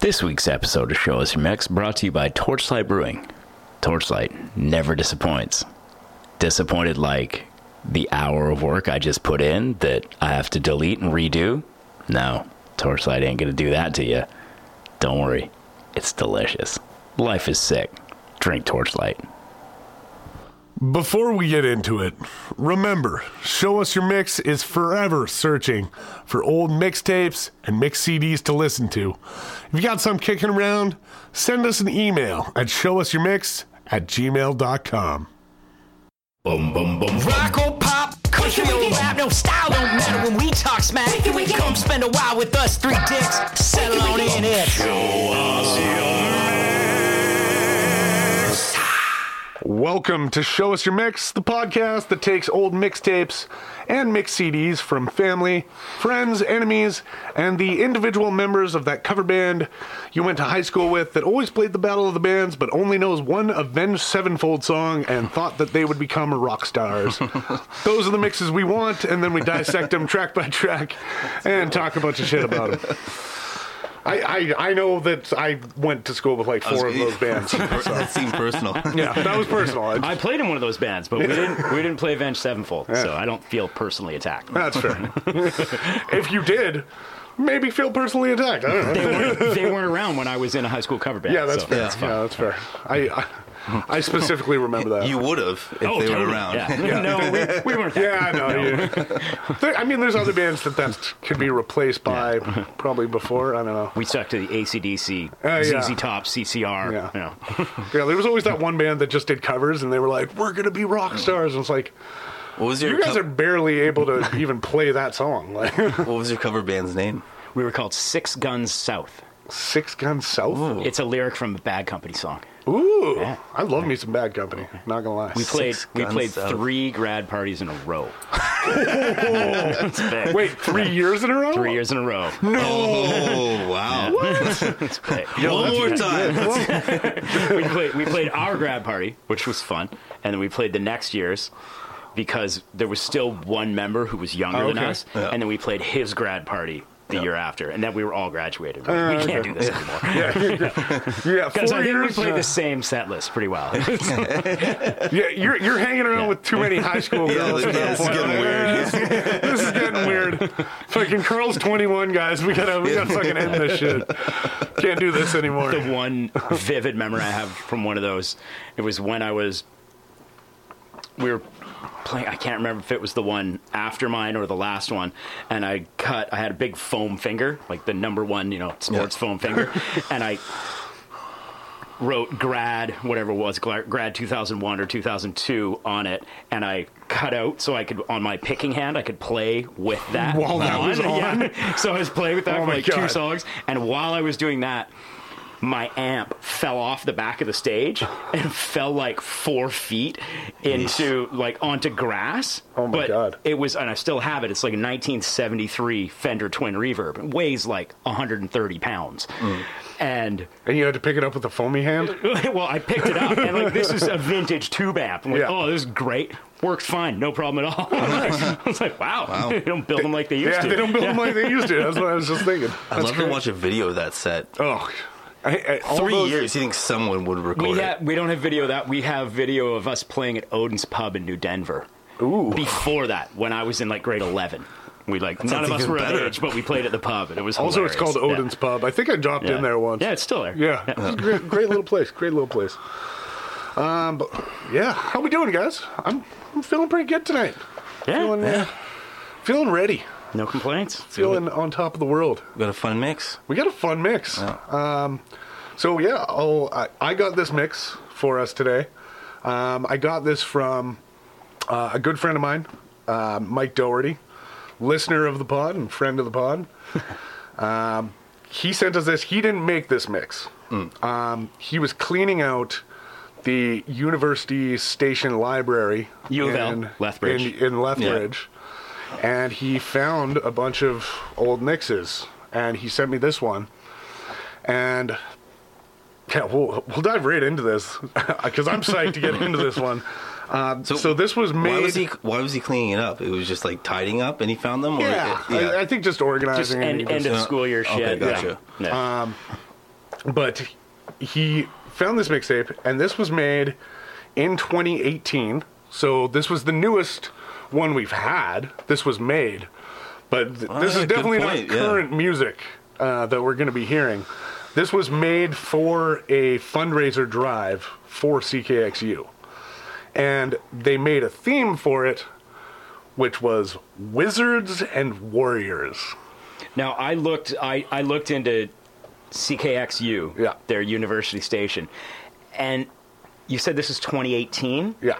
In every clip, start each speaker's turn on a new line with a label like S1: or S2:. S1: This week's episode of Show Us Your Mex brought to you by Torchlight Brewing. Torchlight never disappoints. Disappointed like the hour of work I just put in that I have to delete and redo? No, Torchlight ain't gonna do that to you. Don't worry, it's delicious. Life is sick. Drink Torchlight.
S2: Before we get into it, remember, Show Us Your Mix is forever searching for old mixtapes and mix CDs to listen to. If you got some kicking around, send us an email at showusyourmix at gmail.com.
S3: Boom, boom, boom.
S4: Rock or pop, country or rap, no style don't matter when we talk smack. Come spend a while with us three dicks, settle on in it.
S2: Welcome to Show Us Your Mix, the podcast that takes old mixtapes and mix CDs from family, friends, enemies, and the individual members of that cover band you went to high school with that always played the Battle of the Bands but only knows one Avenged Sevenfold song and thought that they would become rock stars. Those are the mixes we want, and then we dissect them track by track and talk a bunch of shit about them. I, I, I know that I went to school with like four of those bands.
S3: that seemed personal.
S2: Yeah, that was personal. It's-
S1: I played in one of those bands, but we didn't we didn't play Avenged Sevenfold, so I don't feel personally attacked.
S2: That's fair. if you did, maybe feel personally attacked. I don't know.
S1: They weren't, they weren't around when I was in a high school cover band.
S2: Yeah, that's
S1: so
S2: fair.
S1: That's fine.
S2: yeah, that's fair. I, I, I specifically remember that.
S3: You would have if they
S1: Oh, totally.
S3: were around.
S1: Yeah. No, we, we weren't. That.
S2: yeah, I know. you- There- I mean, there's other bands that that could be replaced by probably before. I don't know.
S1: We stuck to the ACDC,
S2: Uh, yeah.
S1: ZZ Top, CCR.
S2: Yeah.
S1: You know.
S2: Yeah, there was always that one band that just did covers, and they were like, "We're gonna be rock stars," and it's like,
S3: What was your
S2: you guys
S3: co-
S2: are barely able to even play that song. Like,
S3: What was your cover band's name?
S1: We were called Six Guns South.
S2: Six Gun South.
S1: It's a lyric from a Bad Company song.
S2: Ooh, I love me some Bad Company. Not gonna lie.
S1: We played we
S3: Guns
S1: played
S3: South.
S1: three grad parties in a row. It's big.
S2: Wait, three years in a row.
S1: Three years in a row.
S3: Oh wow!
S1: It's big.
S3: One more time.
S1: we played we played our grad party, which was fun, and then we played the next year's because there was still one member who was younger
S2: Oh,
S1: than
S2: okay.
S1: us,
S3: Yeah.
S1: and then we played his grad party the year after, and then we were all graduated. We're like, we can't do this anymore.
S2: Yeah,
S1: Because
S2: four
S1: I think we
S2: years.
S1: played the same set list pretty well.
S2: Yeah, you're you're hanging around with too many high school
S3: Yeah,
S2: girls.
S3: yeah,
S2: at that
S3: this is
S2: point.
S3: getting weird.
S2: Yeah, this is getting weird. Fucking Carl's 21, guys. We gotta we gotta fucking end this shit. Can't do this anymore.
S1: the one vivid memory I have from one of those. It was when I was. We were playing. I can't remember if it was the one after mine or the last one. And I cut. I had a big foam finger, like the number one, you know, sports
S3: Yeah.
S1: foam finger, and I wrote grad whatever it was gra- grad 2001 or 2002 on it and i cut out so i could on my picking hand i could play with that
S2: While that was on?
S1: Yeah. so i was playing with that
S2: Oh
S1: for
S2: my
S1: like two
S2: God.
S1: songs and while i was doing that my amp fell off the back of the stage and fell like four feet into like onto grass.
S2: Oh my
S1: But
S2: God.
S1: It was, and I still have it. It's like a 1973 Fender Twin Reverb. It weighs like 130 pounds,
S2: Mm.
S1: and
S2: And you had to pick it up with a foamy hand.
S1: well, I picked it up, and like this is a vintage tube amp. I'm like,
S2: Yeah.
S1: oh, this is great. Works fine, no problem at all. I was like, wow, they don't build them like they used
S2: Yeah,
S1: to.
S2: they don't build them like they used to. That's what I was just thinking.
S3: I'd love to watch a video of that set.
S2: Oh, I, I, all
S3: Three
S2: those-
S3: years. You think someone would record
S1: We,
S3: it?
S1: ha- we don't have video of that. We have video of us playing at Odin's Pub in New Denver.
S2: Ooh.
S1: Before that, when I was in like grade 11. We like, none
S3: sounds
S1: of us
S3: even
S1: were of
S3: better.
S1: age, but we played at the pub, and it was
S2: Also, it's
S1: hilarious.
S2: called
S1: Yeah.
S2: Odin's Pub. I think I dropped
S1: Yeah.
S2: in there once.
S1: Yeah, it's still there.
S2: Yeah, It was a great, great little place. Great little place. Um, but yeah, how we doing, guys? I'm I'm feeling pretty good tonight.
S1: Yeah.
S2: Feeling, uh, feeling ready.
S1: No complaints.
S2: Feeling on top of the world.
S3: We got a fun mix.
S2: We got a fun mix. Um, so yeah, I'll, I I got this mix for us today. Um, I got this from uh, a good friend of mine, uh, Mike Doherty, listener of the pod and friend of the pod. um, he sent us this. He didn't make this mix.
S1: Mm.
S2: Um, he was cleaning out the university station library
S1: U of L,
S2: in-
S1: Lethbridge.
S2: in, in Lethbridge, and he found a bunch of old mixes, and he sent me this one, and yeah, we'll we'll dive right into this because I'm psyched to get into this one. Um, so, this was made.
S3: Why was he? Why was he cleaning it up? It was just like tidying up, and he found them. Or uh,
S2: yeah,
S3: yeah.
S2: I, I think just
S1: Just
S2: organizing. and
S1: end,
S2: he
S1: end
S2: just-
S1: of school year
S3: Okay,
S1: shit.
S2: Uh,
S3: gotcha.
S1: Yeah. Yeah.
S2: but he found this mixtape, and this was made in 2018. So this was the newest one we've had. This was made, but th-
S3: Oh,
S2: this
S3: yeah,
S2: is
S3: good
S2: definitely
S3: point,
S2: not
S3: yeah.
S2: current music uh, that we're going to be hearing. This was made for a fundraiser drive for CKXU, and they made a theme for it, which was wizards and warriors.
S1: Now I looked I, I looked into CKXU,
S2: Yeah.
S1: their university station, and you said this is 2018
S2: Yeah,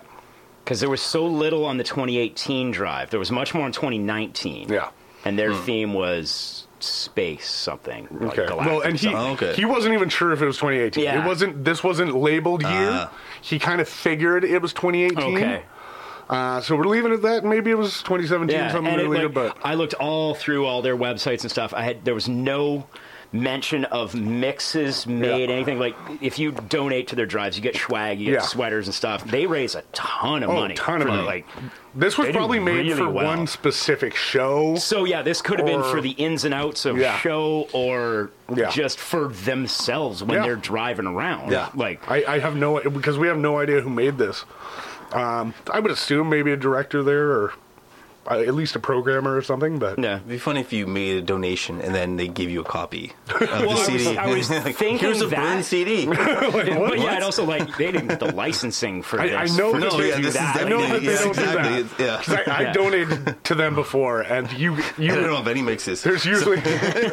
S1: because there was so little on the 2018 drive. There was much more in 2019.
S2: yeah. Hmm.
S1: and their theme was space something. Like
S2: Okay.
S1: galactic
S2: Well, and he
S3: something. Okay.
S2: he wasn't even sure if it was 2018.
S1: Yeah.
S2: It wasn't. This wasn't labeled year.
S3: Ah.
S2: he kind of figured it was 2018.
S1: Okay.
S2: Uh, so we're leaving it at that. Maybe it was 2017
S1: Yeah,
S2: something
S1: and it,
S2: related,
S1: like,
S2: but
S1: I looked all through all their websites and stuff. I had there was no mention of mixes made
S2: Yeah.
S1: anything like if you donate to their drives you get swag you get
S2: Yeah.
S1: sweaters and stuff they raise a ton of
S2: Oh,
S1: money
S2: ton of
S1: for,
S2: money.
S1: like
S2: this was
S1: they do
S2: probably made
S1: really
S2: for
S1: well.
S2: one specific show.
S1: so yeah this could have been
S2: Or-
S1: for the ins and outs of
S2: Yeah.
S1: show or
S2: Yeah.
S1: just for themselves when
S2: Yeah.
S1: they're driving around
S3: Yeah.
S1: like
S2: I, I have no because we have no idea who made this. Um, I would assume maybe a director there or uh, at least a programmer or something. But
S1: yeah
S3: It'd be funny if you made a donation and then they give you a copy of the
S1: I was-
S3: CD.
S1: I was
S3: Like,
S1: thinking
S3: Here's a
S1: that.
S3: burned CD.
S2: Like, what?
S1: but yeah, and also like they didn't get the licensing for
S2: I-
S1: this.
S2: I know
S1: for
S2: that
S1: them
S2: they-
S1: to
S2: yeah,
S1: do
S3: this is
S1: that.
S2: I
S1: Like,
S2: know
S1: they-
S2: that they don't
S3: Exactly,
S2: do that.
S3: yeah.
S2: 'Cause I, I
S1: Yeah.
S2: donated to them before, and you you
S3: I don't know of any mixes.
S2: There's usually,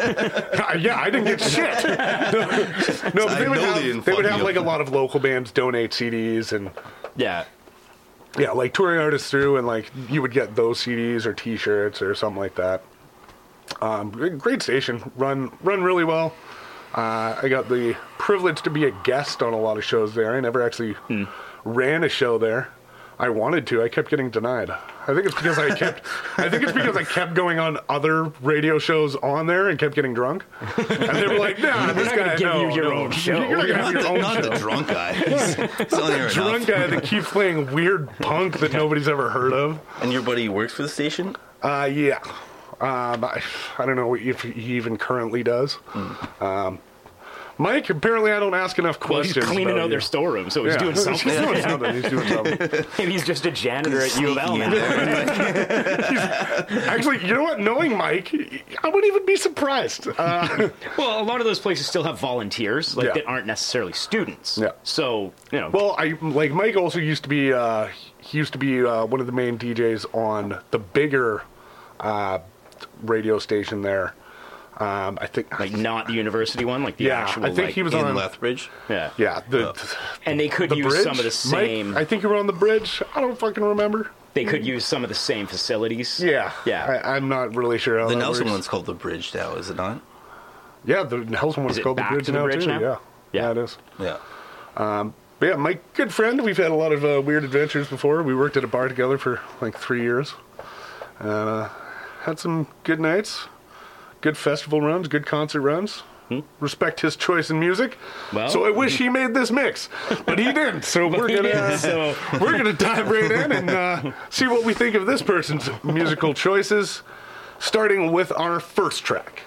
S2: yeah, I didn't get shit. No, but
S3: I
S2: they would
S3: know
S2: have,
S3: they didn't
S2: they would
S3: fuck
S2: have
S3: me
S2: like a
S3: up.
S2: lot of local bands donate CDs and
S1: yeah.
S2: yeah, like touring artists through, and like you would get those CDs or T-shirts or something like that. Um, gr- great station, run run really well. Uh, I got the privilege to be a guest on a lot of shows there. I never actually
S1: Hmm.
S2: ran a show there. I wanted to. I kept getting denied. I think it's because I kept. I think it's because I kept going on other radio shows on there and kept getting drunk. And they were like, "Nah, this
S1: not gonna
S2: guy
S1: give
S2: no,
S1: you your
S2: no.
S1: own show.
S2: You're not gonna have
S3: not
S2: your
S3: the,
S2: own
S3: not the
S2: show."
S3: drunk guy. He's, he's on here
S2: drunk
S3: enough.
S2: guy that keeps playing weird punk that nobody's ever heard of.
S3: And your buddy works for the station?
S2: Uh, yeah. Um, I, I don't know if he even currently does. Um, Mike, apparently I don't ask enough
S1: Well, he's
S2: questions.
S1: cleaning
S2: about
S1: out
S2: you.
S1: their storeroom, so he's
S2: Yeah.
S1: doing something.
S2: He's doing something. He's doing something.
S1: Maybe he's just a janitor at U of L.
S3: Sneaking in
S1: now.
S3: there.
S2: Actually, you know what? Knowing Mike, I wouldn't even be surprised. Uh,
S1: Well, a lot of those places still have volunteers, like
S2: Yeah.
S1: that aren't necessarily students.
S2: Yeah.
S1: So you know,
S2: well, I like Mike. Also used to be uh, he used to be uh, one of the main DJs on the bigger uh, radio station there. Um, I think.
S1: like not the university one, like the
S2: yeah,
S1: actual.
S2: I think
S1: like, Oh.
S2: he was
S3: in
S2: on.
S3: Lethbridge.
S1: Yeah.
S2: Yeah, the,
S1: And they could
S2: the
S1: use
S2: bridge.
S1: some of the same.
S2: Mike, I think you were on the bridge. I don't fucking remember.
S1: they could use some of the same facilities.
S2: Yeah,
S1: Yeah.
S2: I, I'm not really sure. How
S3: The
S2: that
S3: Nelson
S2: works.
S3: one's called the Bridge now, is it not?
S2: Yeah, the Nelson one's
S1: Is it
S2: called the
S1: back
S2: bridge,
S1: to the
S2: now,
S1: bridge
S2: too.
S1: now?
S2: Yeah.
S1: Yeah.
S2: it is.
S3: Yeah.
S2: But yeah, my good friend. We've had a lot of uh, weird adventures before. We worked at a bar together for like three years, and uh, had some good nights, good festival runs, good concert runs. Respect his choice in music.
S1: Hmm? Well-
S2: so I wish he made this mix, but he didn't. So we're
S1: he
S2: gonna
S1: didn't, so-
S2: we're gonna dive right in and uh, see what we think of this person's musical choices, starting with our first track.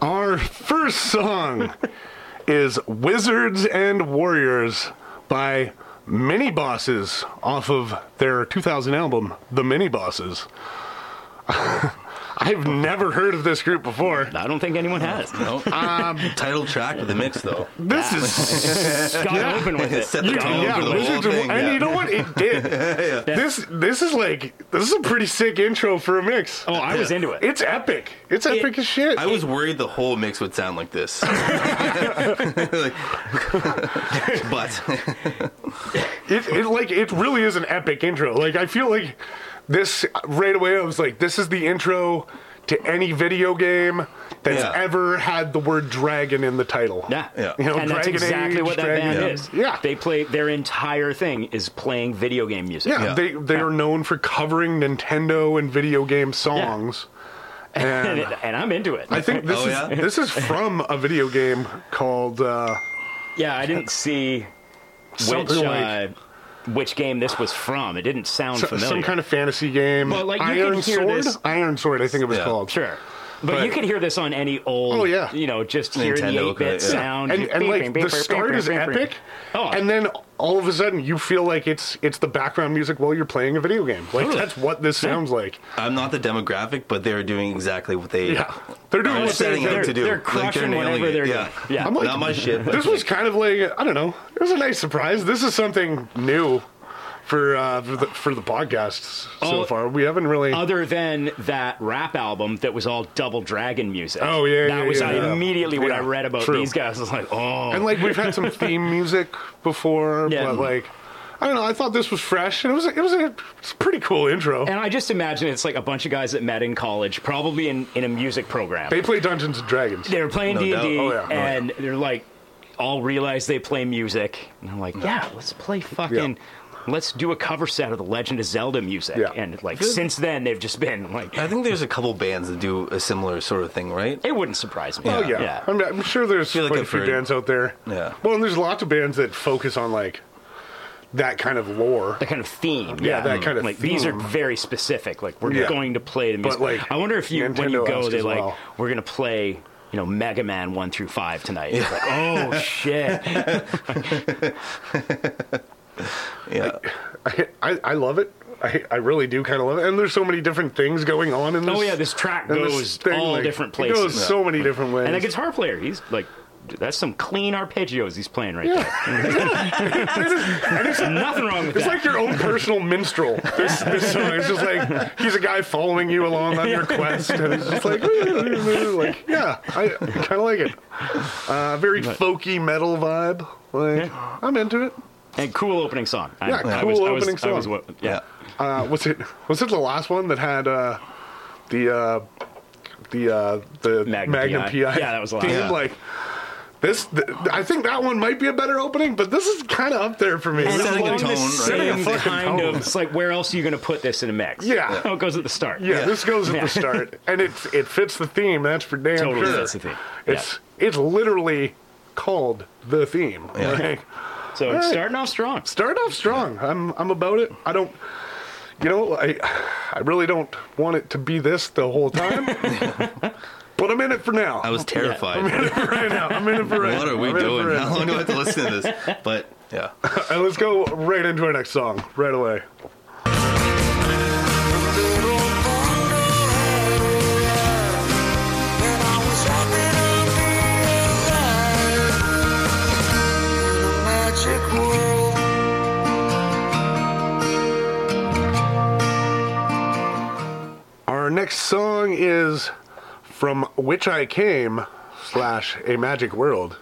S2: Our first song is Wizards and Warriors by Mini Bosses off of their 2000 album, The Mini Bosses. I've never heard of this group before.
S1: I don't think anyone has.
S3: No. Title track of the mix, though.
S2: This is.
S1: Got open with it.
S3: Set the
S1: Yeah,
S3: tone
S2: Yeah,
S3: for the whole
S2: Wizards and,
S3: thing.
S2: and
S3: yeah.
S2: you know what? It did. This this is like this is a pretty sick intro for a mix.
S1: Oh, I was into it.
S2: It's epic. It's epic as shit.
S3: I was worried the whole mix would sound like this. Like- but
S2: it, it like it really is an epic intro. Like I feel like this right away. I was like, this is the intro to any video game that's
S3: Yeah.
S2: ever had the word dragon in the title.
S1: Yeah.
S3: Yeah.
S2: You know,
S1: and that's
S2: Dragon
S1: exactly
S2: Age,
S1: what that
S2: Dragon-
S1: band
S2: Yeah.
S1: is.
S2: Yeah.
S1: They play their entire thing is playing video game music.
S2: Yeah,
S3: Yeah.
S2: they they are known for covering Nintendo and video game songs.
S1: And,
S2: And
S1: and I'm into it.
S2: I think this
S3: Oh,
S2: is
S3: yeah?
S2: this is from a video game called uh,
S1: Yeah, I didn't see which,
S2: Something
S1: uh, which game this was from. It didn't sound
S2: So-
S1: familiar.
S2: some kind of fantasy game.
S1: But, like, you can
S2: Iron
S1: hear
S2: Sword?
S1: this-
S2: Iron Sword, I think it was
S3: Yeah.
S2: called.
S1: Sure. But,
S2: But-
S1: you could hear this on any old,
S2: Oh, yeah.
S1: you know, just hear the
S3: Nintendo
S1: 8 bit
S3: could, yeah.
S1: sound.
S2: And,
S1: you-
S2: and like the start is epic,
S1: Oh.
S2: and then all of a sudden you feel like it's it's the background music while you're playing a video game. Like
S1: Totally.
S2: that's what this sounds like.
S3: I'm not the demographic, but they're doing exactly what they
S2: Yeah, they're doing
S3: are
S2: what
S3: setting
S2: they
S3: out to do.
S1: they're
S3: Like,
S1: crushing
S3: nailing
S1: whatever
S3: it.
S1: they're
S3: yeah.
S1: doing. Yeah. I'm
S2: like-
S3: not my shit. But
S2: This was kind of like I don't know. It was a nice surprise. This is something new for uh, for, the, for the podcast so
S1: Oh,
S2: far. We haven't really.
S1: Other than that rap album that was all Double Dragon music.
S2: Oh,
S1: That
S2: yeah, yeah,
S1: was
S2: yeah,
S1: uh,
S2: yeah.
S1: immediately when I
S2: Yeah,
S1: read about
S2: true.
S1: these guys. I was like, oh.
S2: and like we've had some theme music before,
S1: Yeah.
S2: but like I don't know. I thought this was fresh, and it was it was a, it's a pretty cool intro.
S1: and I just imagine it's like a bunch of guys that met in college, probably in, in a music program.
S2: they play Dungeons and Dragons.
S1: they were playing
S3: No
S1: D&D
S3: doubt.
S2: Oh, yeah. Oh, yeah.
S1: and they're like all realize they play music and I'm like yeah let's play fucking let's do a cover set of the Legend of Zelda music
S2: Yeah.
S1: and like since then they've just been like
S3: I think there's a couple bands that do a similar sort of thing, right?
S1: it wouldn't surprise me
S2: Oh yeah, I mean, I'm sure there's
S3: feel like
S2: quite a
S3: I've
S2: few
S3: heard-
S2: bands out there.
S3: Yeah.
S2: Well, and there's lots of bands that focus on like that kind of lore.
S1: that kind of theme
S2: Yeah, that kind of
S1: like these are
S2: theme.
S1: very specific like we're
S2: Yeah.
S1: going to play the music
S2: But, like,
S1: I wonder if you when you go
S2: Nintendo-esque
S1: they
S2: as
S1: like
S2: well.
S1: we're gonna play you know Mega Man 1 through 5 tonight It's like oh shit
S3: Yeah.
S2: I, I, I love it. I, I really do kind of love it. And there's so many different things going on in this.
S1: oh yeah this track
S2: in this
S1: goes
S2: thing,
S1: all
S2: like,
S1: different
S2: it
S1: places
S2: goes so many different ways.
S1: And the guitar player, he's like, dude, that's some clean arpeggios he's playing right there. There's nothing wrong with
S2: it's
S1: that.
S2: like your own personal minstrel. This, this song is just like he's a guy following you along on your quest, and it's just like, like yeah, I kind of like it. Uh, very folky metal vibe. Like I'm into it.
S1: and cool opening song. I-
S2: Yeah,
S1: I
S2: cool
S1: was- I
S2: opening
S1: was- I was
S2: song.
S1: wa- yeah.
S2: uh, was it was it the last one that had uh, the uh, the uh, the
S1: Magnum PI. Yeah, that was the last
S2: theme?
S1: one.
S2: Like this, th- I think that one might be a better opening, but this is kind of up there for me.
S1: And
S2: This is
S3: setting a
S1: along
S2: long-
S1: the
S3: tone, right?
S1: same
S2: Setting a fucking
S1: kind
S2: tone.
S1: of, it's like, where else are you going to put this in a mix?
S2: Yeah.
S1: Oh, it goes at the start.
S2: yeah, this goes at
S1: Yeah.
S2: the start, and it it fits the theme. That's for damn
S1: Totally
S2: sure.
S1: fits the theme.
S2: It's it's literally called the theme. Like,
S1: So
S2: All
S1: it's
S2: right.
S1: starting off strong.
S2: start off strong. I'm I'm about it. I don't. You know, I I really don't want it to be this the whole time. but I'm in it for now.
S3: I was terrified.
S2: I'm in it for right now. I'm in it for right
S3: What
S2: now.
S3: are we
S2: I'm in it
S3: doing?
S2: for right
S3: How long do I have to listen to this? But yeah.
S2: now. And let's go right into our next song right away. Our next song is From Which I Came slash A Magic World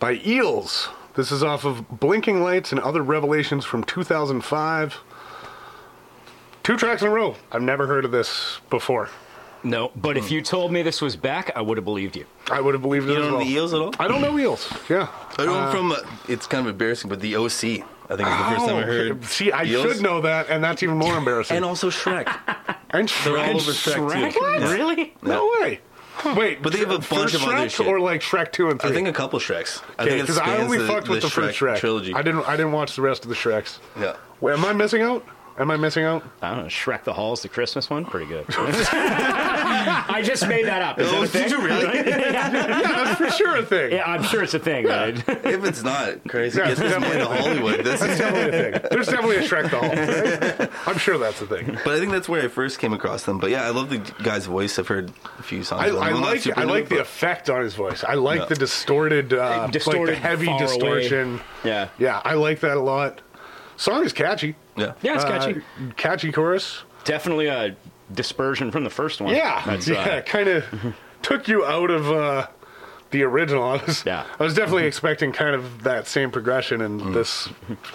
S2: by Eels. This is off of Blinking Lights and Other Revelations from 2005. Two tracks in a row. I've never heard of this before.
S1: No, but if you told me this was back, I would have believed you.
S2: I would have believed it
S3: You
S2: as
S3: don't know
S2: well.
S3: the Eels at all?
S2: I don't know Eels. Yeah.
S3: I know from, uh, it's kind of embarrassing, but the OC, I think is the first time I
S2: Oh,
S3: heard.
S2: See, I
S3: Eels.
S2: should know that, and that's even more embarrassing.
S3: And also Shrek.
S2: and
S3: They're all
S2: and
S3: over Shrek,
S1: Shrek?
S3: too. Yeah.
S1: Really?
S2: No way. Wait,
S3: But they have a
S2: for
S3: bunch of other
S2: Shrek
S3: shit.
S2: or like Shrek two and three.
S3: I think a couple Shreks. I think it
S2: because I
S3: spans
S2: only fucked with the first Shrek
S3: trilogy.
S2: I didn't. I didn't watch the rest of the Shreks.
S3: Yeah.
S2: Wait, am I missing out? Am I missing out?
S1: I don't know. Shrek the Halls, the Christmas one? Pretty good. I just made that up. Is that
S3: Oh,
S1: a thing?
S3: did you really?
S2: Yeah, that's for sure a thing.
S1: Yeah, I'm sure it's a thing, right?
S3: if it's not crazy,
S2: Yeah,
S3: get this man to Hollywood. This is
S2: Definitely a thing. There's definitely a Shrek doll. Right? I'm sure that's a thing.
S3: But I think that's where I first came across them. But yeah, I love the guy's voice. I've heard a few songs.
S2: I,
S3: of them.
S2: I
S3: I'm not
S2: like
S3: super
S2: I
S3: into
S2: like
S3: it,
S2: the
S3: but-
S2: effect on his voice. I like the distorted, uh, like the
S1: Distorted,
S2: heavy
S1: far away.
S2: distortion.
S1: Yeah.
S2: yeah, I like that a lot. Song is catchy.
S3: Yeah.
S1: Yeah, it's
S2: Uh,
S1: catchy.
S2: catchy chorus.
S1: Definitely a dispersion from the first one.
S2: Yeah,
S1: That's, uh,
S2: yeah, kind of took you out of uh, the original. I was,
S1: Yeah.
S2: I was definitely expecting kind of that same progression, and this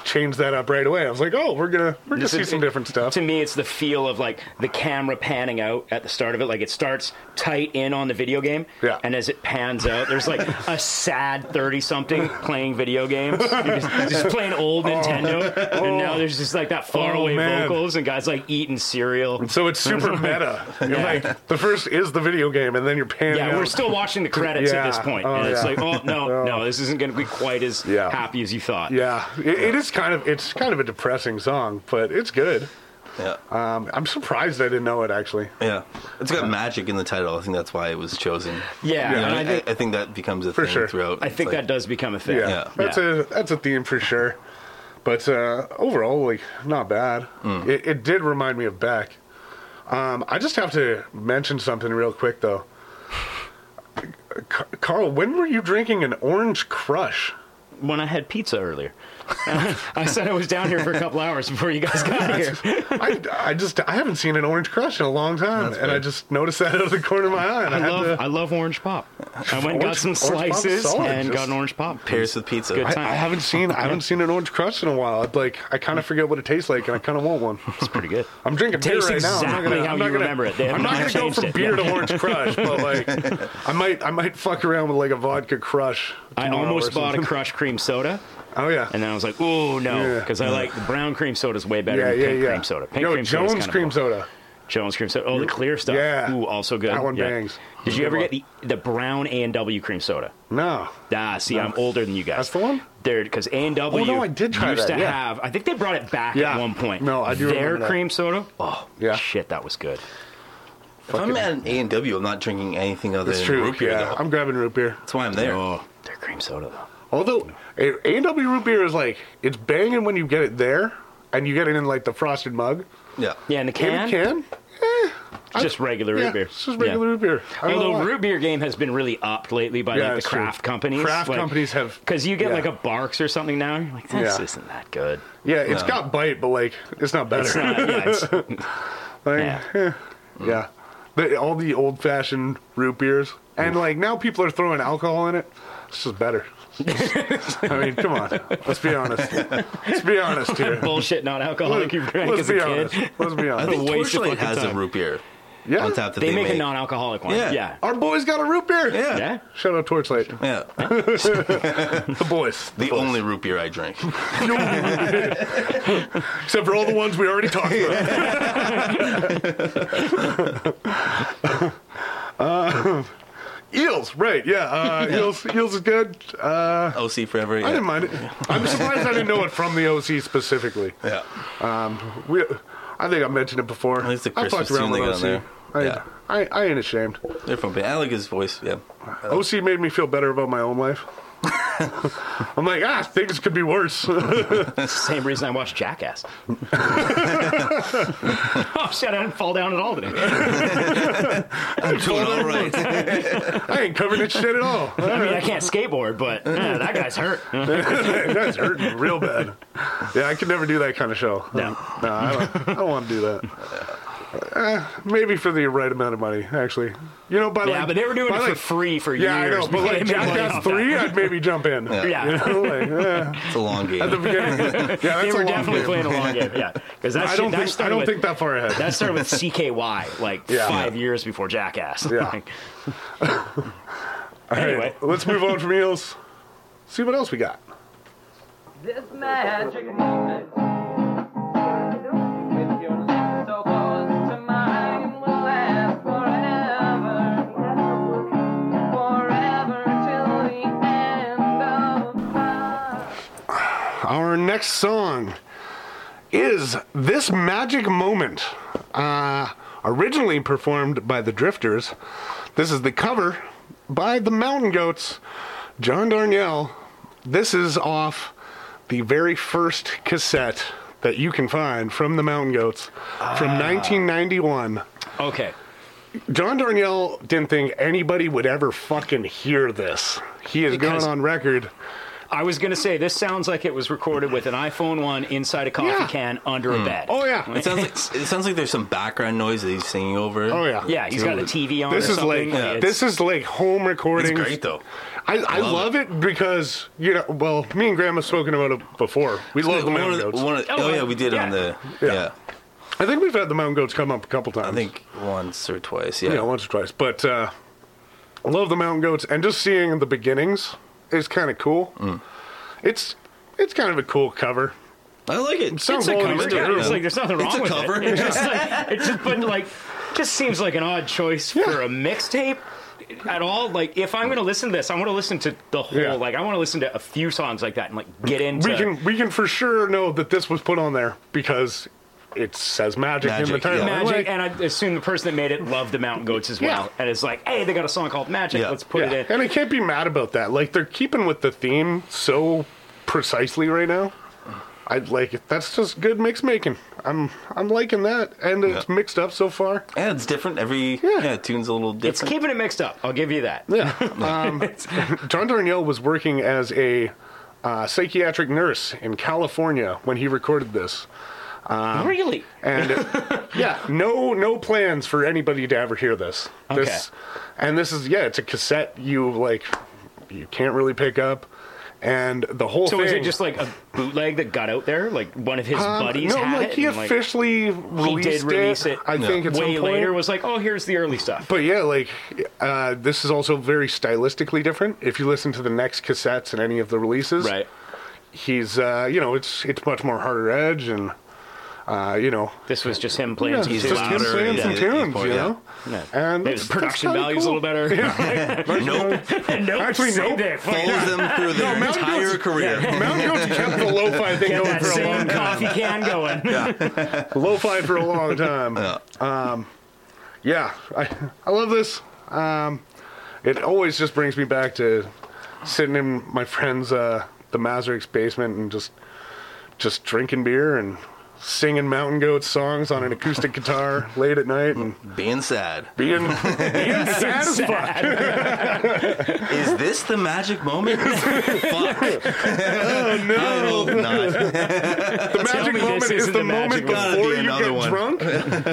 S2: changed that up right away. I was like, oh, we're gonna we're gonna
S1: This
S2: see
S1: is-
S2: some different stuff.
S1: To me, it's the feel of like the camera panning out at the start of it. Like it starts tight in on the video game,
S2: Yeah.
S1: and as it pans out, there's like a sad thirty-something playing video games, You're just, just playing old Nintendo, and now there's just like that faraway
S2: Oh, man.
S1: vocals and guys like eating cereal.
S2: So it's super meta. You're like, the first is the video game, and then you're panning.
S1: Yeah,
S2: out.
S1: we're still watching the credits at this
S2: Yeah.
S1: point. and it's
S2: yeah.
S1: like, oh no, no, this isn't going to be quite as
S2: Yeah.
S1: happy as you thought.
S2: Yeah, it, it is kind of it's kind of a depressing song, but it's good.
S3: Yeah.
S2: Um, I'm surprised I didn't know it actually.
S3: Yeah, it's got magic in the title. I think that's why it was chosen.
S1: Yeah,
S3: You know,
S1: and I
S3: I,
S1: think-
S3: I think that becomes a
S2: For
S3: thing
S2: sure.
S3: throughout.
S1: I
S3: It's
S1: think
S3: like-
S1: that does become a thing.
S2: Yeah,
S3: Yeah.
S2: that's a that's a theme for sure. But uh, overall, like not bad. It, it did remind me of Beck. Um, I just have to mention something real quick though. Car- Carl, when were you drinking an orange crush?
S1: When I had pizza earlier, I said I was down here for a couple hours before you guys got here.
S2: I, I just I haven't seen an orange crush in a long time, and I just noticed that out of the corner of my eye. And I,
S1: I
S2: had
S1: love
S2: to,
S1: I love orange pop. I went and got
S2: Orange-
S1: some
S2: orange pop's
S1: slices
S2: solid,
S1: and
S2: just-
S1: got an orange pop.
S3: Pairs with pizza.
S1: Good
S3: I-
S1: time.
S2: I haven't seen I haven't seen an orange crush in a while. I'd like I kind of forget what it tastes like, and I kind of want one.
S1: It's pretty good.
S2: I'm drinking beer
S1: Tastes
S2: right now. I'm not
S1: exactly
S2: gonna,
S1: how
S2: I'm not
S1: you
S2: gonna,
S1: remember it. They
S2: I'm not
S1: haven't
S2: gonna go
S1: changed
S2: from
S1: it.
S2: beer
S1: Yeah.
S2: to orange crush, but like I might I might fuck around with like a vodka crush.
S1: I
S2: tomorrow
S1: almost
S2: or
S1: bought a
S2: something.
S1: crushed cream soda,
S2: Oh yeah.
S1: and then I was like, "Oh no,"
S2: Yeah.
S1: because I like the brown cream soda is way better
S2: yeah,
S1: than
S2: yeah,
S1: pink
S2: yeah.
S1: cream soda. Pink
S2: Yo,
S1: cream
S2: Jones
S1: soda
S2: cream soda.
S1: Jones cream soda. Oh, the clear stuff.
S2: Yeah.
S1: Ooh, also good.
S2: That one
S1: Yeah.
S2: bangs.
S1: Did you
S2: Good
S1: ever
S2: one.
S1: get the, the brown A and W cream soda?
S2: No.
S1: Ah, see, I'm older than you guys.
S2: That's the one?
S1: There, because A and W.
S2: Oh, no, I did try
S1: used
S2: that,
S1: to
S2: yeah.
S1: have. I think they brought it back
S2: Yeah.
S1: at one point.
S2: No, I do
S1: Their
S2: remember that.
S1: cream soda. Oh,
S2: Yeah.
S1: Shit, that was good.
S3: if I'm at an A and W, I'm not drinking anything other
S2: It's
S3: than
S2: true.
S3: root beer.
S2: yeah,
S3: though.
S2: I'm grabbing root beer.
S3: That's why I'm there.
S1: Oh, their cream soda though.
S2: Although A and W root beer is like it's banging when you get it there, and you get it in like the frosted mug.
S3: Yeah.
S1: Yeah, and the can.
S2: In a can.
S1: Just regular
S2: Yeah,
S1: root beer.
S2: it's just regular
S1: Yeah.
S2: root beer. I don't know
S1: Although
S2: why.
S1: root beer game has been really upped lately by
S2: Yeah,
S1: like
S2: it's
S1: the
S2: true.
S1: craft companies.
S2: Craft
S1: like,
S2: companies have-
S1: because you get
S2: yeah.
S1: like a Barks or something now. You're like, this
S2: Yeah.
S1: isn't that good.
S2: Yeah, it's
S3: No.
S2: got bite, but like it's not better.
S1: It's not. Yeah, it's,
S2: Like,
S1: Yeah.
S2: eh, yeah. The, all the old fashioned root beers. And like now people are throwing alcohol in it. It's just better. I mean, come on. Let's be honest. Let's be honest here.
S1: bullshit. Not alcoholic. You
S2: Let's,
S1: drank
S2: let's
S1: as
S2: be
S1: a kid.
S2: honest. Let's be
S3: I
S2: honest.
S3: think
S1: waste of
S3: Torchlight
S1: fucking
S3: has
S1: time.
S3: a root beer
S2: Yeah.
S3: on tap that
S1: They,
S3: they,
S1: make, a non-alcoholic one.
S3: Yeah.
S1: yeah.
S2: Our boys got a root beer.
S3: Yeah.
S1: Yeah.
S2: Shout out Torchlight.
S3: Yeah.
S2: The boys.
S3: The only root beer I drink.
S2: Except for all the ones we already talked about. Uh, eels, right? Yeah, uh, eels. Eels is good. Uh,
S3: OC forever. Yeah.
S2: I didn't mind it. I'm surprised I didn't know it from the OC specifically.
S3: Yeah.
S2: We, I think I mentioned it before.
S3: least the
S2: I
S3: Christmas tune they got on there.
S2: I,
S3: Yeah. Oh.
S2: I, I ain't ashamed.
S3: They're from. I like his voice. Yeah.
S2: OC made me feel better about my own life. I'm like, ah, things could be worse.
S1: That's the same reason I watch Jackass. oh shit! I didn't fall down at all today.
S3: I'm doing all right.
S2: I ain't covering that shit at all.
S1: I mean, I can't skateboard, but yeah, that guy's hurt.
S2: That's hurting real bad. Yeah, I could never do that kind of show.
S1: No.
S2: no, I don't, I don't want to do that. Eh, maybe for the right amount of money, actually. You know, by
S1: Yeah,
S2: like,
S1: but they were doing
S2: by
S1: it for
S2: like-
S1: free for
S2: Yeah, I
S1: years.
S2: know. But
S1: before
S2: like
S1: they made money
S2: Jackass
S1: off that.
S2: Three, I'd maybe jump in.
S1: Yeah.
S2: You know, like, eh,
S3: It's a long game.
S2: at the beginning. Yeah, that's
S1: They
S2: a
S1: were
S2: long
S1: definitely
S2: game.
S1: playing a long game. Yeah, because that
S2: I
S1: shit-
S2: don't
S1: that
S2: think I
S1: started
S2: don't
S1: with-
S2: think that far ahead.
S1: That started with CKY like
S2: Yeah.
S1: five years before Jackass.
S2: Yeah.
S1: Like,
S2: All right,
S1: anyway.
S2: let's move on from eels. See what else we got.
S5: This magic moment with your lips so close to mine will last forever, forever till the end of time.
S2: Our next song is This Magic Moment, uh, originally performed by the Drifters. This is the cover by the Mountain Goats, John Darnielle. This is off the very first cassette that you can find from the Mountain Goats from
S3: Ah.
S2: 1991.
S1: okay.
S2: John Darnielle didn't think anybody would ever fucking hear this. He has
S1: Because-
S2: gone on record.
S1: I was gonna say this sounds like it was recorded with an iPhone one inside a coffee
S2: Yeah.
S1: can under a bed.
S2: Oh, yeah.
S3: Hmm. it sounds like it sounds like there's some background noise that he's singing over.
S2: Oh, yeah.
S1: Yeah, he's got a TV
S3: Oh,
S1: on.
S2: This
S1: or
S2: is like
S1: something. It's-
S2: this is like home
S3: It's
S2: recording.
S3: great though.
S2: I, I love,
S3: Love
S2: it. because you know. Well, me and Graham have spoken about it before. We love the
S3: One
S2: mountain
S3: of the-
S2: goats.
S3: one of the-
S1: Oh,
S3: oh
S1: right.
S3: yeah, we did on
S1: Yeah.
S3: the
S2: Yeah.
S3: yeah.
S2: I think we've had the mountain goats come up a couple times.
S3: I think once or twice.
S2: yeah,
S3: Yeah.
S2: once or twice. But uh, I love the mountain goats, and just seeing the beginnings is kind of cool.
S3: Mm.
S2: It's it's kind of a cool cover.
S3: I like it.
S1: it's
S2: Sounds
S1: a
S2: quality
S1: cover.
S2: stuff,
S1: Yeah,
S2: you
S1: it's
S2: know.
S1: like there's nothing wrong
S3: It's a
S1: with
S3: cover.
S1: it. It's just like it's just but like just seems like an odd choice
S2: Yeah.
S1: for a mixtape.
S6: at all. Like, if I'm gonna listen to this, I want to listen to the whole.
S2: Yeah.
S6: Like, I want to listen to a few songs like that and like get into.
S2: we can we can for sure know that this was put on there because it says magic, in the
S3: Magic,
S2: title.
S3: yeah.
S6: Magic,
S2: Like,
S6: and I assume the person that made it loved the Mountain Goats as well.
S2: Yeah.
S6: And it's like, hey, they got a song called Magic.
S3: Yeah.
S6: Let's put
S2: yeah.
S6: it in.
S2: and I can't be mad about that. Like they're keeping with the theme so precisely right now. I like it. That's just good mix making. I'm I'm liking that, and it's
S3: Yeah.
S2: mixed up so far.
S3: Yeah, it's different. Every
S2: Yeah.
S3: yeah, tune's a little
S6: It's
S3: different.
S6: keeping it mixed up. I'll give you that.
S2: Yeah. Um, John Darnielle was working as a uh, psychiatric nurse in California when he recorded this.
S6: really?
S2: And yeah, no no plans for anybody to ever hear this. This and this is yeah, it's a cassette you like you can't really pick up and the whole
S6: So
S2: thing
S6: is it just like a bootleg that got out there? Like one of his
S2: Um,
S6: buddies
S2: no,
S6: had
S2: like
S6: it.
S2: he
S6: and, like,
S2: officially released
S6: did release it
S2: I think at some
S6: way
S2: point.
S6: later was like, oh, here's the early stuff.
S2: But yeah, like uh, this is also very stylistically different. If you listen to the next cassettes and any of the releases,
S6: right.
S2: he's uh, you know it's it's much more harder edge and uh, you know
S6: This was just him playing some
S2: it's
S3: easy
S2: just him
S3: louder
S2: playing
S3: and
S2: some
S3: it- it-
S2: tunes,
S3: yeah.
S2: you know.
S6: Yeah.
S2: And that's-
S6: Maybe the
S2: that's
S6: production
S2: kinda
S6: value's
S2: cool.
S6: a little better.
S3: nope.
S6: nope.
S2: Actually,
S6: Same
S2: nope.
S6: day. Fuck
S3: Follows
S6: that.
S3: them through their
S2: Mountain
S3: entire
S2: Goats-
S3: career.
S2: Mountain Goats kept the lo-fi thing
S6: Get
S2: going
S6: that
S2: for a
S6: same
S2: long time.
S6: coffee can going.
S2: Lo-fi for a long time. Um, yeah, I, I love this. Um, it always just brings me back to sitting in my friend's uh, the Masaryks basement and just just drinking beer and singing Mountain Goats songs on an acoustic guitar late at night and
S3: Being sad.
S2: being, being satisfied.
S3: Is this the magic moment? Fuck. Oh no. I hope not.
S2: The magic
S6: me this
S2: moment is
S6: isn't
S2: the
S6: the
S2: moment
S6: magic
S2: before
S3: moment. Gotta be
S2: you
S3: another
S2: get
S3: one.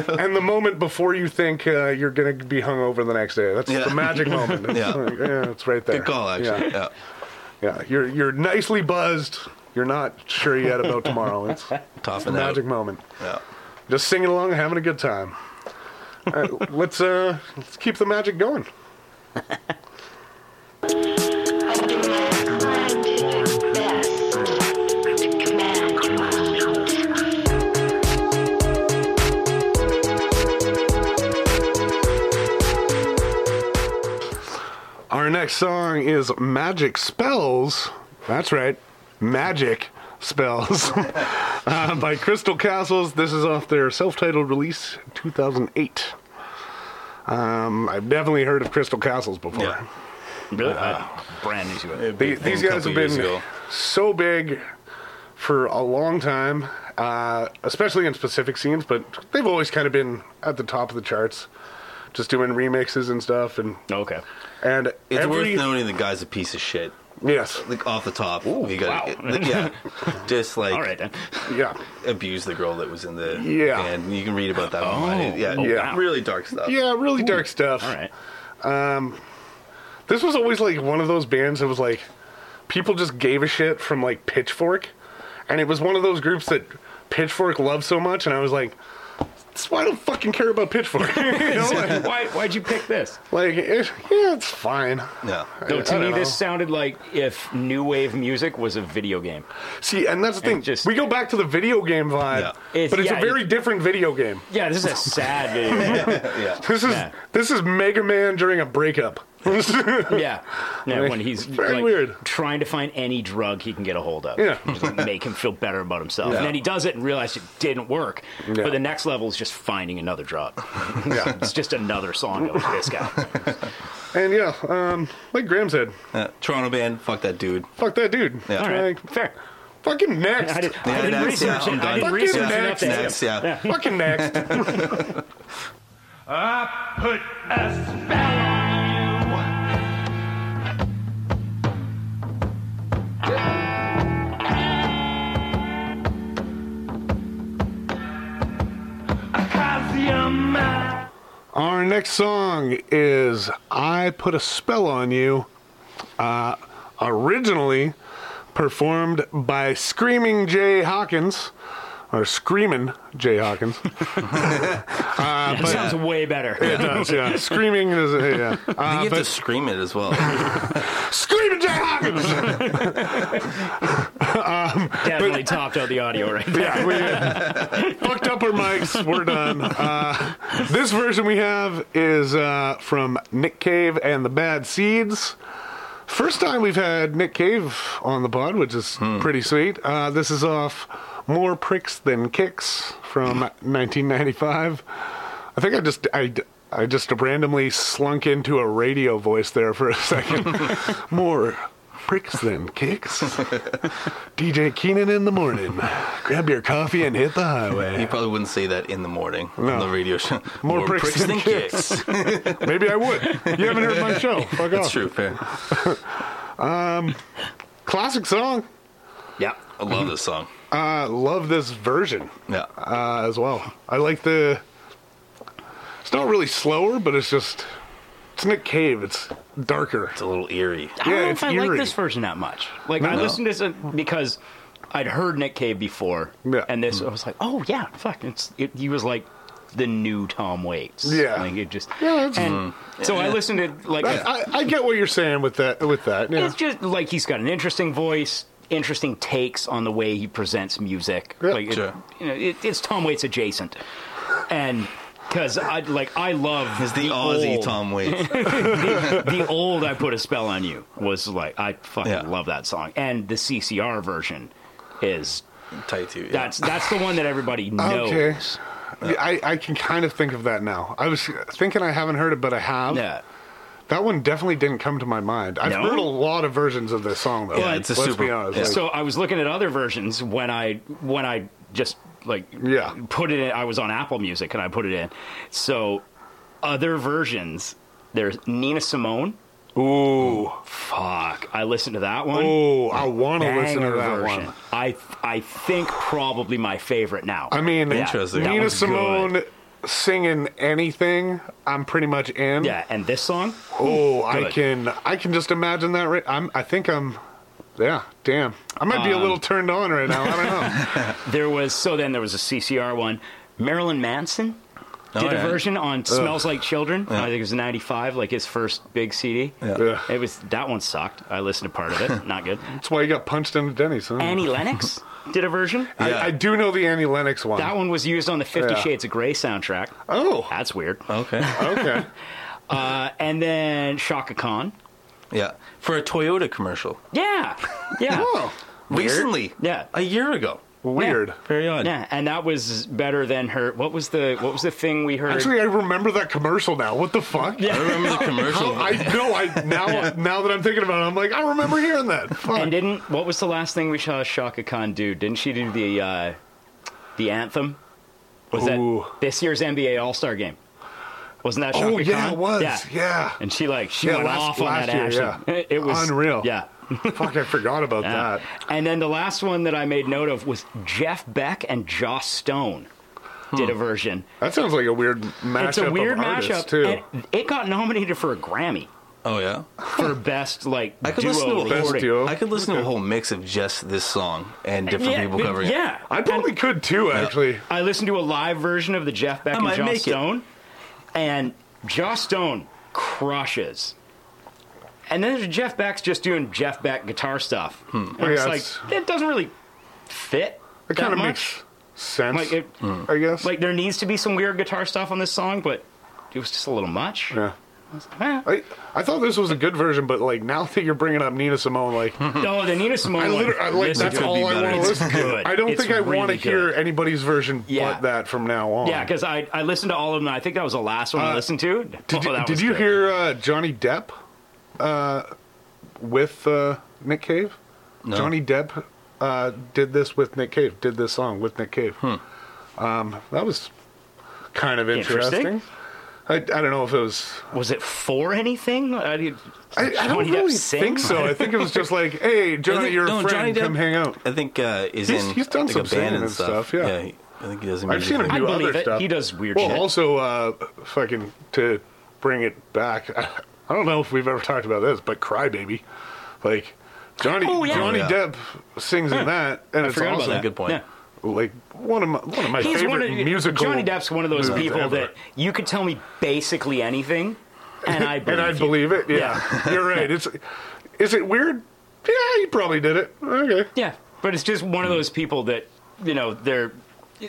S2: drunk and the moment before you think uh, you're going to be hungover the next day. That's
S3: Yeah.
S2: the magic moment. It's
S3: Yeah.
S2: like, yeah, it's right there.
S3: Good call, actually.
S2: Yeah.
S3: Yeah.
S2: yeah. You're, you're nicely buzzed. You're not sure yet about tomorrow. It's
S3: Tough
S2: the
S3: and
S2: magic
S3: out.
S2: moment.
S3: Yeah.
S2: Just singing along, having a good time. All right, let's, uh, let's keep the magic going.
S7: I do my scientific best to command your mind.
S2: Our next song is Magic Spells. That's right, Magic Spells uh, by Crystal Castles. This is off their self titled release 2008. Um, I've definitely heard of Crystal Castles before.
S3: Yeah.
S6: Really?
S1: uh,
S6: brand new to it.
S2: The- these
S3: A
S2: guys
S3: couple
S2: have
S3: years
S2: been
S3: ago.
S2: so big for a long time, uh, especially in specific scenes, but they've always kind of been at the top of the charts, just doing remixes and stuff. And,
S6: Okay.
S2: and
S3: It's
S2: every-
S3: worth noting the guy's a piece of shit.
S2: Yes,
S3: Like off the top, you
S6: wow.
S3: like, yeah, just like
S6: All right then.
S2: yeah.
S3: abuse the girl that was in the
S2: Yeah.
S3: band. You can read about that. online. Yeah,
S6: Oh,
S2: wow.
S3: really dark stuff.
S2: Yeah, really dark stuff.
S6: All right.
S2: This was always like one of those bands that was like people just gave a shit from like Pitchfork, and it was one of those groups that Pitchfork loved so much, and I was like, that's why I don't fucking care about Pitchfork. you know? Like,
S6: Why why'd you pick this?
S2: like it, yeah, it's fine.
S3: yeah.
S6: No, to
S2: I
S6: me
S2: don't know.
S6: this sounded like if new wave music was a video game.
S2: See, and that's the thing.
S6: just-
S2: we go back to the video game vibe,
S3: Yeah.
S6: It's-
S2: but it's
S6: yeah,
S2: a very
S6: it-
S2: different video game.
S6: Yeah, this is a sad video. game.
S2: This is
S6: Yeah.
S2: this is Mega Man during a breakup.
S6: yeah. yeah. When he's
S2: Very
S6: like,
S2: weird.
S6: trying to find any drug he can get a hold of.
S2: Yeah.
S6: Just, like, make him feel better about himself. And then he does it and realizes it didn't work. But the next level is just finding another drug.
S2: yeah,
S6: it's just another song of this guy.
S2: and yeah, um, like Graham said,
S3: Yeah. Uh, Toronto band, fuck that dude.
S2: fuck that dude.
S3: Yeah.
S6: All right.
S2: Like,
S6: Fair.
S2: fucking next.
S6: I, did,
S3: Yeah,
S6: I didn't
S3: next, yeah,
S6: research it.
S3: I'm
S6: I
S3: done.
S6: didn't
S2: Fucking
S6: research
S2: next,
S6: enough. to-
S3: Next, yeah.
S2: fucking next.
S8: I put a spell on you. I caused your mind.
S2: Our next song is I Put a Spell on You, uh, originally performed by Screaming Jay Hawkins, or Screaming Jay Hawkins.
S6: That
S3: uh,
S6: sounds way better.
S2: It does, yeah. Screaming is, yeah.
S3: I
S2: Uh,
S3: think you
S2: but-
S3: have to scream it as well.
S2: Screaming Jay Hawkins! um,
S6: definitely topped out the audio right there.
S2: Yeah, we uh, fucked up our mics. We're done. Uh, this version we have is uh, from Nick Cave and the Bad Seeds. First time we've had Nick Cave on the pod, which is
S3: Hmm.
S2: pretty sweet. Uh, this is off More Pricks Than Kicks from 1995. I think I just I, I just randomly slunk into a radio voice there for a second. More pricks than kicks. DJ Keenan in the morning. Grab your coffee and hit the
S3: You
S2: highway.
S3: probably wouldn't say that in the morning
S2: No.
S3: on the radio show.
S2: More pricks than
S3: kicks.
S2: Maybe I would. You haven't heard my show. Fuck
S3: That's
S2: off.
S3: true. Fair.
S2: Classic song.
S6: Yeah.
S3: I love this song.
S2: I love this version
S3: Yeah.
S2: uh, as well. I like the. It's not really slower, but it's just. It's Nick Cave. It's darker.
S3: It's a little eerie.
S6: I don't
S2: Yeah,
S6: know
S2: it's
S6: if I
S2: eerie.
S6: like this version that much. Like I
S2: No.
S6: listened to this uh, because I'd heard Nick Cave before,
S2: Yeah.
S6: and this I was like, oh yeah, fuck, it's it, he was like the new Tom Waits.
S2: Yeah.
S6: like it just.
S2: Yeah, it's-
S6: and so I listened to like
S2: I, I, I get what you're saying with that. With that, yeah.
S6: it's just like he's got an interesting voice, interesting takes on the way he presents music.
S2: Yeah.
S6: like it-
S3: Sure.
S6: you know, it, it's Tom Waits adjacent, and because I like I love
S3: It's the, Aussie
S6: old-
S3: Tom Waits.
S6: the old I Put a Spell on You was like, I fucking
S3: Yeah.
S6: love that song. And the CCR version is
S3: Tight to you. Yeah.
S6: that's that's the one that everybody knows.
S2: Okay. Yeah, I, I can kind of think of that now. I was thinking I haven't heard it, but I have.
S6: Yeah.
S2: That one definitely didn't come to my mind. I've
S6: No?
S2: heard a lot of versions of this song though.
S3: Yeah, it's a
S2: Let's
S3: super-
S2: be honest.
S3: yeah.
S2: like-
S6: So I was looking at other versions when I when I just like
S2: Yeah.
S6: put it in I was on Apple Music and I put it in. So other versions there's Nina Simone.
S2: ooh,
S6: Fuck. I listened to that one.
S2: ooh, I want to Oh, listen to
S6: Banger
S2: that
S6: version.
S2: one.
S6: I I think probably my favorite now.
S2: I mean,
S3: Interesting. That
S2: Nina
S6: one's
S2: Simone
S6: good.
S2: singing anything, I'm pretty much in.
S6: yeah, and this song
S2: Oh, I
S6: Good.
S2: can, I can just imagine that. Right, I'm, I think I'm. Yeah, damn. I might be a
S6: Um,
S2: little turned on right now. I don't know.
S6: There was so then there was a CCR one. Marilyn Manson did
S3: yeah.
S6: a version on "Smells Like Children." I think it was '95, like his first big CD.
S2: Yeah.
S6: It was that one sucked. I listened to part of it. Not good.
S2: That's why you got punched into Denny's. Huh?
S6: Annie Lennox did a version.
S2: I,
S3: Yeah.
S2: I do know the Annie Lennox one.
S6: That one was used on the Fifty
S2: Yeah.
S6: Shades of Grey soundtrack.
S2: Oh,
S6: That's weird.
S3: Okay.
S2: okay.
S6: Uh, and then Shaka Khan.
S3: Yeah. For a Toyota commercial.
S6: Yeah, yeah,
S3: Recently.
S6: Yeah.
S3: A year ago.
S2: Oh, Weird.
S3: Very odd.
S6: yeah. And that was better than her. What was the What was the thing we heard?
S2: Actually, I remember that commercial now. What the fuck?
S3: I remember the commercial.
S2: I know. I now now that I'm thinking about it, I'm like, I remember hearing that. Fuck.
S6: And didn't what was the last thing we saw Shaka Khan do? Didn't she do the uh, the anthem? Was
S2: Ooh.
S6: that this year's NBA All Star game? Wasn't that Shaka
S2: oh yeah,
S6: Khan?
S2: it was. Yeah.
S6: And she like she
S2: Yeah,
S6: went
S2: last-
S6: off on
S2: last
S6: that
S2: year,
S6: action.
S2: yeah.
S6: It was
S2: Unreal.
S6: Yeah.
S2: Fuck, I forgot about
S6: yeah.
S2: that.
S6: And then the last one that I made note of was Jeff Beck and Joss Stone did
S2: Hmm.
S6: a version.
S2: That sounds like a weird mashup.
S6: It's a weird
S2: of artists,
S6: mashup.
S2: too.
S6: and it got nominated for a Grammy
S3: oh yeah.
S6: for best like
S3: I could
S6: duo
S3: listen to a
S6: recording.
S2: Best duo.
S3: whole, I could listen to a whole mix of just this song and different
S6: yeah,
S3: people covering it.
S6: yeah.
S2: I probably could too, actually.
S6: I listened to a live version of the Jeff Beck
S3: I
S6: and
S3: might
S6: Joss
S3: make it.
S6: Stone, and Joss Stone crushes. And then there's Jeff Beck's just doing Jeff Beck guitar stuff. And
S2: Oh,
S6: it's
S2: yeah,
S6: like it doesn't really fit
S2: It
S6: that
S2: kind of
S6: much.
S2: makes sense.
S6: Like it-
S2: I guess.
S6: Like there needs to be some weird guitar stuff on this song, but it was just a little much.
S2: yeah.
S6: Eh.
S2: I, I thought this was a good version, but like now that you're bringing up Nina Simone, like
S6: No, the Nina Simone.
S2: I
S6: one,
S2: literally I, like
S6: listen
S2: that's
S6: to it.
S2: all I want to
S6: It's
S2: listen to.
S6: good.
S2: I don't
S6: It's
S2: think I want to
S6: really
S2: hear
S6: good.
S2: anybody's version
S6: Yeah.
S2: but that from now on.
S6: Yeah, because I, I listened to all of them. and I think that was the last one I
S2: Uh,
S6: listened to. Oh,
S2: Did you,
S6: that
S2: did
S6: was
S2: you
S6: good.
S2: hear uh, Johnny Depp uh, with uh, Nick Cave?
S3: No.
S2: Johnny Depp uh, did this with Nick Cave. Did this song with Nick Cave.
S6: Hmm.
S2: Um, that was kind of interesting.
S6: Interesting.
S2: I, I don't know if it was.
S6: Was it for anything? I, did-
S2: I, I don't
S6: Johnny Depp
S2: really
S6: sing?
S2: think so. I think it was just like, "Hey,
S3: I
S2: Johnny,
S3: think-
S2: you're a
S3: no, Johnny
S2: friend.
S3: Depp,
S2: come hang out."
S3: I think uh, is
S2: He's-
S3: in
S2: he's done
S3: like
S2: some
S3: a
S2: singing
S3: band
S2: and
S3: and
S2: stuff,
S3: stuff.
S2: yeah.
S3: he- I think he does.
S2: I've seen him
S6: I
S2: do
S6: believe
S2: other
S6: it.
S2: stuff.
S6: He does weird
S2: well,
S6: shit.
S2: also, uh, fucking to bring it back, I don't know if we've ever talked about this, but Crybaby, like Johnny
S6: Oh, yeah.
S2: Johnny
S3: Oh, yeah.
S2: Depp sings in that, and it's
S6: forgot about
S2: awesome.
S6: that.
S3: Good point.
S6: Yeah.
S2: Like one of my one of my
S6: He's
S2: favorite
S6: one of
S2: musical.
S6: Johnny Depp's one of those
S2: movies
S6: people
S2: ever.
S6: that you could tell me basically anything, and I believe
S2: and I
S6: you.
S2: believe it. Yeah, you're right. It's is it weird? Yeah, he probably did it. Okay.
S6: Yeah, But it's just one of those people that you know they're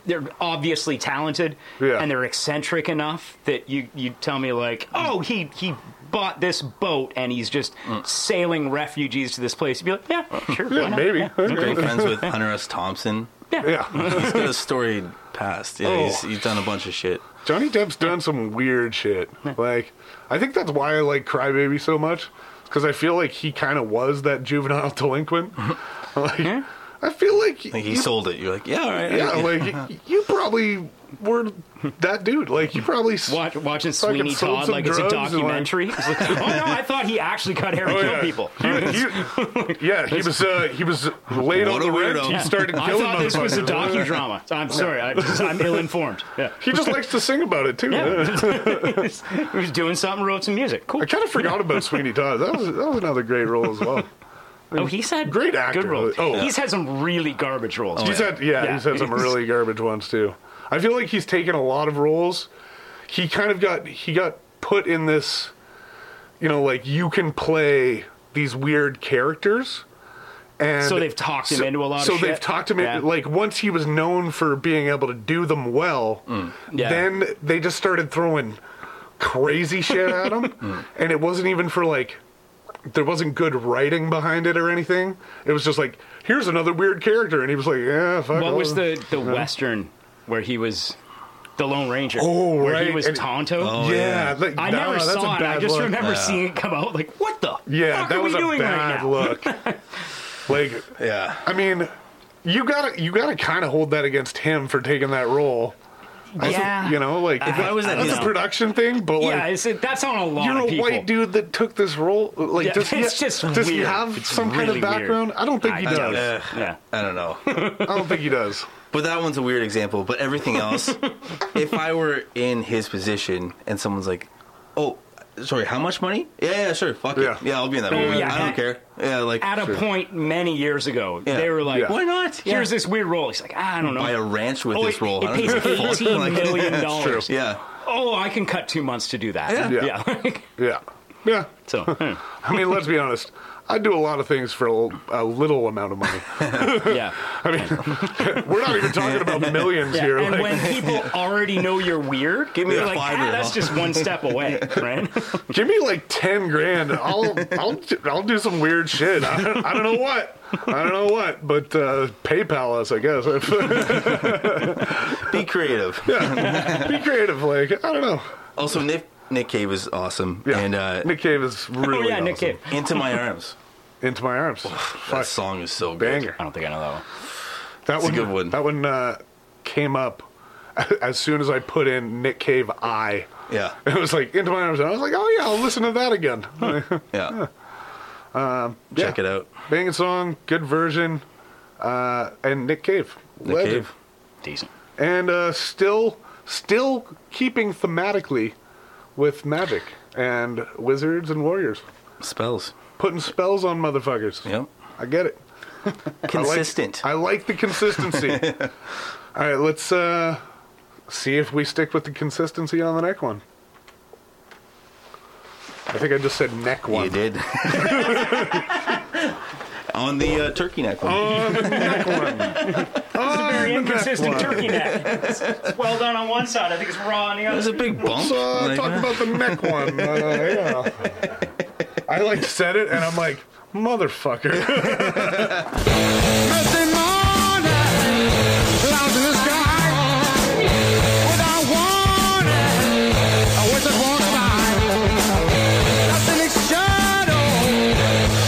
S6: they're obviously talented
S2: Yeah.
S6: and they're eccentric enough that you you tell me like, oh, he he bought this boat and he's just sailing refugees to this place. You'd be like, yeah, sure, why not?
S2: Mm. Maybe.
S3: Great friends with Hunter S. Thompson.
S2: Yeah.
S3: He's got a storied past. Yeah, he's,
S2: Oh.
S3: he's done a bunch of shit.
S2: Johnny Depp's done some weird shit. Like, I think that's why I like Crybaby so much, because I feel like he kind of was that juvenile delinquent. like, I feel like,
S3: Like he
S2: you-
S3: sold it. You're like, yeah, all right.
S2: yeah, like you probably were that dude. Like, you probably s-
S6: Watch, watching
S2: Fucking
S6: Sweeney
S2: sold
S6: Todd
S2: some
S6: like it's a
S2: drugs and, like-
S6: documentary. It's like, oh no, I thought he actually cut hair and
S2: Oh,
S6: killed
S2: yeah.
S6: people.
S2: He- he- yeah, he was uh, he was late
S3: What
S2: on
S3: a
S2: the rent.
S3: weirdo.
S2: He
S3: Yeah.
S2: started
S6: I
S2: killing
S6: thought this was a
S2: motherfuckers.
S6: docudrama. I'm sorry, I just, I'm ill informed. Yeah.
S2: He just likes to sing about it too.
S6: he was doing something, wrote some music. Cool.
S2: I kind of forgot about Sweeney Todd. That was that was another great role as well.
S6: Oh, he's had
S2: Great actor.
S6: Good roles.
S2: Oh.
S6: he's had some really garbage roles.
S2: He's had yeah,
S6: Yeah.
S2: he's had some really garbage ones too. I feel like he's taken a lot of roles. He kind of got he got put in this, you know, like you can play these weird characters. And
S6: So they've talked him into a lot of
S2: So they've
S6: shit?
S2: talked him in-
S6: Yeah.
S2: like once he was known for being able to do them well,
S6: Yeah.
S2: then they just started throwing crazy shit at him,
S3: Hmm.
S2: and it wasn't even for like there wasn't good writing behind it or anything. It was just like, here's another weird character, and he was like, yeah, fuck.
S6: What
S2: all
S6: was
S2: this."
S6: the the western where he was the Lone Ranger?
S2: Oh,
S6: where he
S2: right,
S6: was
S2: and-
S6: Tonto.
S3: Oh,
S2: yeah, like,
S6: I
S2: nah,
S6: never
S2: that's
S6: saw
S2: a
S6: it.
S2: bad
S6: I just
S2: look.
S6: remember
S3: Yeah.
S6: seeing it come out. Like, what the?
S2: Yeah,
S6: fuck
S2: that
S6: are
S2: was
S6: we
S2: a
S6: doing right
S2: bad
S6: now?
S2: look. like,
S3: Yeah.
S2: I mean, you gotta you gotta kind of hold that against him for taking that role. I think,
S6: Yeah.
S2: you know, like
S3: If I was that
S2: that's a
S3: dude-
S2: production thing, but like.
S6: yeah, it's, that's on a lot
S2: you're
S6: of
S2: a
S6: people.
S2: white dude that took this role. Like,
S6: Yeah,
S2: does, he-
S6: it's just
S2: does he
S6: weird.
S2: have
S6: It's
S2: some kind
S6: really
S2: of
S6: weird.
S2: background? I don't think he
S6: I
S2: does.
S6: don't.
S3: Uh,
S6: Yeah.
S3: I don't know.
S2: I don't think he does.
S3: But that one's a weird example. But everything else, if I were in his position and someone's like, "Oh, sorry, how much money?" Yeah, yeah, sure, fuck
S2: Yeah.
S3: it. Yeah, I'll be in that movie.
S6: yeah.
S3: I don't care. Yeah, like
S6: At a point many years ago,
S3: Yeah.
S6: they were like,
S2: Yeah.
S3: why not?
S6: Here's this weird role. He's like, I don't know.
S3: buy a ranch with
S6: oh,
S3: this
S6: it,
S3: role.
S6: it
S3: I
S6: pays
S3: don't give a fuck.
S6: eighteen
S3: Like,
S6: million
S2: true.
S6: dollars.
S3: yeah,
S6: Oh, I can cut two months to do that.
S2: Yeah.
S6: Yeah.
S2: Yeah. Yeah.
S6: so, hmm.
S2: I mean, let's be honest. I do a lot of things for a, a little amount of money.
S6: yeah.
S2: I mean, we're not even talking about millions
S6: Yeah,
S2: here.
S6: and
S2: like-
S6: when people already know you're weird, give
S3: me
S6: you're
S3: a
S6: like,
S3: fiver,
S6: "Ah, that's
S3: huh?"
S6: just one step away, right?
S2: give me like ten grand. I'll I'll I'll do some weird shit. I, don't- I don't know what. I don't know what. But uh, PayPal us, I guess.
S3: be creative.
S2: Be creative. Like I don't know.
S3: Also, Nick Nick Cave is awesome.
S2: Yeah.
S3: And uh,
S2: Nick Cave is really.
S6: oh yeah, Nick
S2: awesome.
S6: Cave.
S3: Into My Arms.
S2: Into my arms.
S3: That
S2: Fuck.
S3: song is so good.
S2: Banger.
S6: I don't think I know that one.
S2: That
S3: It's a good one.
S2: That one uh, came up as soon as I put in Nick Cave I.
S3: Yeah,
S2: It was like into my arms, and I was like, "Oh yeah, I'll listen to that again."
S3: yeah. Check
S2: Uh, yeah.
S3: it out.
S2: Banging song, good version, uh, and Nick Cave,
S3: Nick Cave.
S6: Decent.
S2: and uh, still, still keeping thematically with magic and wizards and warriors,
S3: Spells.
S2: putting spells on motherfuckers.
S3: Yep.
S2: I get it.
S3: Consistent.
S2: I like the consistency. All right, let's uh, see if we stick with the consistency on the neck one. I think I just said neck one.
S3: You did. On the uh, turkey neck one.
S2: Oh,
S6: Very
S2: the neck
S6: inconsistent
S2: one.
S6: turkey neck. It's, it's well done on one side. I think it's raw on the
S3: There's
S6: other.
S3: a big bump.
S2: So uh,
S3: Like,
S2: talk
S3: uh,
S2: about the neck one. Uh, yeah. I like said it, and I'm like, motherfucker. Nothing more than clouds in the sky. Without warning, a wizard walks by. Nothing in shadow,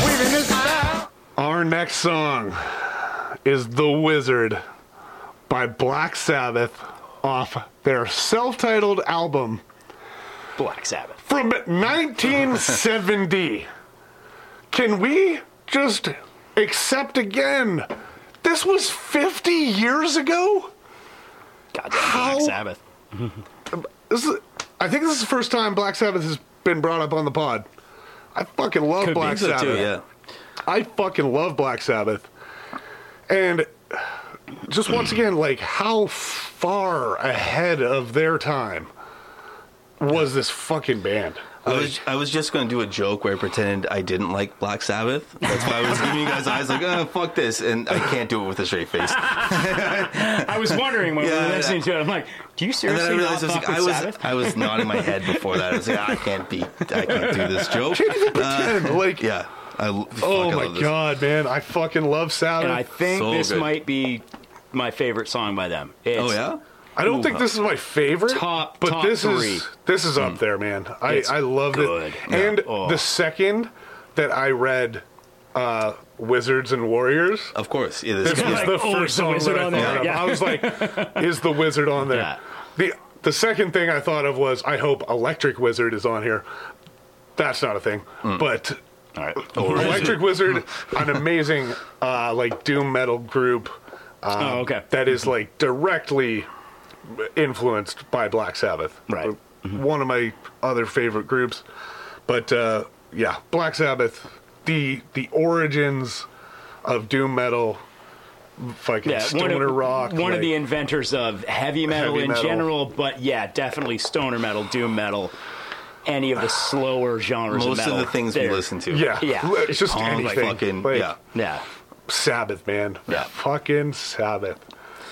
S2: weaving his spell. Our next song is The Wizard by Black Sabbath off their self titled album
S6: Black Sabbath.
S2: from 1970. Can we just accept again? This was 50 years ago?
S6: Goddamn
S2: How-
S6: Black Sabbath.
S2: This is, I think this is the first time Black Sabbath has been brought up on the pod. I fucking love
S3: could be
S2: Black
S3: so
S2: Sabbath.
S3: too, yeah.
S2: I fucking love Black Sabbath. And just once again, like how far ahead of their time was this fucking band?
S3: I was I was just gonna do a joke where I pretended I didn't like Black Sabbath. That's why I was giving you guys eyes like, oh fuck this, and I can't do it with a straight face.
S6: I was wondering when we
S3: Yeah,
S6: were
S3: yeah.
S6: listening to it. I'm like, do you
S3: And then I
S6: seriously not
S3: realized I was
S6: fuck
S3: like,
S6: with
S3: I was
S6: Sabbath?
S3: I was nodding my head before that. I was like, I can't be, I can't do this joke. Uh,
S2: And, like,
S3: Yeah, I. l- fuck,
S2: oh
S3: I love
S2: my
S3: this.
S2: god, man, I fucking love Sabbath.
S6: and I think
S3: So
S6: this
S3: good.
S6: might be my favorite song by them. It's,
S3: Oh yeah.
S2: I don't think this is my favorite.
S6: Top-
S2: but
S6: top
S2: this
S6: three. Hmm.
S2: is this is up there, man. I
S6: It's
S2: I love
S6: good.
S2: it. And
S6: Yeah. Oh.
S2: the second that I read, uh, Wizards and Warriors.
S3: Of course. Yeah,
S2: This
S3: this
S2: was
S3: yeah.
S2: the
S6: oh,
S2: first
S6: is the
S2: song
S6: wizard
S2: that I
S6: on
S2: thought
S6: there?
S2: of.
S6: Yeah.
S2: I was like, "Is the wizard on there?"
S6: Yeah.
S2: The the second thing I thought of was, "I hope Electric Wizard is on here." That's not a thing,
S6: Hmm.
S2: but
S6: All right.
S2: Electric Wizard,
S6: Hmm.
S2: an amazing uh, like doom metal group
S6: oh, okay.
S2: that is like directly influenced by Black Sabbath.
S6: Right.
S2: One of my other favorite groups. But uh, yeah, Black Sabbath, the the origins of doom metal, fucking
S6: yeah,
S2: stoner
S6: one of,
S2: rock.
S6: One
S2: like-
S6: of the inventors of heavy metal
S2: Heavy
S6: in
S2: metal.
S6: general, but yeah, definitely stoner metal, doom metal, any of the slower genres of
S3: most
S6: metal.
S3: of the things we
S6: there.
S3: listen to.
S2: yeah,
S6: yeah.
S2: It's just
S3: Punk,
S2: anything.
S3: fucking
S2: like,
S3: yeah.
S6: Yeah.
S2: Sabbath, man.
S3: Yeah.
S2: Fucking Sabbath.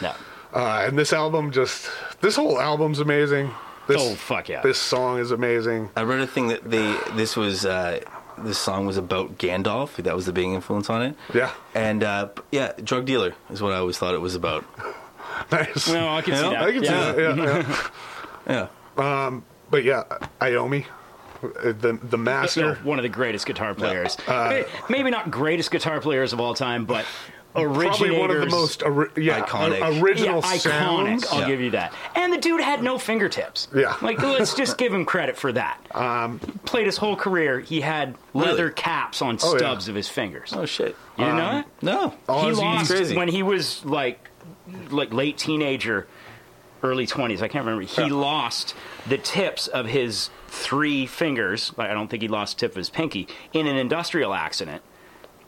S6: No.
S2: Uh, and this album just, this whole album's amazing. This,
S6: Oh, fuck yeah.
S2: This song is amazing.
S3: I read a thing that they this was uh, this song was about Gandalf. That was the big influence on it.
S2: Yeah.
S3: And uh, yeah, drug dealer is what I always thought it was about.
S2: Nice.
S6: No, I can
S3: Yeah,
S6: see that.
S2: I can
S6: yeah.
S2: see that. Yeah, yeah.
S3: Yeah.
S2: But yeah, Iomi, uh, the the master.
S6: No, one of the greatest guitar players.
S3: Uh,
S6: May- Maybe not greatest guitar players of all time, but originators.
S2: Probably one of the most ori- yeah,
S3: Iconic.
S2: o-
S6: yeah,
S2: original
S6: iconic.
S2: sounds.
S6: I'll
S3: Yeah.
S6: give you that. And the dude had no fingertips.
S2: Yeah.
S6: Like, let's just give him credit for that. Um, Played his whole career. He had
S3: Really?
S6: leather caps on
S2: Oh, yeah.
S6: stubs of his fingers.
S3: Oh shit.
S6: you didn't know that?
S3: No.
S6: he
S2: Ozzy's
S6: lost
S3: crazy.
S6: when he was like like late teenager early 20s i can't remember he lost the tips of his three fingers i don't think he lost tip of his pinky in an industrial accident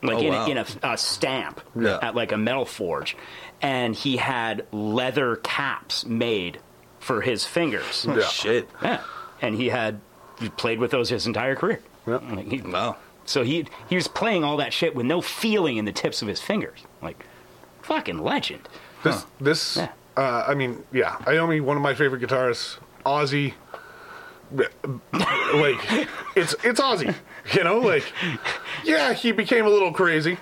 S6: like
S3: Oh,
S6: in,
S3: wow.
S6: a, in a, a stamp
S3: Yeah.
S6: at like a metal forge and he had leather caps made for his fingers
S2: Yeah.
S3: Oh, Shit.
S6: Yeah. and he had he played with those his entire career
S2: Yep.
S6: Like, he-
S3: Wow.
S6: so he he was playing all that shit with no feeling in the tips of his fingers. Like fucking legend.
S2: This this
S6: Yeah.
S2: uh, I mean yeah, Iomi, one of my favorite guitarists, Ozzy. like it's it's Ozzy, you know. Like yeah, he became a little crazy.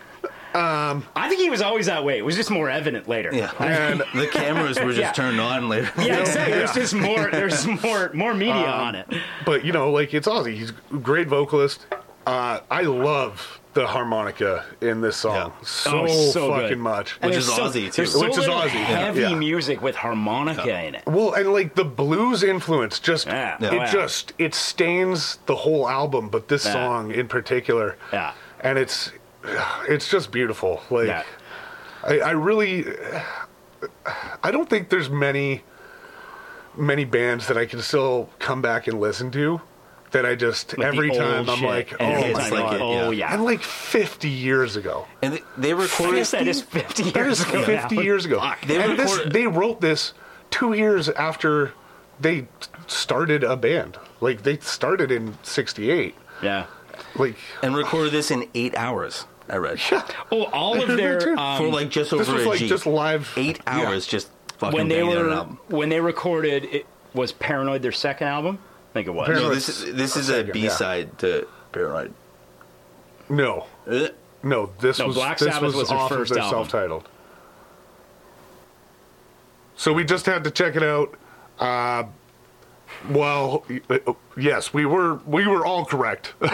S6: I think he was always that way. It was just more evident later.
S3: Yeah.
S2: And-
S3: the cameras were just
S6: Yeah.
S3: turned on later.
S6: Yeah, exactly.
S2: Yeah. Um,
S6: There's just more there's more more media on it.
S2: But you know, like it's Ozzy. He's a great vocalist. Uh, I love the harmonica in this song
S3: Yeah.
S2: so,
S6: Oh, so good.
S2: fucking much.
S6: And
S3: Which is
S6: there's so-
S3: Aussie, too.
S6: There's so
S2: Which is
S6: little
S2: Aussie, yeah.
S6: heavy
S2: Yeah.
S6: music with harmonica in it.
S2: Well, and like the blues influence just
S6: Yeah.
S2: it
S6: Yeah.
S2: just it stains the whole album, but this
S6: Yeah.
S2: song in particular.
S6: Yeah.
S2: And it's it's just beautiful. Like
S6: Yeah.
S2: I, I really I don't think there's many many bands that I can still come back and listen to that I just
S6: Like the
S2: every
S6: old
S2: time I'm
S6: shit.
S2: like, oh
S6: And
S2: my
S6: it's like,
S2: god.
S3: God.
S6: oh yeah.
S2: And like 50 years ago.
S3: And they, they
S6: I
S3: recorded
S6: guess that is 50
S2: That is
S6: years ago.
S2: 50
S6: now.
S2: years ago.
S6: Fuck.
S3: They
S2: and this,
S3: recorded-
S2: they wrote this two years after they started a band. Like, they started in 68.
S6: Yeah.
S2: Like,
S3: and recorded this in eight hours. I read
S6: Oh, all of their um,
S3: for like just over
S2: this was
S3: a
S2: like
S3: G.
S2: just live.
S3: eight
S2: Yeah.
S3: hours just fucking
S6: when they
S3: banging out an
S6: were
S3: album.
S6: when they recorded it was Paranoid their second album? I think it was.
S2: Paranoid.
S3: No, this is this is a
S2: second, yeah.
S3: B side to Paranoid.
S2: No.
S3: Ugh.
S2: No, this
S6: No,
S2: was
S6: Black
S2: this
S6: Sabbath was their
S2: off of
S6: first
S2: their
S6: album.
S2: self-titled. So we just had to check it out. Uh, well, yes, we were we were all correct. the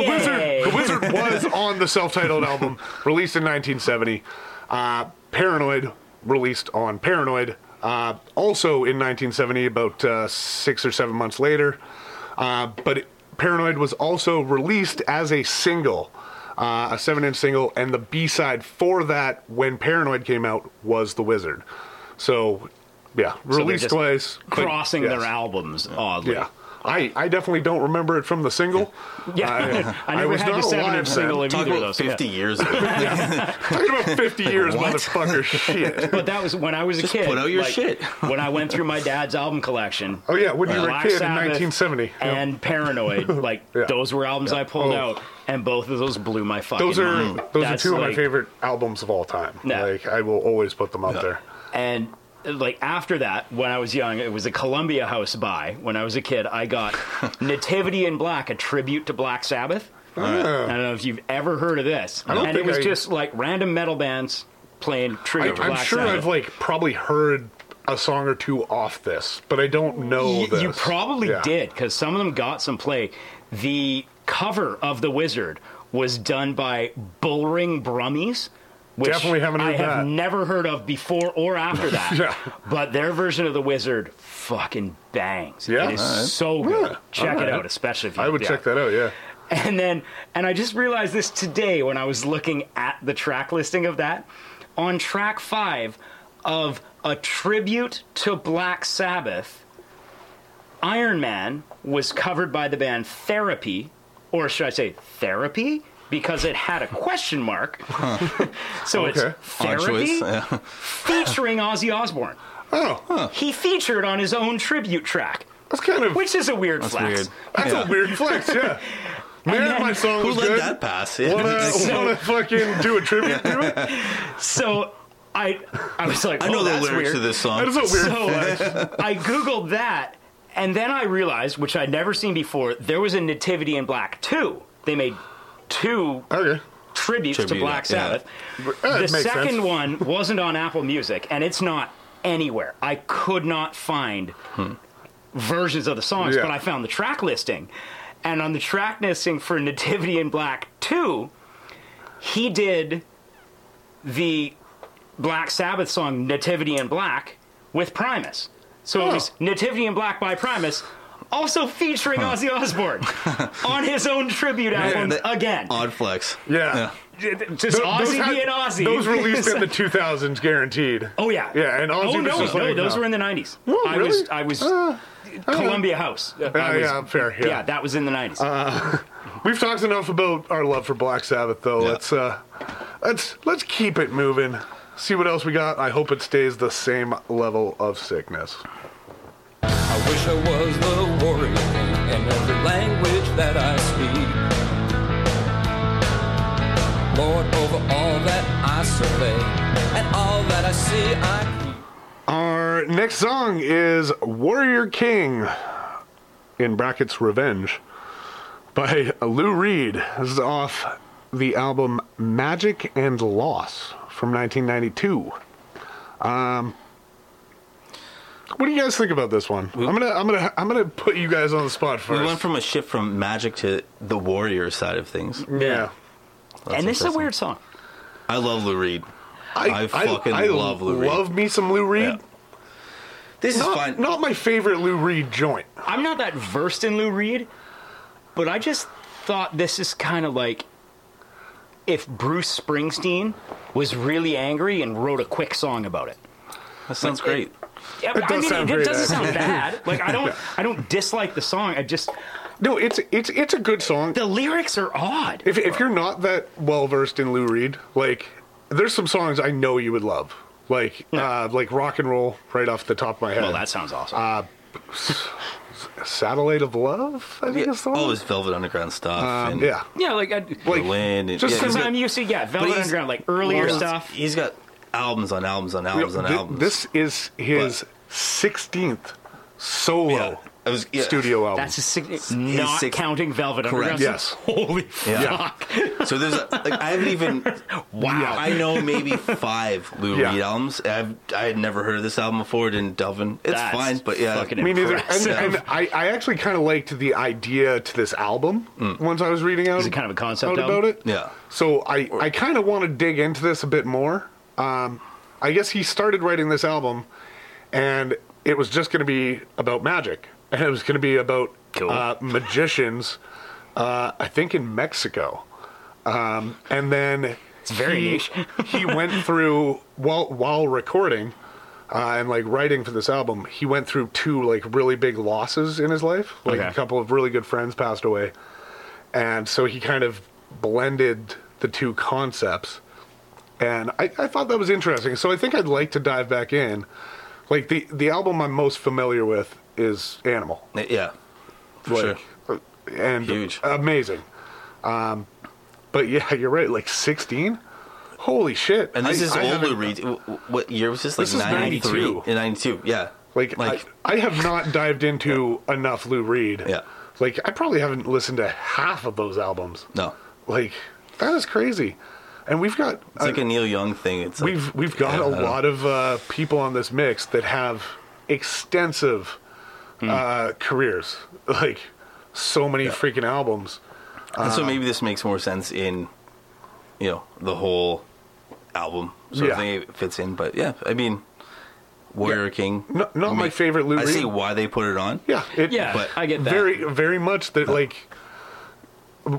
S6: Yay.
S2: wizard the wizard was on the self-titled album released in 1970 uh, paranoid released on paranoid uh, also in 1970 about uh, six or seven months later uh, but it, paranoid was also released as a single uh, a seven inch single and the b-side for that when paranoid came out was the wizard so yeah
S6: they're
S2: released
S6: just
S2: twice but-
S6: crossing
S2: yes.
S6: their albums oddly.
S2: yeah I, I definitely don't remember it from the single.
S6: Yeah. I never had the seven inch single of
S3: Talk
S6: either of
S3: about
S6: those. yeah.
S3: 50 years ago.
S2: Talking about 50 years, motherfucker. Shit.
S6: But that was when I was a
S3: Just
S6: kid.
S3: put out your
S6: like,
S3: shit.
S6: when I went through my dad's album collection.
S2: Oh, yeah. When you were a
S6: Black
S2: kid
S6: Sabbath
S2: in 1970. Yeah.
S6: And Paranoid. Like,
S2: Yeah.
S6: those were albums I pulled
S2: Oh.
S6: out, and both of those blew my fucking
S2: those are
S6: mind.
S2: those
S6: That's
S2: are two of my
S6: like-
S2: favorite albums of all time.
S6: No.
S2: Like I will always put them up there.
S6: And like after that, when I was young, it was a Columbia House buy. When I was a kid, I got Nativity in Black, a tribute to Black Sabbath. I don't know if you've ever heard of this.
S2: don't
S6: and it
S2: think
S6: was
S2: I-
S6: just like random metal bands playing
S2: I,
S6: tribute to
S2: I'm
S6: Black
S2: sure
S6: Sabbath.
S2: I've like probably heard a song or two off this, but I don't know.
S6: Y-
S2: this.
S6: You probably
S2: Yeah.
S6: did because some of them got some play. The cover of The Wizard was done by Bullring Brummies. Which
S2: Definitely haven't heard
S6: I have
S2: that.
S6: never heard of before or after that.
S2: Yeah.
S6: But their version of The Wizard fucking bangs.
S2: Yeah.
S6: It is
S2: Alright.
S6: so good.
S2: Yeah.
S6: Check
S2: Alright.
S6: it out, especially if you
S2: I would
S6: yeah.
S2: check that out. Yeah.
S6: And then, and I just realized this today when I was looking at the track listing of that. On track five of A Tribute to Black Sabbath, Iron Man was covered by the band Therapy, or should I say Therapy? Because it had a question mark. so
S2: Okay.
S6: it's Therapy
S3: Yeah.
S6: featuring Ozzy Osbourne.
S2: Oh,
S6: He featured on his own tribute track,
S2: that's kind of
S6: which is a weird flex.
S3: Weird.
S2: that's
S3: Yeah.
S2: a weird flex. Yeah. Man,
S6: then-
S2: my song
S3: Who
S2: was
S3: let
S2: good.
S3: that pass?
S2: What
S3: Yeah.
S2: a, what a fucking do a tribute to it.
S6: So I, I was like,
S3: I know
S6: oh,
S3: the
S6: that's
S3: lyrics
S6: weird.
S3: to this song.
S2: That is a weird.
S6: So uh, I googled that, and then I realized, which I'd never seen before, there was a Nativity in Black too. They made two
S2: okay.
S6: tributes
S3: Uh, Tribute,
S6: to Black
S3: yeah.
S6: Sabbath.
S2: That
S6: The
S2: makes
S6: second
S2: sense.
S6: one wasn't on Apple Music, and it's not anywhere. I could not find versions of the songs,
S2: Yeah.
S6: but I found the track listing. And on the track listing for Nativity in Black 2, he did the Black Sabbath song Nativity in Black with Primus. So it
S2: Oh.
S6: was Nativity in Black by Primus, also featuring Ozzy Osbourne on his own tribute album
S3: that-
S6: again.
S3: Odd flex.
S2: Yeah.
S6: Just
S2: Th-
S6: Ozzy
S2: had-
S6: being Ozzy.
S2: Those released in the 2000s, guaranteed.
S6: Oh yeah.
S2: Yeah, and Ozzy
S6: Oh
S2: was
S6: no,
S2: just
S6: no,
S2: like,
S6: those
S2: no.
S6: were in the nineties.
S2: Oh,
S6: I
S2: really?
S6: was I was
S2: Uh, I don't know.
S6: Columbia House.
S2: Yeah,
S6: I was,
S2: Uh, yeah, fair, yeah. Uh,
S6: that was in the nineties.
S2: We've talked enough about our love for Black Sabbath, though.
S3: Yeah.
S2: Let's uh, let's let's keep it moving. See what else we got. I hope it stays the same level of sickness.
S9: I wish I was the warrior in every language that I speak. Lord over all that I survey and all that I see I keep.
S2: Our next song is Warrior King, in brackets Revenge, by Lou Reed. This is off the album Magic and Loss from 1992. Um, what do you guys think about this one? I'm gonna, I'm gonna, I'm gonna put you guys on the spot
S3: We
S2: first.
S3: went from a shift from magic to the warrior side of things.
S2: yeah.
S3: That's
S6: and this is a
S3: interesting.
S6: weird song.
S3: I love Lou Reed. I fucking love Lou Reed.
S2: Love me some Lou Reed.
S3: Yeah. This is fine.
S2: Not, not my favorite Lou Reed joint.
S6: I'm not that versed in Lou Reed, but I just thought this is kind of like if Bruce Springsteen was really angry and wrote a quick song about it.
S3: that sounds great.
S6: Yeah,
S2: It
S6: I
S2: does
S6: mean,
S2: sound
S6: it,
S2: pretty
S6: doesn't
S2: bad.
S6: sound bad. Like I don't, I don't dislike the song. I just
S2: No, it's it's it's a good song.
S6: the lyrics are odd.
S2: If, if you're not that well versed in Lou Reed, like there's some songs I know you would love, like
S6: Yeah.
S2: uh, like rock and roll right off the top of my head.
S6: Well, that sounds awesome.
S2: Uh, Satellite of Love. I think it's the one.
S3: All this Velvet Underground stuff. and
S2: yeah,
S6: yeah, like I,
S2: like
S3: Berlin and-
S2: just
S3: yeah,
S2: some
S6: Because
S3: he's
S2: of
S6: I'm used to yeah,
S3: But
S6: Velvet
S3: he's-
S6: Underground, like earlier
S3: Well,
S6: stuff.
S3: He's got albums on albums on
S2: the-
S3: albums on
S2: thi-
S3: albums.
S2: This is his sixteenth solo
S3: I was- yeah.
S2: studio album.
S6: That's a sig- not
S3: six-
S6: counting Velvet Underground.
S2: Yes.
S6: Holy
S3: Yeah.
S6: fuck!
S3: So there's a, like I haven't even
S6: Wow.
S3: I know maybe five Lou
S2: Yeah.
S3: Reed albums. I've I had never heard of this album before. Didn't delve in. It's
S6: That's
S3: fine, but yeah,
S6: fucking
S2: me neither. And,
S6: impressive.
S2: and I, I actually kind of liked the idea to this album once I was reading out.
S6: Mm. Is it kind of a concept
S2: out about
S6: album?
S2: it?
S3: Yeah.
S2: So I, I kind of want to dig into this a bit more. Um, I guess he started writing this album, and it was just going to be about magic, and it was going to be about
S6: Cool.
S2: uh, magicians. Uh, I think in Mexico, um, and then it's
S6: very
S2: he,
S6: niche.
S2: he went through while while recording uh, and like writing for this album, he went through two like really big losses in his life. Like
S6: Okay.
S2: a couple of really good friends passed away, and so he kind of blended the two concepts. And I, I thought that was interesting. So I think I'd like to dive back in. Like the the album I'm most familiar with is Animal.
S3: Yeah. For
S2: Like, uh,
S3: sure.
S2: and
S3: Huge.
S2: amazing. Um, but yeah, you're right. Like 16. Holy shit!
S3: And this
S2: I-
S3: is
S2: I
S3: old
S2: haven't-
S3: Lou Reed. W- w- What year was this? Like
S2: This is 92.
S3: 92. Yeah, 92. Yeah.
S2: Like, I, I have not dived into enough Lou Reed.
S3: Yeah.
S2: Like I probably haven't listened to half of those albums.
S3: no.
S2: Like that is crazy. And we've got uh,
S3: It's like a Neil Young thing. It's like,
S2: we've we've got
S3: Yeah,
S2: a
S3: I don't-
S2: lot of uh, people on this mix that have extensive
S3: Hmm.
S2: uh, careers. Like so many freaking albums.
S3: and
S2: uh,
S3: so maybe this makes more sense in, you know, the whole album. So
S2: Yeah.
S3: I think it fits in. But yeah, I mean, Warrior King.
S2: No- not
S3: I
S2: my favorite Lou
S3: I
S2: Reed.
S3: see why they put it on.
S2: Yeah. It,
S6: Yeah,
S3: But
S6: I get that.
S2: very very much that like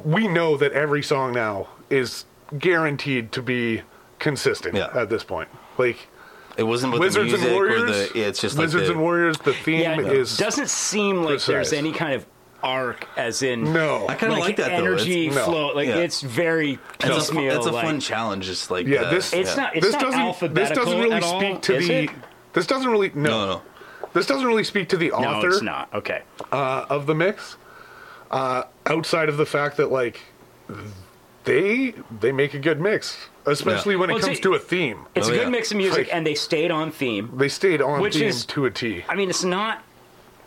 S2: we know that every song now is guaranteed to be consistent
S3: Yeah.
S2: at this point like
S3: It wasn't about
S2: wizards
S3: the
S2: and
S3: music
S2: warriors
S3: or the. Yeah, it's just
S2: wizards
S3: like the,
S2: and warriors the theme
S6: Yeah, it
S2: is
S6: doesn't seem like
S2: precise.
S6: there's any kind of arc, as in
S2: no
S3: I kind of like, that
S6: energy
S3: though.
S2: no.
S6: flow. Like
S3: Yeah.
S6: it's very
S3: It's, it's, a, fu-
S6: piecemeal.
S3: it's a
S6: like,
S3: fun challenge. Just like
S2: yeah
S3: uh,
S2: this
S6: It's not. It's
S2: this
S6: not
S2: doesn't this
S6: alphabetical
S2: doesn't really
S6: at all,
S2: speak to
S6: is
S2: the
S6: it?
S2: this doesn't really no.
S3: No, no.
S2: this doesn't really speak to the
S6: No,
S2: author
S6: it's not. Okay.
S3: Oh,
S2: uh, of the mix uh, outside of the fact that like they they make a good mix especially when it
S6: Well,
S2: comes
S6: see,
S2: to a theme
S6: It's
S3: Oh,
S6: a good
S3: yeah.
S6: mix of music,
S2: Like-
S6: and they stayed on theme.
S2: They stayed on
S6: Which
S2: theme
S6: is-
S2: to a T.
S6: I mean, it's not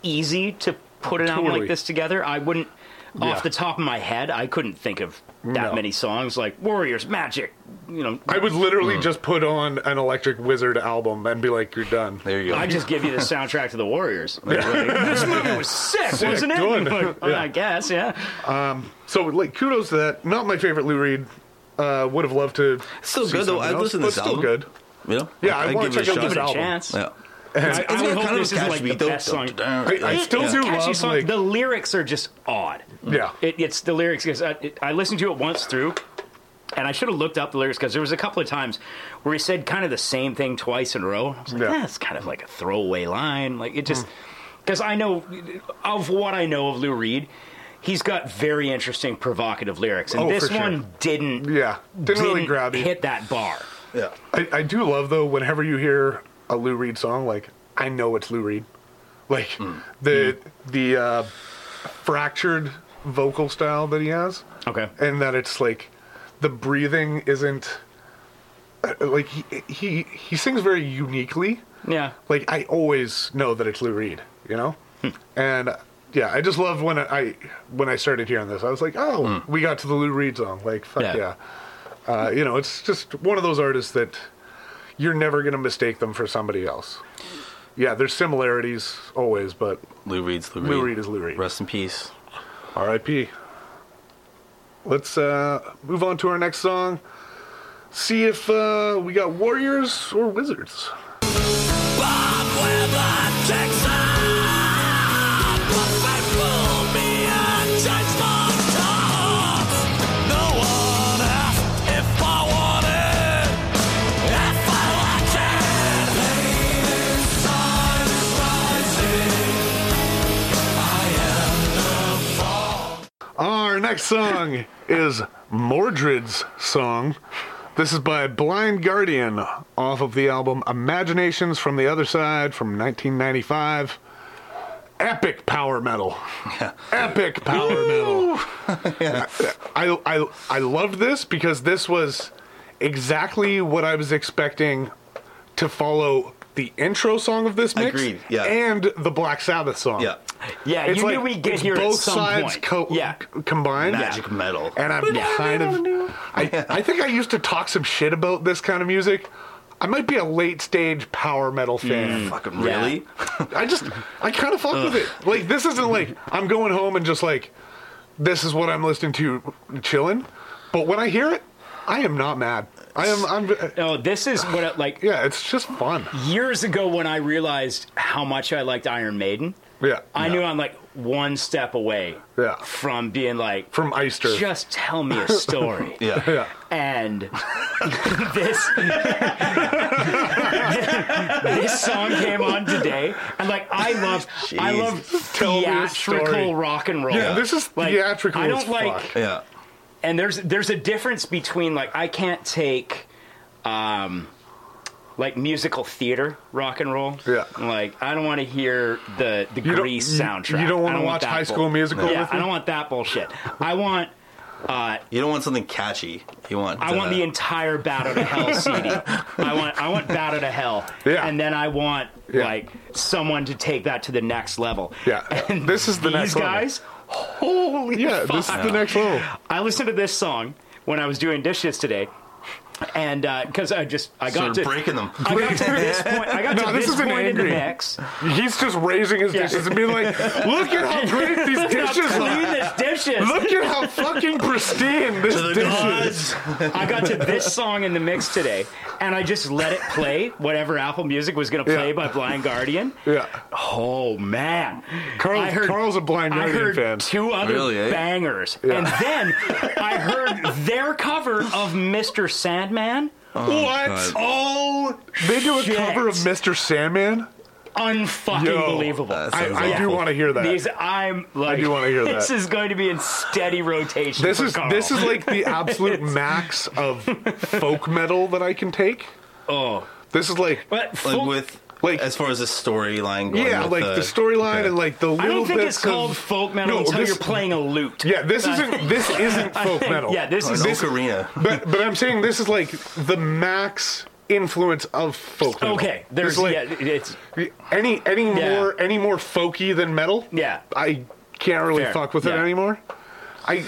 S6: easy to put an album
S2: Totally.
S6: like this together. I wouldn't,
S2: Yeah.
S6: off the top of my head, I couldn't think of that
S2: No.
S6: many songs like Warriors, Magic. You know,
S2: I would literally
S3: Mm.
S2: just put on an Electric Wizard album and be like, "You're done."
S3: There you go.
S6: I just give you the soundtrack to the Warriors. Like, this movie was sick,
S2: Sick,
S6: wasn't it?
S2: good.
S6: Like, well,
S2: Yeah.
S6: I guess, yeah.
S2: So, like, kudos to that. Not my favorite Lou Reed. Uh, would have loved to.
S3: Still
S2: see
S3: good, though.
S2: something
S3: I'd
S2: else,
S3: listen
S2: but
S3: to this
S2: still
S3: album.
S2: good.
S3: you know,
S2: Yeah, I
S3: I'd
S2: wanna
S3: give it
S2: check
S3: a
S2: out
S6: Give
S2: this
S6: it
S3: shot.
S6: a
S2: album.
S6: chance.
S3: Yeah.
S6: I, I would hope this is like the best song.
S2: I, I still
S6: It's
S2: do
S6: a catchy
S2: love.
S6: song.
S2: Like,
S6: The lyrics are just odd.
S2: yeah,
S6: It, it's the lyrics because I, it- I listened to it once through, and I should have looked up the lyrics because there was a couple of times where he said kind of the same thing twice in a row. I was like,
S2: Yeah. Hmm.
S6: that's kind of like a throwaway line. Like it just because I know of what I know of Lou Reed. He's got very interesting, provocative lyrics, and
S2: Oh,
S6: this
S2: for sure.
S6: one didn't.
S2: yeah. Didn't, really grab you.
S6: Hit that bar.
S3: Yeah.
S2: I, I do love though. Whenever you hear a Lou Reed song, like I know it's Lou Reed. Like
S3: Mm.
S2: the the uh, fractured vocal style that he has.
S6: Okay.
S2: and that it's like the breathing isn't uh, like he he he sings very uniquely.
S6: Yeah.
S2: Like I always know that it's Lou Reed, you know, and uh, yeah, I just love when I when I started hearing this, I was like, oh, we got to the Lou Reed song, like fuck yeah,
S6: Yeah.
S2: Uh, you know, it's just one of those artists that you're never gonna mistake them for somebody else. Yeah, there's similarities always, but
S3: Lou Reed's Lou Reed.
S2: Lou Reed is Lou Reed.
S3: Rest in peace.
S2: R.I.P. Let's uh, move on to our next song. See if uh, we got warriors or wizards. Our next song is Mordred's song. This is by Blind Guardian off of the album Imaginations from the Other Side from 1995. Epic power metal. Epic power metal. I, I, I loved this because this was exactly what I was expecting to follow the intro song of this mix
S3: Agreed, yeah.
S2: and the Black Sabbath song.
S3: Yeah.
S6: Yeah,
S2: It's
S6: you
S2: like
S6: knew we'd get
S2: it's
S6: here
S2: both
S6: at some
S2: sides
S6: point.
S2: Co-
S6: yeah.
S2: c- combined.
S3: Magic metal.
S2: And I'm kind of. I, I think I used to talk some shit about this kind of music. I might be a late stage power metal fan.
S3: Fucking really?
S2: I just, I kind of fuck with it. Like, this isn't like I'm going home and just like, this is what I'm listening to, chilling. But when I hear it, I am not mad. I am, I'm,
S6: No, Oh, this is what it, like
S2: yeah, it's just fun.
S6: years ago when I realized how much I liked Iron Maiden.
S2: Yeah.
S6: I knew I'm like, one step away
S2: Yeah.
S6: from being like,
S2: From Eister.
S6: just tell me a story.
S3: Yeah.
S2: yeah.
S6: And this this song came on today, and like I love I
S3: Jeez.
S6: love
S2: Tell me a story.
S6: theatrical rock and roll.
S2: Yeah, this is theatrical
S6: I
S2: as
S6: don't like
S2: fuck.
S3: Yeah.
S6: and there's there's a difference between like I can't take um like musical theater rock and roll.
S2: Yeah.
S6: Like I don't want to hear the the
S2: You don't-
S6: grease
S2: you-
S6: soundtrack.
S2: you don't
S6: I
S2: wanna watch
S6: that
S2: High School Musical
S6: Yeah,
S2: with
S6: I
S2: me?
S6: don't want that bullshit. I want
S3: You don't want something catchy. You want.
S6: I want
S3: uh,
S6: the entire Battle to Hell CD. I want I want Battle to Hell.
S2: Yeah.
S6: And then I want
S2: Yeah.
S6: like someone to take that to the next level.
S2: Yeah.
S6: And
S2: This is the
S6: these
S2: next level.
S6: guys. Holy
S2: Yeah,
S6: fuck.
S2: this is the next level.
S6: I listened to this song when I was doing dishes today, and because I just I
S3: So
S6: got
S3: you're
S6: to
S3: breaking them.
S6: I got to this point. I got
S2: No,
S6: to
S2: this
S6: this,
S2: is an
S6: point in the
S2: angry-
S6: mix.
S2: He's just raising his
S6: Yeah.
S2: dishes and being like, look at how great these
S6: Look how
S2: dishes
S6: clean
S2: are.
S6: this dishes.
S2: Look at how fucking pristine this
S3: the
S2: dish is.
S3: gods.
S6: I got to this song in the mix today, and I just let it play whatever Apple Music was going to play
S2: Yeah.
S6: by Blind Guardian.
S2: Yeah.
S6: Oh man,
S2: Carl-
S6: I heard-
S2: Carl's a Blind
S6: I
S2: Guardian
S6: heard
S2: fan.
S6: Two other
S3: Really, eh?
S6: bangers, and then I heard their cover of Mr. Sandman.
S2: what?
S3: God.
S2: Oh, they do a
S6: shit.
S2: cover of Mr. Sandman.
S6: Unfucking
S2: Yo.
S6: believable.
S3: That
S2: I,
S3: sounds
S2: I do
S3: awful.
S2: want to hear that.
S6: These I'm like.
S2: do wanna hear
S6: This
S2: that.
S6: is going to be in steady rotation.
S2: this
S6: for
S2: is
S6: Carl.
S2: this is like the absolute max of folk metal that I can take.
S6: oh,
S2: This is like
S6: but
S3: Like
S6: folk-
S3: with
S2: Like-
S3: like as far as the storyline. going
S2: yeah,
S3: with uh,
S2: like the, storyline and like the little
S6: I don't think
S2: bits
S6: it's called
S2: of,
S6: folk metal
S2: No,
S6: until
S2: this-
S6: you're playing a lute.
S2: Yeah, this
S6: I
S2: isn't
S6: think-
S2: this isn't folk
S6: think-
S2: metal.
S6: yeah, this
S3: An
S6: is-
S2: this,
S3: ocarina.
S2: But but I'm saying this is like the max influence of folk metal.
S6: Okay,
S2: It's
S6: there's
S2: like
S6: yeah, it's
S2: any any
S6: Yeah.
S2: more any more folky than metal.
S6: Yeah.
S2: I can't really
S6: Fair,
S2: fuck with it
S6: yeah.
S2: anymore. I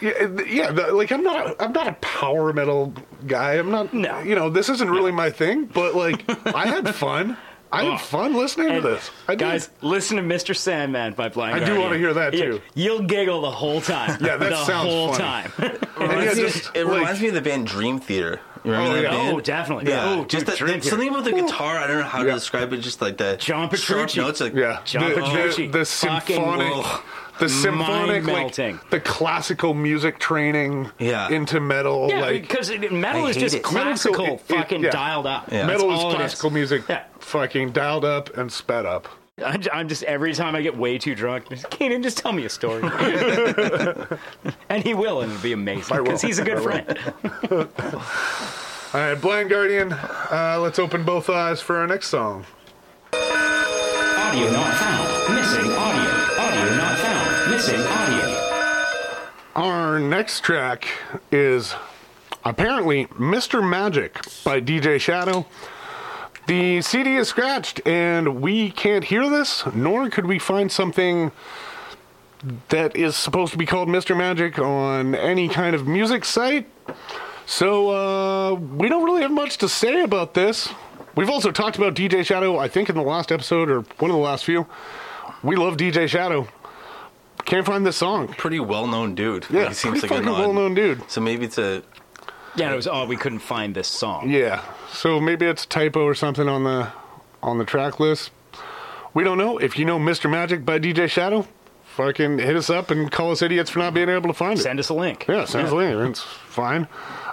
S2: yeah, th- yeah the, like I'm not a, I'm not a power metal guy. I'm not
S6: No.
S2: you know this isn't really my thing. But like I had fun. I
S6: Oh.
S2: had fun listening
S6: and
S2: to this. I did.
S6: guys, listen to Mr. Sandman by Blind.
S2: I do
S6: Guardian.
S2: wanna hear that, too.
S6: You, will giggle the whole time.
S2: Yeah, that
S6: the
S2: sounds
S6: whole
S2: funny.
S6: time.
S2: And yeah,
S3: It,
S2: just,
S3: it
S2: like-
S3: reminds me of the band Dream Theater. You remember
S2: Oh,
S3: that
S2: yeah.
S3: band?
S6: Oh, definitely.
S3: Yeah,
S6: Oh,
S3: just
S6: dude,
S3: that,
S6: Dream
S3: that- something about the guitar. I don't know how
S2: Yeah.
S3: to describe it. Just like that.
S6: John
S3: sharp
S6: Petrucci.
S3: notes. Like,
S2: Yeah,
S6: John
S2: the, the,
S6: Petrucci.
S2: the
S6: Fucking-
S2: symphonic,
S3: ugh.
S2: the symphonic, like,
S6: Mind-melting.
S2: the classical music training
S3: Yeah.
S2: into metal,
S6: Yeah,
S2: like
S6: because it- metal
S3: I
S6: is
S3: hate
S6: just
S3: it.
S6: classical,
S2: Metal's so- it- it-
S6: fucking
S2: yeah.
S6: dialed up.
S3: Yeah.
S6: That's
S2: metal is
S6: all it
S2: classical music,
S6: Yeah.
S2: fucking dialed up and sped up.
S6: I'm, I'm just every time I get way too drunk. just, Keenan, just tell me a story, and he will, and it'll be amazing
S2: will.
S6: because he's a good friend.
S2: All right, Blind Guardian, uh, let's open both eyes for our next song.
S6: Audio not found. Missing audio. Audio not found. Missing audio.
S2: Our next track is apparently Mr. Magic by DJ Shadow. The CD is scratched, and we can't hear this, nor could we find something that is supposed to be called Mr. Magic on any kind of music site. So, uh, we don't really have much to say about this. We've also talked about DJ Shadow, I think, in the last episode or one of the last few. We love DJ Shadow. Can't find this song.
S3: pretty well known dude.
S2: Yeah,
S3: he seems
S2: pretty
S3: like an
S2: fucking
S3: odd-
S2: well-known dude.
S3: So maybe it's a
S6: Yeah, and it was odd we couldn't find this song.
S2: Yeah. So maybe it's a typo or something on the on the track list. We don't know. If you know Mr. Magic by DJ Shadow, fucking hit us up and call us idiots for not being able to find it.
S6: Send us a link.
S2: yeah, sounds like it. It's fine.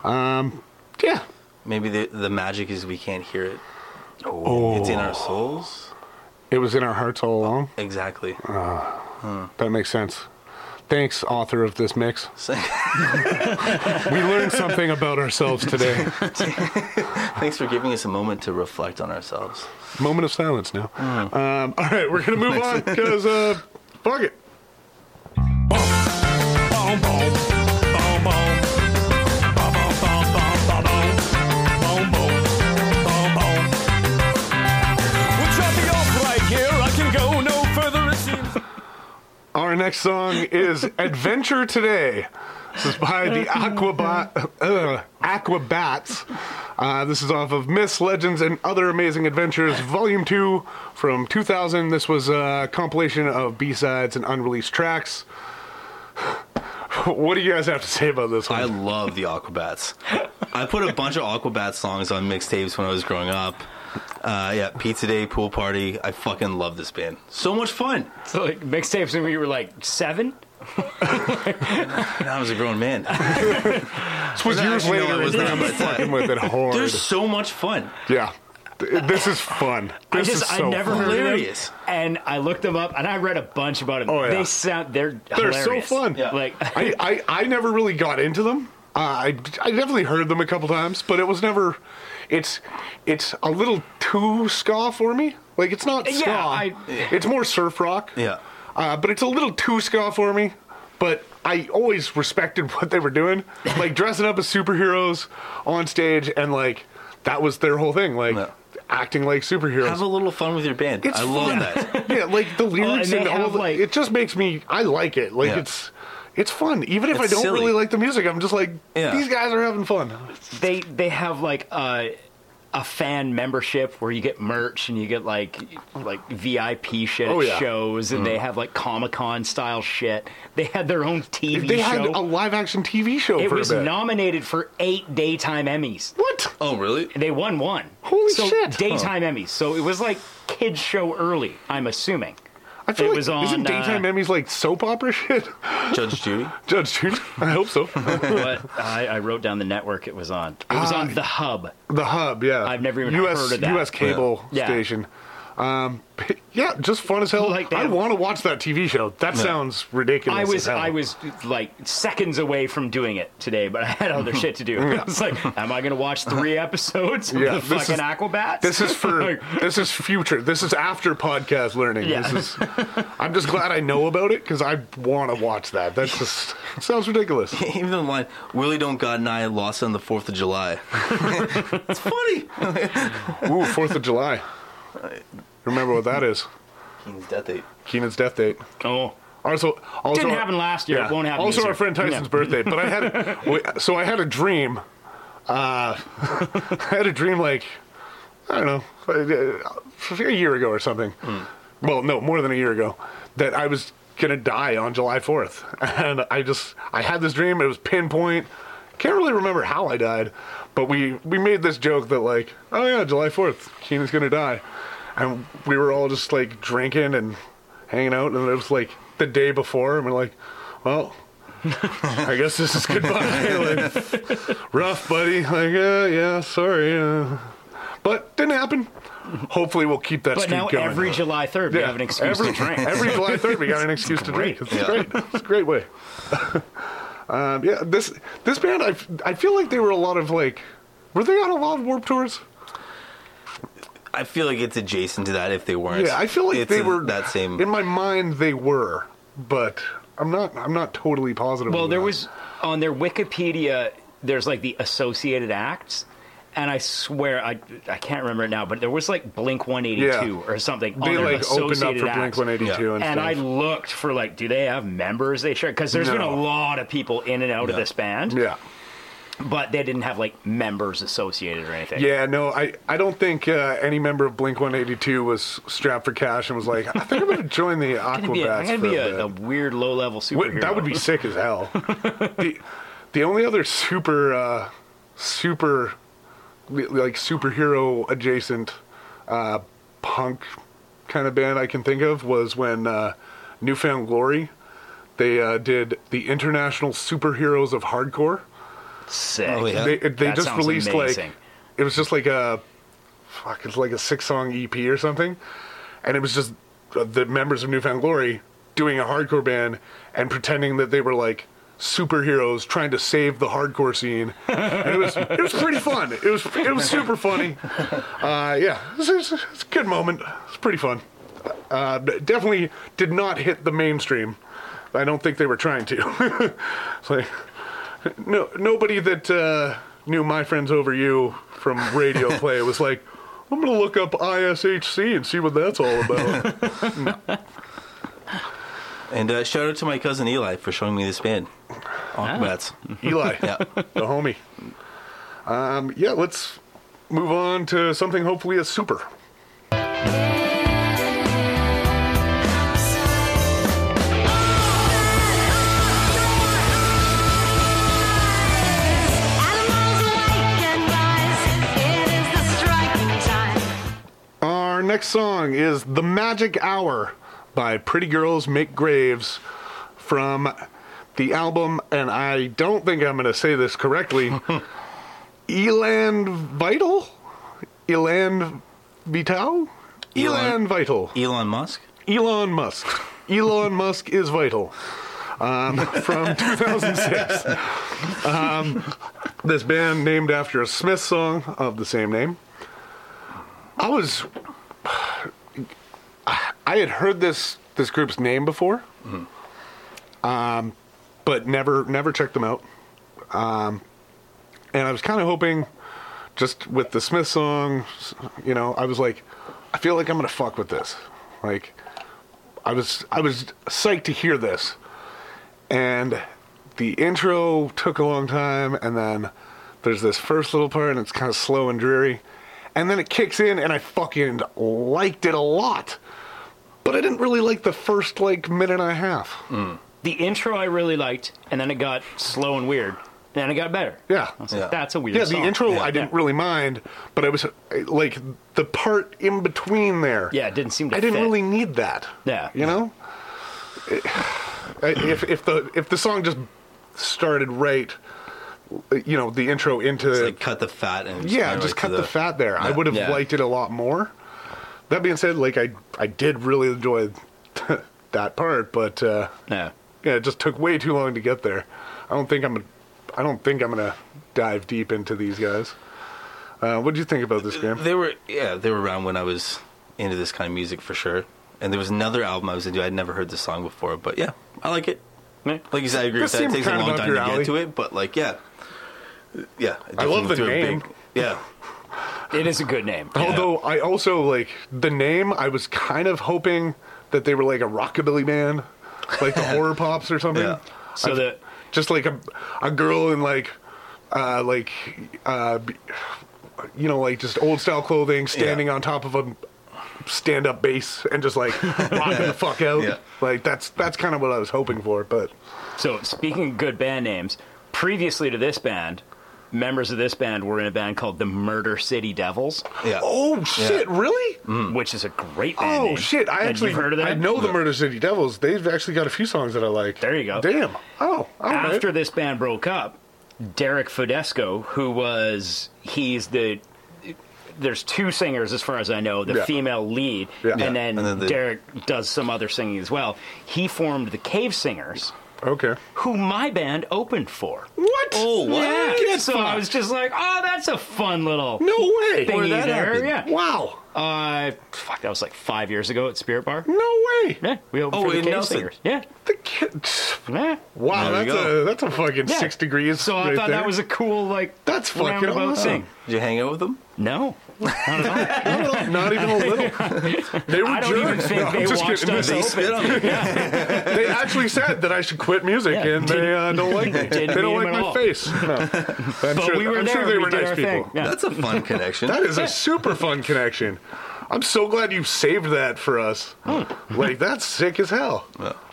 S2: Um, yeah.
S3: maybe the the magic is we can't hear it.
S2: Oh.
S3: It's in our souls.
S2: It was in our hearts all along.
S3: Exactly.
S2: Uh. That makes sense. Thanks, author of this mix.
S3: Thanks
S2: We learned something about ourselves today.
S3: for giving us a moment to reflect on ourselves.
S2: Moment of silence now. Um, all right, we're going to move on because, uh, fuck it. Our next song is Adventure Today. This is by the Aquabot, uh, Aquabats. Uh, this is off of Myths, Legends, and Other Amazing Adventures, Volume 2 from 2000. This was a compilation of B sides and unreleased tracks. what do you guys have to say about this
S3: I
S2: one?
S3: love the Aquabats. I put a bunch of Aquabats songs on mixtapes when I was growing up. Uh, yeah, Pizza Day, Pool Party. I fucking love this band. So much fun.
S6: So like mixtapes when you were like seven.
S3: And I was a grown man.
S2: This was
S3: No,
S2: years
S3: actually, no,
S2: later.
S3: it was
S2: and
S3: not,
S2: I'm
S3: but uh, it's
S2: fucking with it hard.
S3: There's so much fun.
S2: yeah, Th- this is fun.
S6: I
S2: This
S6: just
S2: is so
S6: I never
S2: fun.
S6: heard
S3: Hilarious.
S6: of them, and I looked them up, and I read a bunch about them.
S2: Oh, yeah.
S6: They sound they're
S2: They're so
S6: hilarious.
S2: fun.
S3: Yeah.
S6: Like
S2: I, I, I never really got into them. Uh, I, I definitely heard them a couple times, but it was never. It's it's a little too ska for me. Like it's not
S6: Yeah,
S2: ska.
S6: I-
S2: it's more surf rock.
S3: Yeah.
S2: Uh, but it's a little too ska for me. But I always respected what they were doing, like dressing up as superheroes on stage, and like that was their whole thing, like
S3: Yeah.
S2: acting like superheroes.
S3: Have a little fun with your band.
S2: It's
S3: I love
S2: fun.
S3: that.
S2: Yeah, like the lyrics
S6: Oh, they
S2: and, all
S6: have,
S2: the,
S6: like-
S2: it just makes me I like it. Like
S3: Yeah.
S2: it's it's fun. Even if I
S3: It's
S2: don't
S3: silly.
S2: really like the music, I'm just like
S3: Yeah.
S2: these guys are having fun.
S6: they they have like a a fan membership where you get merch and you get like like VIP shit
S2: Oh,
S6: at
S2: yeah.
S6: shows and they have like Comic Con style shit. They had their own TV
S2: they had
S6: show.
S2: a live action TV show
S6: it
S2: for
S6: was
S2: a bit.
S6: nominated for eight daytime Emmys.
S2: what?
S3: Oh, really?
S6: They won one.
S2: Holy
S6: so
S2: shit.
S6: Daytime Emmys. So it was like kids show early. I'm assuming.
S2: I feel
S6: it
S2: like
S6: was
S2: isn't
S6: on,
S2: daytime
S6: uh,
S2: Emmys like soap opera shit?
S3: Judge Judy.
S2: Judge Judy. I hope so.
S6: but I, I wrote down the network it was on. It was
S2: Ah.
S6: on the Hub.
S2: the Hub, yeah.
S6: I've never even
S2: US,
S6: heard of that.
S2: U.S. cable
S6: Yeah.
S2: station. Um, yeah, just fun as hell.
S6: Like they
S2: I
S6: have-
S2: want to watch that TV show. That sounds ridiculous.
S6: I
S2: as
S6: was
S2: hell.
S6: I was like seconds away from doing it today, but I had other shit to do. It's like, am I going to watch three episodes of
S2: Yeah,
S6: the
S2: this
S6: fucking
S2: is-
S6: Aquabats?
S2: This is for
S6: Like,
S2: this is future. This is after podcast learning.
S6: Yeah.
S2: This is, I'm just glad I know about it because I want to watch that. That's just sounds ridiculous.
S3: Even the line, Willie Don't God and I lost on the 4th of July. it's funny.
S2: Ooh, Fourth of July. Remember what that is?
S3: Keenan's death date.
S2: Keenan's death date.
S6: oh,
S2: Also, also
S6: Didn't happen last year. It won't happen
S2: Also,
S6: this
S2: our
S6: year.
S2: friend Tyson's
S6: Yeah.
S2: birthday. But I had we- so I had a dream. Uh, I had a dream like I don't know uh, a year ago or something. Well, no, more than a year ago that I was gonna die on July fourth, and I just I had this dream. It was pinpoint. Can't really remember how I died, but we we made this joke that like oh yeah July fourth Keenan's gonna die, and we were all just like drinking and hanging out, and it was like the day before, and we're like, well, I guess this is goodbye. like, rough, buddy. Like, uh, yeah, sorry. Uh, but didn't happen. Hopefully, we'll keep that
S6: but
S2: streak
S6: now
S2: going.
S6: every July third we
S2: Yeah.
S6: have an excuse
S2: every,
S6: to drink.
S2: Every July 3rd, we got an excuse to drink. It's
S3: Yeah.
S2: great. It's a great way. um, yeah, this this band, I, f- I feel like they were a lot of like, were they on a lot of warp tours?
S3: I feel like it's adjacent to that if they weren't.
S2: Yeah, I feel like
S3: It's
S2: they
S3: in
S2: were
S3: that same.
S2: In my mind, they were, but I'm not. I'm not totally positive.
S6: Well,
S2: on
S6: there
S2: that.
S6: was on their Wikipedia. There's like the Associated Acts, and I swear I I can't remember it now, but there was like Blink 182
S2: Yeah.
S6: or something.
S2: They
S6: on their
S2: like opened up
S6: Associated
S2: for Blink
S6: Acts.
S2: 182
S3: Yeah.
S2: and,
S6: and I
S2: stuff.
S6: looked for like, do they have members they share? Because there's been a
S2: No.
S6: lot of people in and out
S3: Yeah.
S6: of this band,
S2: yeah.
S6: but they didn't have like members associated or anything.
S2: Yeah, no, I, I don't think uh, any member of Blink 182 was strapped for cash and was like, I think I'm going to join the
S6: I'm gonna be, a, I'm
S2: Aquabats.
S6: gonna
S2: for a
S6: be a,
S2: bit."
S6: a weird low level
S2: Wait,
S6: superhero.
S2: that would be sick as hell. the, the only other super, uh, super, li- like superhero adjacent uh, punk kind of band I can think of was when uh, Newfound Glory. They uh, did the International Superheroes of Hardcore.
S6: sick.
S3: Oh, yeah.
S2: They, they
S6: That
S2: just
S6: sounds
S2: released
S6: amazing.
S2: like it was just like a fuck, it's like a six song EP or something, and it was just uh, the members of Newfound Glory doing a hardcore band and pretending that they were like superheroes trying to save the hardcore scene. And it was it was pretty fun. It was it was super funny. Uh, yeah, it's, it's, it's a good moment. It's pretty fun. Uh, but definitely did not hit the mainstream. I don't think they were trying to. it's like no, nobody that uh, knew my friends over you from radio play was like, I'm gonna look up ISHC and see what that's all about.
S3: And uh, shout out to my cousin Eli for showing me this band.
S2: Ah.
S3: Aquabats.
S2: Eli,
S3: Yeah.
S2: the homie. Um, yeah, let's move on to something hopefully a super. next song is The Magic Hour by Pretty Girls Make Graves from the album, and I don't think I'm going to say this correctly Elan Vital? Elan Vital?
S3: Elan-
S2: Elan Vital.
S3: Elon Musk.
S2: Elon Musk. Elon Musk is vital. Um, from 2006. Um, this band named after a Smith song of the same name. I was. I had heard this this group's name before, um, but never never checked them out. Um, and I was kind of hoping, just with the Smith song, you know, I was like, I feel like I'm gonna fuck with this. Like, I was I was psyched to hear this, and the intro took a long time, and then there's this first little part, and it's kind of slow and dreary, and then it kicks in, and I fucking liked it a lot, but I didn't really like the first like minute and a half.
S6: Mm, The intro I really liked, and then it got slow and weird. And then it got better.
S2: Yeah.
S6: I was like,
S3: Yeah.
S6: That's a weird.
S2: Yeah, the
S6: song."
S2: intro
S6: Yeah.
S2: I didn't really mind, but I was uh, like the part in between there.
S6: Yeah, it didn't seem to.
S2: I didn't
S6: fit.
S2: really need that.
S6: Yeah.
S2: you know, It- I- if if the if the song just started right, you know, the intro into
S3: It's like cut the fat and
S2: yeah,
S3: went
S2: just
S3: right
S2: cut
S3: to
S2: the, fat there. I would have
S3: Yeah.
S2: liked it a lot more. That being said, like I I did really enjoy that part, but uh,
S6: No.
S2: yeah, it just took way too long to get there. I don't think I'm I don't think I'm gonna dive deep into these guys. Uh, what do you think about this game?
S3: They were yeah, they were around when I was into this kind of music for sure. And there was another album I was into. I'd never heard this song before, but yeah, I like it.
S6: Yeah.
S3: Like you said, I agree
S2: This
S3: with that.
S2: seemed
S3: It takes a
S2: kind of
S3: long
S2: up
S3: time
S2: your
S3: to
S2: alley.
S3: get to it, but like yeah, yeah. it
S2: I love
S3: definitely
S2: the
S3: threw a
S2: name.
S3: big- yeah,
S6: It is a good name.
S2: Although I also like the name, I was kind of hoping that they were like a rockabilly band, like the horror pops or something.
S3: Yeah.
S6: So the
S2: Just like a a girl in like uh like uh b- you know like just old style clothing standing
S3: Yeah.
S2: on top of a stand up bass and just like rocking the fuck out.
S3: Yeah.
S2: Like that's that's kind of what I was hoping for, but
S6: so speaking of good band names, previously to this band, members of this band were in a band called the Murder City Devils,
S3: yeah. Mm-hmm.
S2: oh shit, really?
S6: which is a great band
S2: Hmm. Oh
S6: name.
S2: shit, I
S6: Had
S2: actually
S6: you heard of that.
S2: I know the Murder City Devils. They've actually got a few songs that I like.
S6: There you go.
S2: Damn. Oh, all right.
S6: after this band broke up, Derek Fodesco, who was he's the there's two singers as far as I know, the
S2: Yeah.
S6: female lead,
S2: Yeah.
S6: and,
S2: Yeah,
S6: then
S3: and then the-
S6: Derek does some other singing as well. He formed the Cave Singers,
S2: Okay.
S6: who my band opened for.
S2: What?
S3: Oh, what?
S6: Yeah,
S2: Get
S6: so I was just like, oh, that's a fun little
S2: No way.
S6: thingy
S3: Where'd that
S6: there.
S3: happen?
S6: Yeah,
S2: Wow.
S6: uh, fuck, that was like five years ago at Spirit Bar.
S2: No way.
S6: Yeah, we opened
S3: Oh,
S6: for the
S3: in
S6: Cave
S3: Nelson.
S6: Singers. Yeah,
S2: The kid.
S6: yeah.
S2: Wow,
S3: There we
S2: that's
S3: go.
S2: a that's a fucking
S6: Yeah.
S2: six degrees.
S6: So I
S2: right
S6: thought
S2: there.
S6: that was a cool like
S2: That's fucking
S6: roundabout
S2: awesome.
S6: thing.
S3: Did you hang out with them?
S6: No,
S2: not even a little. They were
S6: I don't even
S2: jerks.
S6: think
S2: No, I'm
S6: they
S2: just
S6: watched
S2: kidding.
S6: us
S2: They,
S6: open.
S2: they actually said that I should quit music,
S6: Yeah.
S2: and they uh, don't like me. They
S6: Didn't
S2: don't
S6: mean
S2: like
S6: them at
S2: my
S6: all.
S2: face. No. I'm
S6: But
S2: sure,
S6: we were
S2: I'm
S6: there.
S2: sure they
S6: we
S2: were
S6: did
S2: nice
S6: our
S2: people.
S6: thing. Yeah.
S3: That's a fun connection.
S2: That is a super fun connection. I'm so glad you saved that for us.
S3: Hmm.
S2: Like that's sick as hell.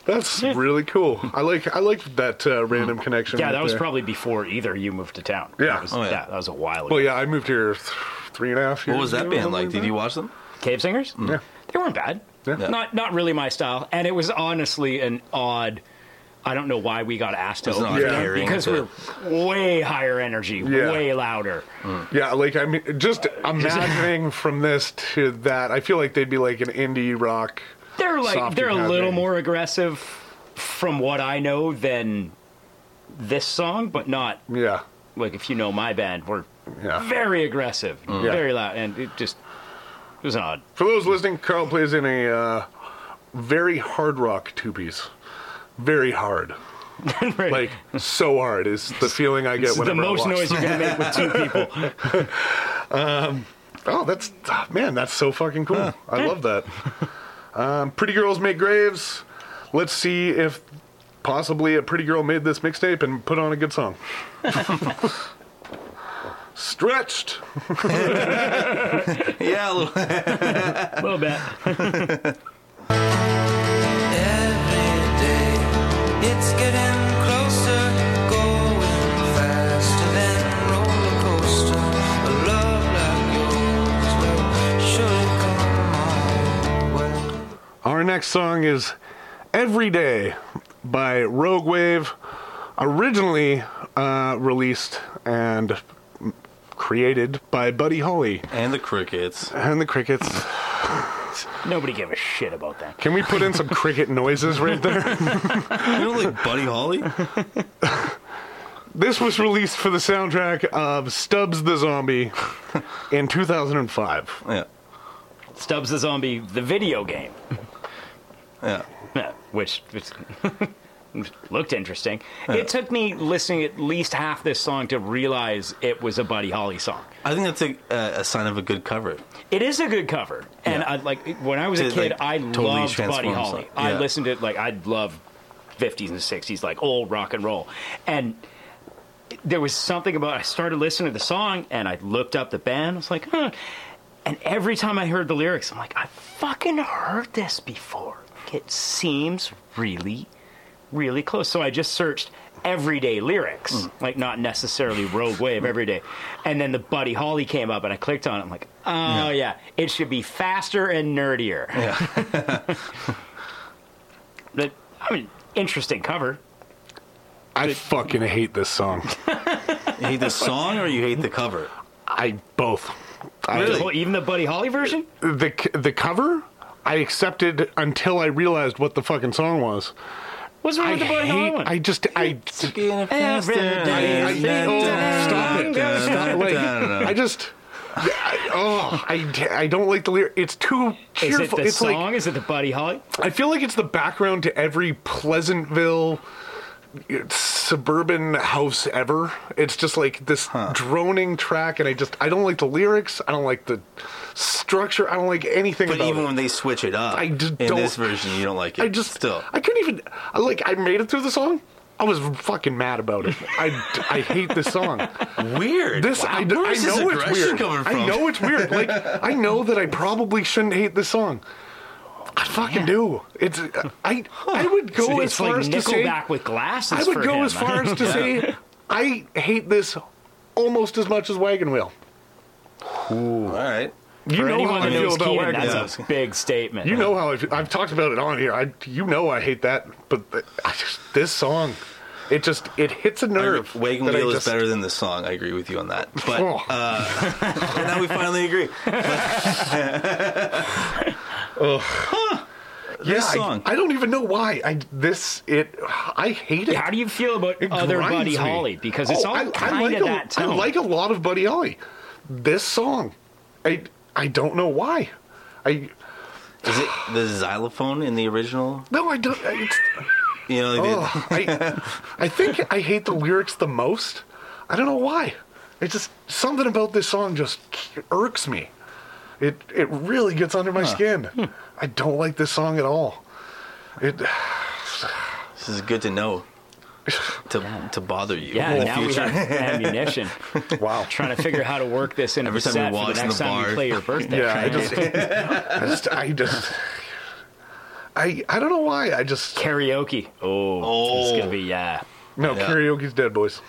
S2: That's really cool. I like I like that uh, random connection.
S6: yeah,
S2: right
S6: that was
S2: there.
S6: probably before either you moved to town.
S2: Yeah.
S6: That was,
S3: Oh, yeah.
S6: that- that was a while ago.
S2: Well, yeah, I moved here th- three and a half years.
S3: What was that
S2: ago,
S3: band
S2: something
S3: like? Did you watch them?
S6: Cave Singers?
S2: Mm. Yeah.
S6: They weren't bad.
S2: Yeah. Yeah.
S6: Not not really my style. And it was honestly an odd I don't know why we got asked to
S3: It's an
S6: open
S3: odd
S6: for them,
S3: pairing
S6: because
S3: to-
S6: we're way higher energy,
S2: Yeah.
S6: way louder.
S2: Yeah, like I mean, just imagining from this to that, I feel like they'd be like an indie rock.
S6: They're like
S2: Softer
S6: they're a
S2: kind of
S6: little
S2: thing.
S6: more aggressive from what I know than this song, but not
S2: Yeah,
S6: like if you know my band, we're
S2: yeah.
S6: very aggressive,
S2: Yeah.
S6: very loud, and it just it was an odd.
S2: For those listening, Carl plays in a uh, very hard rock two piece. Very hard, like so hard is the feeling I get
S6: This is
S2: when
S6: the most noise you're gonna make with two people.
S2: Oh, that's ah, man, that's so fucking cool. I love that. um, pretty girls make graves. Let's see if possibly a pretty girl made this mixtape and put on a good song. Stretched.
S3: Yeah, a little.
S6: A little bit.
S9: Coaster, a love like yours will surely come on.
S2: next song is Every Day by Rogue Wave, originally uh, released and created by Buddy Holly
S3: And the crickets.
S2: and the Crickets.
S6: Nobody gave a shit about that.
S2: Can we put in some cricket noises right there?
S3: You know, like Buddy Holly?
S2: This was released for the soundtrack of Stubbs the Zombie in 2005.
S3: Yeah.
S6: Stubbs the Zombie, the video game.
S3: Yeah.
S6: Yeah, which, which looked interesting. It took me listening at least half this song to realize it was a Buddy Holly song.
S3: I think that's a, uh, a sign of a good cover.
S6: It is a good cover, and
S3: Yeah.
S6: I like when I was a
S3: It,
S6: kid,
S3: like,
S6: I
S3: totally
S6: loved Buddy
S3: transforms
S6: Holly.
S3: it.
S6: I
S3: Yeah.
S6: listened to like I love fifties and sixties, like old rock and roll, and there was something about I started listening to the song and I looked up the band. I was like, huh. and every time I heard the lyrics, I'm like, I fucking heard this before. It seems really, really close. So I just searched everyday lyrics,
S2: Hmm.
S6: like not necessarily Rogue Wave everyday, and then the Buddy Holly came up and I clicked on it. I'm like, oh yeah, it should be faster and nerdier. But, I mean, interesting cover.
S2: I fucking hate this song.
S3: You hate the song or you hate the cover?
S2: I both.
S6: The
S2: I,
S6: whole- even the Buddy Holly version?
S2: the the cover I accepted until I realized what the fucking song was.
S6: What's wrong
S2: I
S6: with the Buddy Holly
S2: hate.
S6: one?
S2: I just I.
S6: Every day
S2: I- I- oh, stop it. Stop, like,
S3: Dun-dun-dun.
S2: I just. I, oh, I, I don't like the lyric. It's too
S6: Is
S2: cheerful.
S6: it the
S2: it's
S6: song?
S2: like
S6: Is it the Buddy Holly?
S2: I feel like it's the background to every Pleasantville uh, suburban house ever. It's just like this droning track, and I just I don't like the lyrics. I don't like the structure. I don't like anything.
S3: But
S2: about
S3: even
S2: it.
S3: when they switch it up,
S2: I d-
S3: in
S2: don't-
S3: this version, you don't like it.
S2: I just
S3: still.
S2: I couldn't even. I like. I made it through the song. I was fucking mad about it. I, I hate this song.
S3: Weird.
S2: This I, I know
S3: Where's this
S2: it's
S3: aggression
S2: weird.
S3: coming from?
S2: I know it's weird. Like I know that I probably shouldn't hate this song. I fucking do. It's I I would go
S6: it's
S2: as far
S6: like
S2: as to say
S6: Nickelback with glasses.
S2: I would
S6: for
S2: go
S6: him.
S2: as far as to say I hate this almost as much as Wagon Wheel.
S3: All right.
S2: You
S6: For
S2: know how
S6: anyone
S2: I
S6: that
S2: feel
S6: knows
S2: about
S6: Keaton,
S2: Wagon Wheel.
S6: that's a big statement.
S2: You know how I've, I've talked about it on here. I you know I hate that, but th- I just, this song, it just it hits a nerve.
S3: Wagon
S2: that I
S3: Wheel is
S2: just-
S3: better than the song. I agree with you on that. But
S2: Oh.
S3: uh, and now we finally agree.
S2: Yeah,
S3: this
S2: I-
S3: song.
S2: I, don't even know why. I this it I hate it.
S6: How do you feel about
S2: It
S6: other
S2: grinds
S6: Buddy
S2: me.
S6: Holly? Because it's
S2: Oh,
S6: all
S2: I- I
S6: kind
S2: like
S6: of
S2: a-
S6: that tone.
S2: I like a lot of Buddy Holly. This song, I I don't know why. I
S3: Is it the xylophone in the original?
S2: no, I don't. It's,
S3: You know, like the-
S2: oh, I I think I hate the lyrics the most. I don't know why. It just something about this song just irks me. It it really gets under my skin.
S6: Hmm.
S2: I don't like this song at all. It
S3: this is good to know. To, to bother you
S6: yeah,
S3: in the
S6: now
S3: future.
S6: we have ammunition.
S2: wow.
S6: Trying to figure out how to work this into
S3: Every
S6: the
S3: time we
S6: set for
S3: waltz
S6: the
S3: in
S6: next
S3: the
S6: time
S3: bar.
S6: you play your birthday.
S2: Yeah, I just, I just, I just, I, I don't know why. I just
S6: Karaoke. Oh, it's
S3: Oh.
S6: gonna be yeah.
S2: no
S3: Yeah.
S2: karaoke's dead, boys.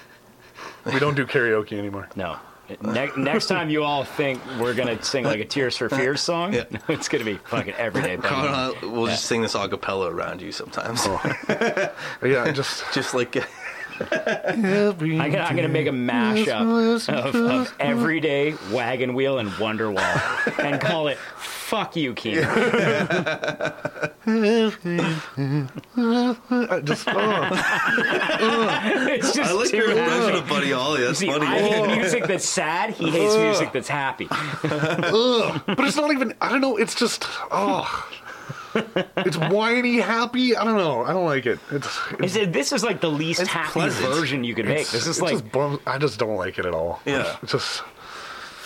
S2: We don't do karaoke anymore.
S6: No. Ne- next time you all think we're gonna sing like a Tears for Fears song,
S3: Yeah.
S6: it's gonna be fucking everyday. Buddy
S3: Colin,
S6: Holly.
S3: I'll- we'll just sing this a cappella around you sometimes.
S2: Oh. Yeah, I just.
S3: just like
S6: I'm gonna, I'm gonna make a mashup of, of everyday wagon wheel and Wonderwall, and call it "Fuck You, Keen."
S2: I just oh, uh.
S6: It's just
S3: I like
S6: too
S3: your
S6: happy.
S3: impression of Buddy Holly. That's
S6: See,
S3: funny.
S6: I hate music that's sad. He
S2: Uh.
S6: hates music that's happy.
S2: ugh. but it's not even. I don't know. It's just oh, it's whiny, happy. I don't know. I don't like it. It's. it's
S6: Is it- This is like the least
S3: It's
S6: happy
S3: pleasant.
S6: version you could make. This is
S2: it
S6: like
S2: just bums, I just don't like it at all.
S3: Yeah.
S2: It's just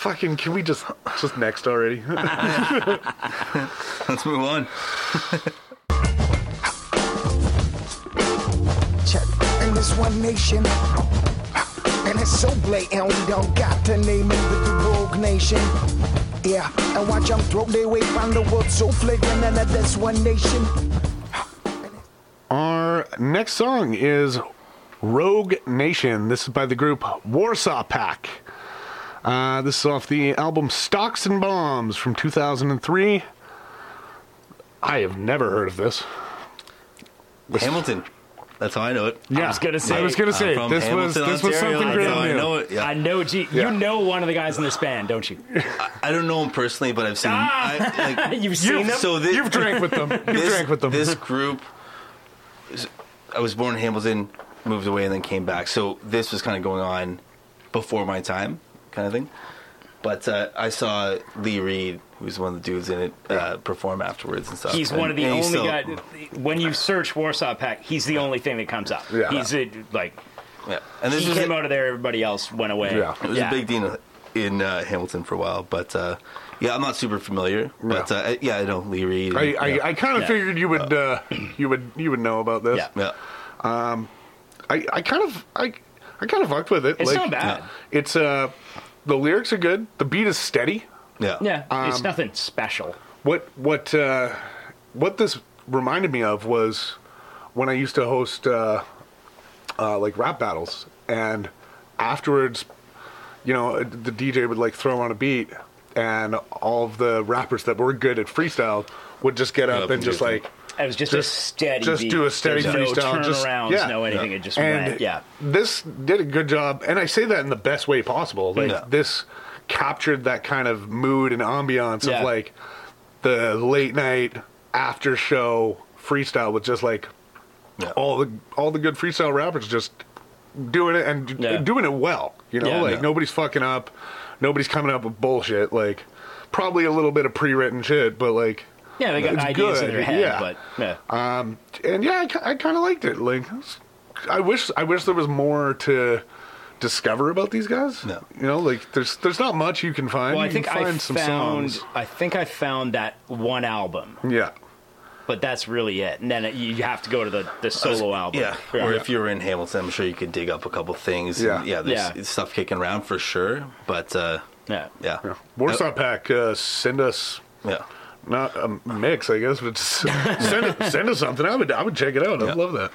S2: fucking. Can we just just next already?
S3: Let's move on.
S10: check. And it's one nation. And it's so blatant, we don't got to name it with the rogue nation. Yeah, and watch them throw their weight on the world so flagrant, and that's one nation.
S2: Our next song is Rogue Nation. This is by the group Warsaw Pack. Uh, this is off the album Stocks and Bombs from 2003. I have never heard of this.
S3: Hamilton. That's how I know it.
S2: Yeah.
S3: I
S2: was
S11: gonna say-
S2: I was gonna say
S3: I'm from
S2: this was
S3: Hamilton,
S2: this was
S3: Ontario.
S2: something
S3: I
S2: brand
S3: know, I
S2: new.
S3: know it. Yeah.
S11: I know, G.
S2: Yeah.
S11: You know one of the guys in this band, don't you?
S3: I don't know him personally, but I've seen. I, like,
S11: You've seen them.
S3: So thi-
S2: You've drank with them. You've
S3: this,
S2: drank with them.
S3: This group, is- I was born in Hamilton, moved away, and then came back. So this was kind of going on before my time, kind of thing. But uh, I saw Lee Reed, who's one of the dudes in it, uh, perform afterwards and stuff.
S6: He's
S3: And-
S6: one of the
S3: and
S6: only
S3: he's still-
S6: guys. When you search Warsaw Pact, he's the only thing that comes up.
S2: Yeah.
S6: He's a, like
S3: Yeah, and this
S6: he
S3: was
S6: came
S3: a,
S6: out of there. Everybody else went away.
S2: Yeah.
S3: it was a big deal in uh, Hamilton for a while. But uh, yeah, I'm not super familiar. But
S2: Yeah.
S3: uh, yeah, I know Lee Reed.
S2: I, I,
S3: yeah.
S2: I kind of
S6: Yeah.
S2: figured you would uh, you would you would know about this.
S6: Yeah.
S3: yeah.
S2: I, I kind of I I kind of fucked with it.
S6: It's not bad.
S2: It's uh the lyrics are good. The beat is steady.
S3: Yeah.
S6: Yeah,
S2: Um,
S6: it's nothing special.
S2: What what uh, what this reminded me of was when I used to host uh, uh, like rap battles, and afterwards, you know, the DJ would like throw on a beat, and all of the rappers that were good at freestyle would just get up
S3: up
S2: and
S3: and
S2: just
S3: do it.
S2: like
S6: It was just, a
S2: Just-
S6: steady.
S2: just
S6: beat.
S2: do a steady
S6: There's
S2: freestyle,
S6: No
S2: just-
S6: turnarounds,
S2: yeah.
S6: no anything.
S3: Yeah.
S6: It just
S2: and
S6: went. Yeah,
S2: this did a good job and i say that in the best way possible like
S3: Yeah.
S2: this captured that kind of mood and ambiance
S6: Yeah.
S2: of like the late night after show freestyle with just like
S3: Yeah.
S2: all the all the good freestyle rappers just doing it and
S6: Yeah.
S2: doing it well you know
S6: Yeah.
S2: like
S3: Yeah.
S2: nobody's fucking up nobody's coming up with bullshit like probably a little bit of pre-written shit but like
S6: yeah. They got
S2: It's
S6: ideas in
S2: good,
S6: their head,
S2: yeah.
S6: but yeah.
S2: and yeah, I, ki- I kind of liked it. Like, it was- I wish I wish there was more to discover about these guys.
S3: No.
S2: you know, like there's there's not much you can find.
S6: well, I
S2: You can
S6: think I
S2: find
S6: found.
S2: some songs.
S6: I think I found that one album,
S2: Yeah,
S6: but that's really it. And then it, you have to go to the, the solo album.
S3: Yeah. Or if you were in Hamilton, I'm sure you could dig up a couple things.
S2: Yeah.
S3: And, yeah. There's
S6: Yeah.
S3: stuff kicking around for sure. But uh,
S6: yeah.
S3: yeah. Yeah.
S2: Warsaw Pack uh, send us
S3: yeah.
S2: not a mix, I guess, but s- send us- send us something. I would I would check it out.
S3: Yeah.
S2: I'd love that.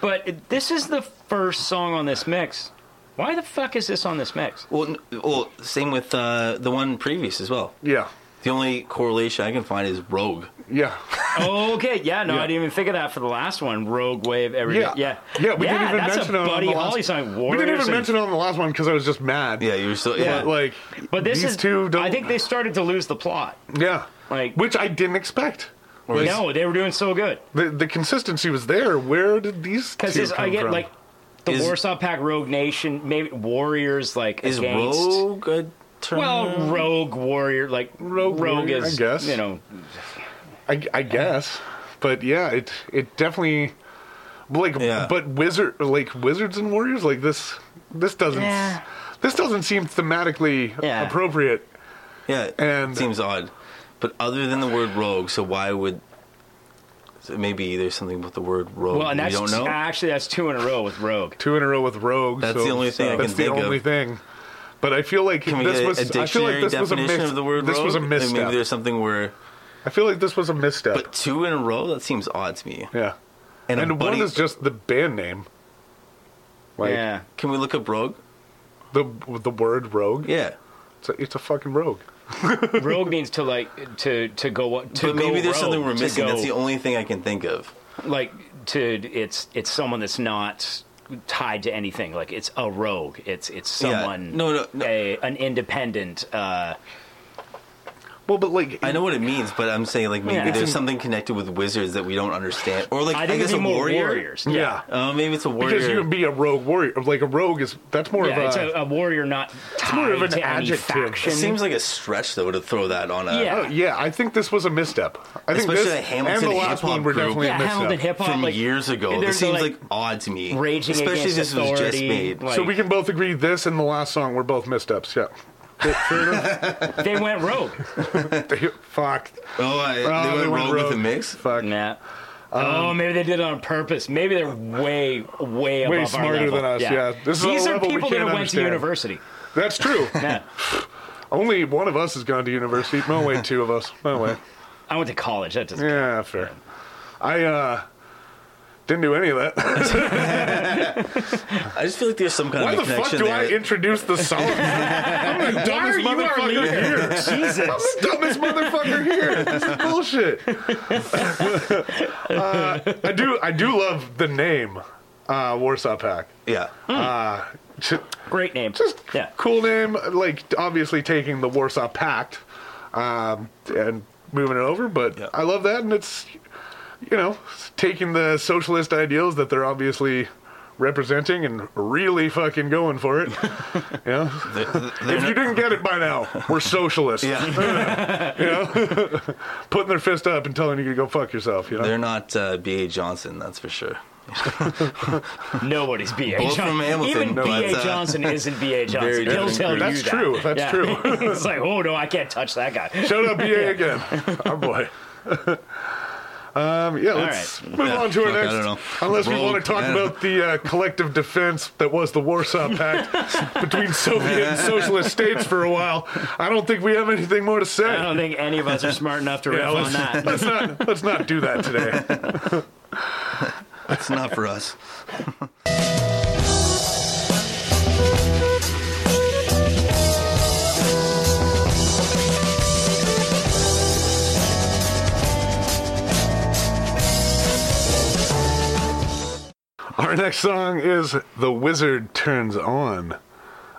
S6: But it- this is the first song on this mix. Why the fuck is this on this mix?
S3: Well, n- well, same with uh, the one previous as well.
S2: Yeah,
S3: The only correlation I can find is Rogue.
S2: yeah,
S6: okay, yeah, no,
S2: Yeah.
S6: I didn't even think of that for the last one. Rogue Wave, every
S2: yeah,
S6: yeah,
S2: yeah. We didn't even
S6: that's
S2: mention
S6: a
S2: it on
S6: Buddy
S2: the
S6: Holly
S2: last.
S6: song.
S2: we
S6: Warriors
S2: didn't even
S6: and-
S2: mention it on the last one because I was just mad.
S3: Yeah, you were still. Yeah.
S2: But like,
S6: But this
S2: these
S6: is,
S2: two don't.
S6: I think they started to lose the plot.
S2: yeah,
S6: like-
S2: which I didn't expect. Like,
S6: No, they were doing so good
S2: the the consistency was there. Where did these two
S6: because
S2: come
S6: I get
S2: from?
S6: like the
S3: Is-
S6: Warsaw Pact, Rogue Nation, maybe Warriors, like
S3: is
S6: against.
S3: Rogue uh, a term?
S6: Well, Rogue Warrior, like Rogue, Rogue
S2: Warrior, I
S6: is,
S2: guess.
S6: you know,
S2: I, I guess, but yeah, it it definitely like
S3: Yeah.
S2: but wizard like wizards and warriors like this this doesn't
S6: Yeah.
S2: this doesn't seem thematically
S6: Yeah.
S2: appropriate.
S3: yeah.
S2: and-
S3: seems odd. But other than the word Rogue, so why would. so Maybe there's something with the word rogue.
S6: well, and that's
S3: we don't know.
S6: actually that's two in a row with Rogue.
S2: Two in a row with rogue.
S3: That's
S2: so
S3: the only thing I
S2: That's
S3: can
S2: the
S3: think of.
S2: only thing. But I feel like
S3: Can we
S2: this
S3: get
S2: was
S3: a
S2: I feel
S3: dictionary
S2: like this was a
S3: definition
S2: mis-
S3: of the word
S2: this
S3: rogue?
S2: was a
S3: Like,
S2: misstep.
S3: Maybe there's something where,
S2: I feel like this was a misstep.
S3: but two in a row that seems odd to me.
S2: yeah,
S3: And, a
S2: and
S3: buddy,
S2: one is just the band name. Like
S6: yeah,
S3: Can we look up rogue?
S2: the the word rogue.
S3: Yeah.
S2: It's a, it's a fucking rogue.
S6: Rogue means to like to to go to
S3: But maybe
S6: go
S3: there's
S6: rogue,
S3: something we're
S6: to
S3: missing. That's the
S6: go-
S3: only thing I can think of.
S6: like to it's it's someone that's not tied to anything like it's a rogue it's it's
S3: Yeah.
S6: someone
S3: No, no, no.
S6: A, an independent uh
S2: Well, but like
S3: I know what it means, but I'm saying like maybe
S6: Yeah.
S3: there's something connected with wizards that we don't understand, or like I,
S6: i think
S3: guess
S6: it's
S3: a
S6: more
S3: warrior.
S6: warriors
S2: yeah.
S3: Uh, maybe it's a warrior.
S2: Because you can be a rogue warrior. Like a rogue is that's more
S6: yeah,
S2: of
S6: it's
S2: a,
S6: a, a warrior not tied
S2: more of an
S6: to any
S2: adjective.
S6: faction
S3: it seems like a stretch though to throw that on a
S6: Yeah.
S2: Oh, yeah, I think this was a misstep. I think
S3: Especially
S2: this
S3: a Hamilton
S2: and the last
S3: hip-hop
S2: one were
S3: group.
S2: definitely
S6: yeah,
S2: a misstep.
S6: Hamilton hip hop
S3: from
S6: like
S3: years ago. This
S6: there's a,
S3: seems
S6: like,
S3: like, odd to me,
S6: raging
S3: especially
S6: against
S3: this was
S6: authority.
S3: just made.
S6: Like,
S2: so we can both agree this and the last song were both missteps. Yeah. Fair enough.
S6: they went rogue
S2: Fuck.
S3: oh, I,
S2: Oh,
S3: they went rogue with the mix.
S2: Fuck.
S6: nah oh, maybe they did it on purpose. Maybe they're way, way,
S2: Um, Way
S6: above our
S2: smarter
S6: level.
S2: than us, yeah. This is
S6: These
S2: a
S6: are
S2: level we
S6: people that
S2: can't
S6: went
S2: understand.
S6: to university.
S2: That's true.
S6: Yeah.
S2: Only one of us has gone to university. No way, two of us. No way.
S6: I went to college. That doesn't.
S2: Yeah, fair. I uh didn't do any of that.
S3: I just feel like there's some kind
S2: Why
S3: of a
S2: the fuck
S3: connection
S2: do I
S3: there.
S2: introduce the song? I'm the dumbest
S6: are you our
S2: motherfucker
S6: leader?
S2: here.
S6: Jesus.
S2: I'm the dumbest motherfucker here. This is bullshit. uh, I do I do love the name uh, Warsaw Pack.
S3: Yeah.
S2: Uh, ju-
S6: Great name.
S2: Just
S6: yeah.
S2: cool name. Like obviously taking the Warsaw Pact um, and moving it over, but I love that, and it's you know taking the socialist ideals that they're obviously representing and really fucking going for it. yeah. If you didn't get it by now, we're socialists. you know? Putting their fist up and telling you to go fuck yourself, you know?
S3: They're not uh, B.A. Johnson, that's for sure.
S6: Nobody's B.A.
S3: Both from Hamilton,
S6: Even
S3: but,
S6: B.A.
S3: uh,
S6: Johnson isn't B.A.
S3: very
S6: Johnson. He'll
S3: different
S6: tell
S3: group.
S6: you
S2: That's
S6: that.
S2: true. That's true.
S6: it's like, oh no, I can't touch that guy.
S2: Shout out BA again. Oh boy. Um, yeah, let's
S6: right.
S2: move
S3: Yeah,
S2: on to our
S3: fuck, I
S2: next.
S3: don't know.
S2: Unless we
S3: Rogue,
S2: want to talk
S3: yeah.
S2: about the uh, collective defense that was the Warsaw Pact between Soviet and socialist states for a while, I don't think we have anything more to say.
S6: I don't think any of us are smart enough to riff
S2: Yeah,
S6: on
S2: let's,
S6: that.
S2: let's not let's not do that today.
S3: That's not for us.
S2: Our next song is The Wizard Turns On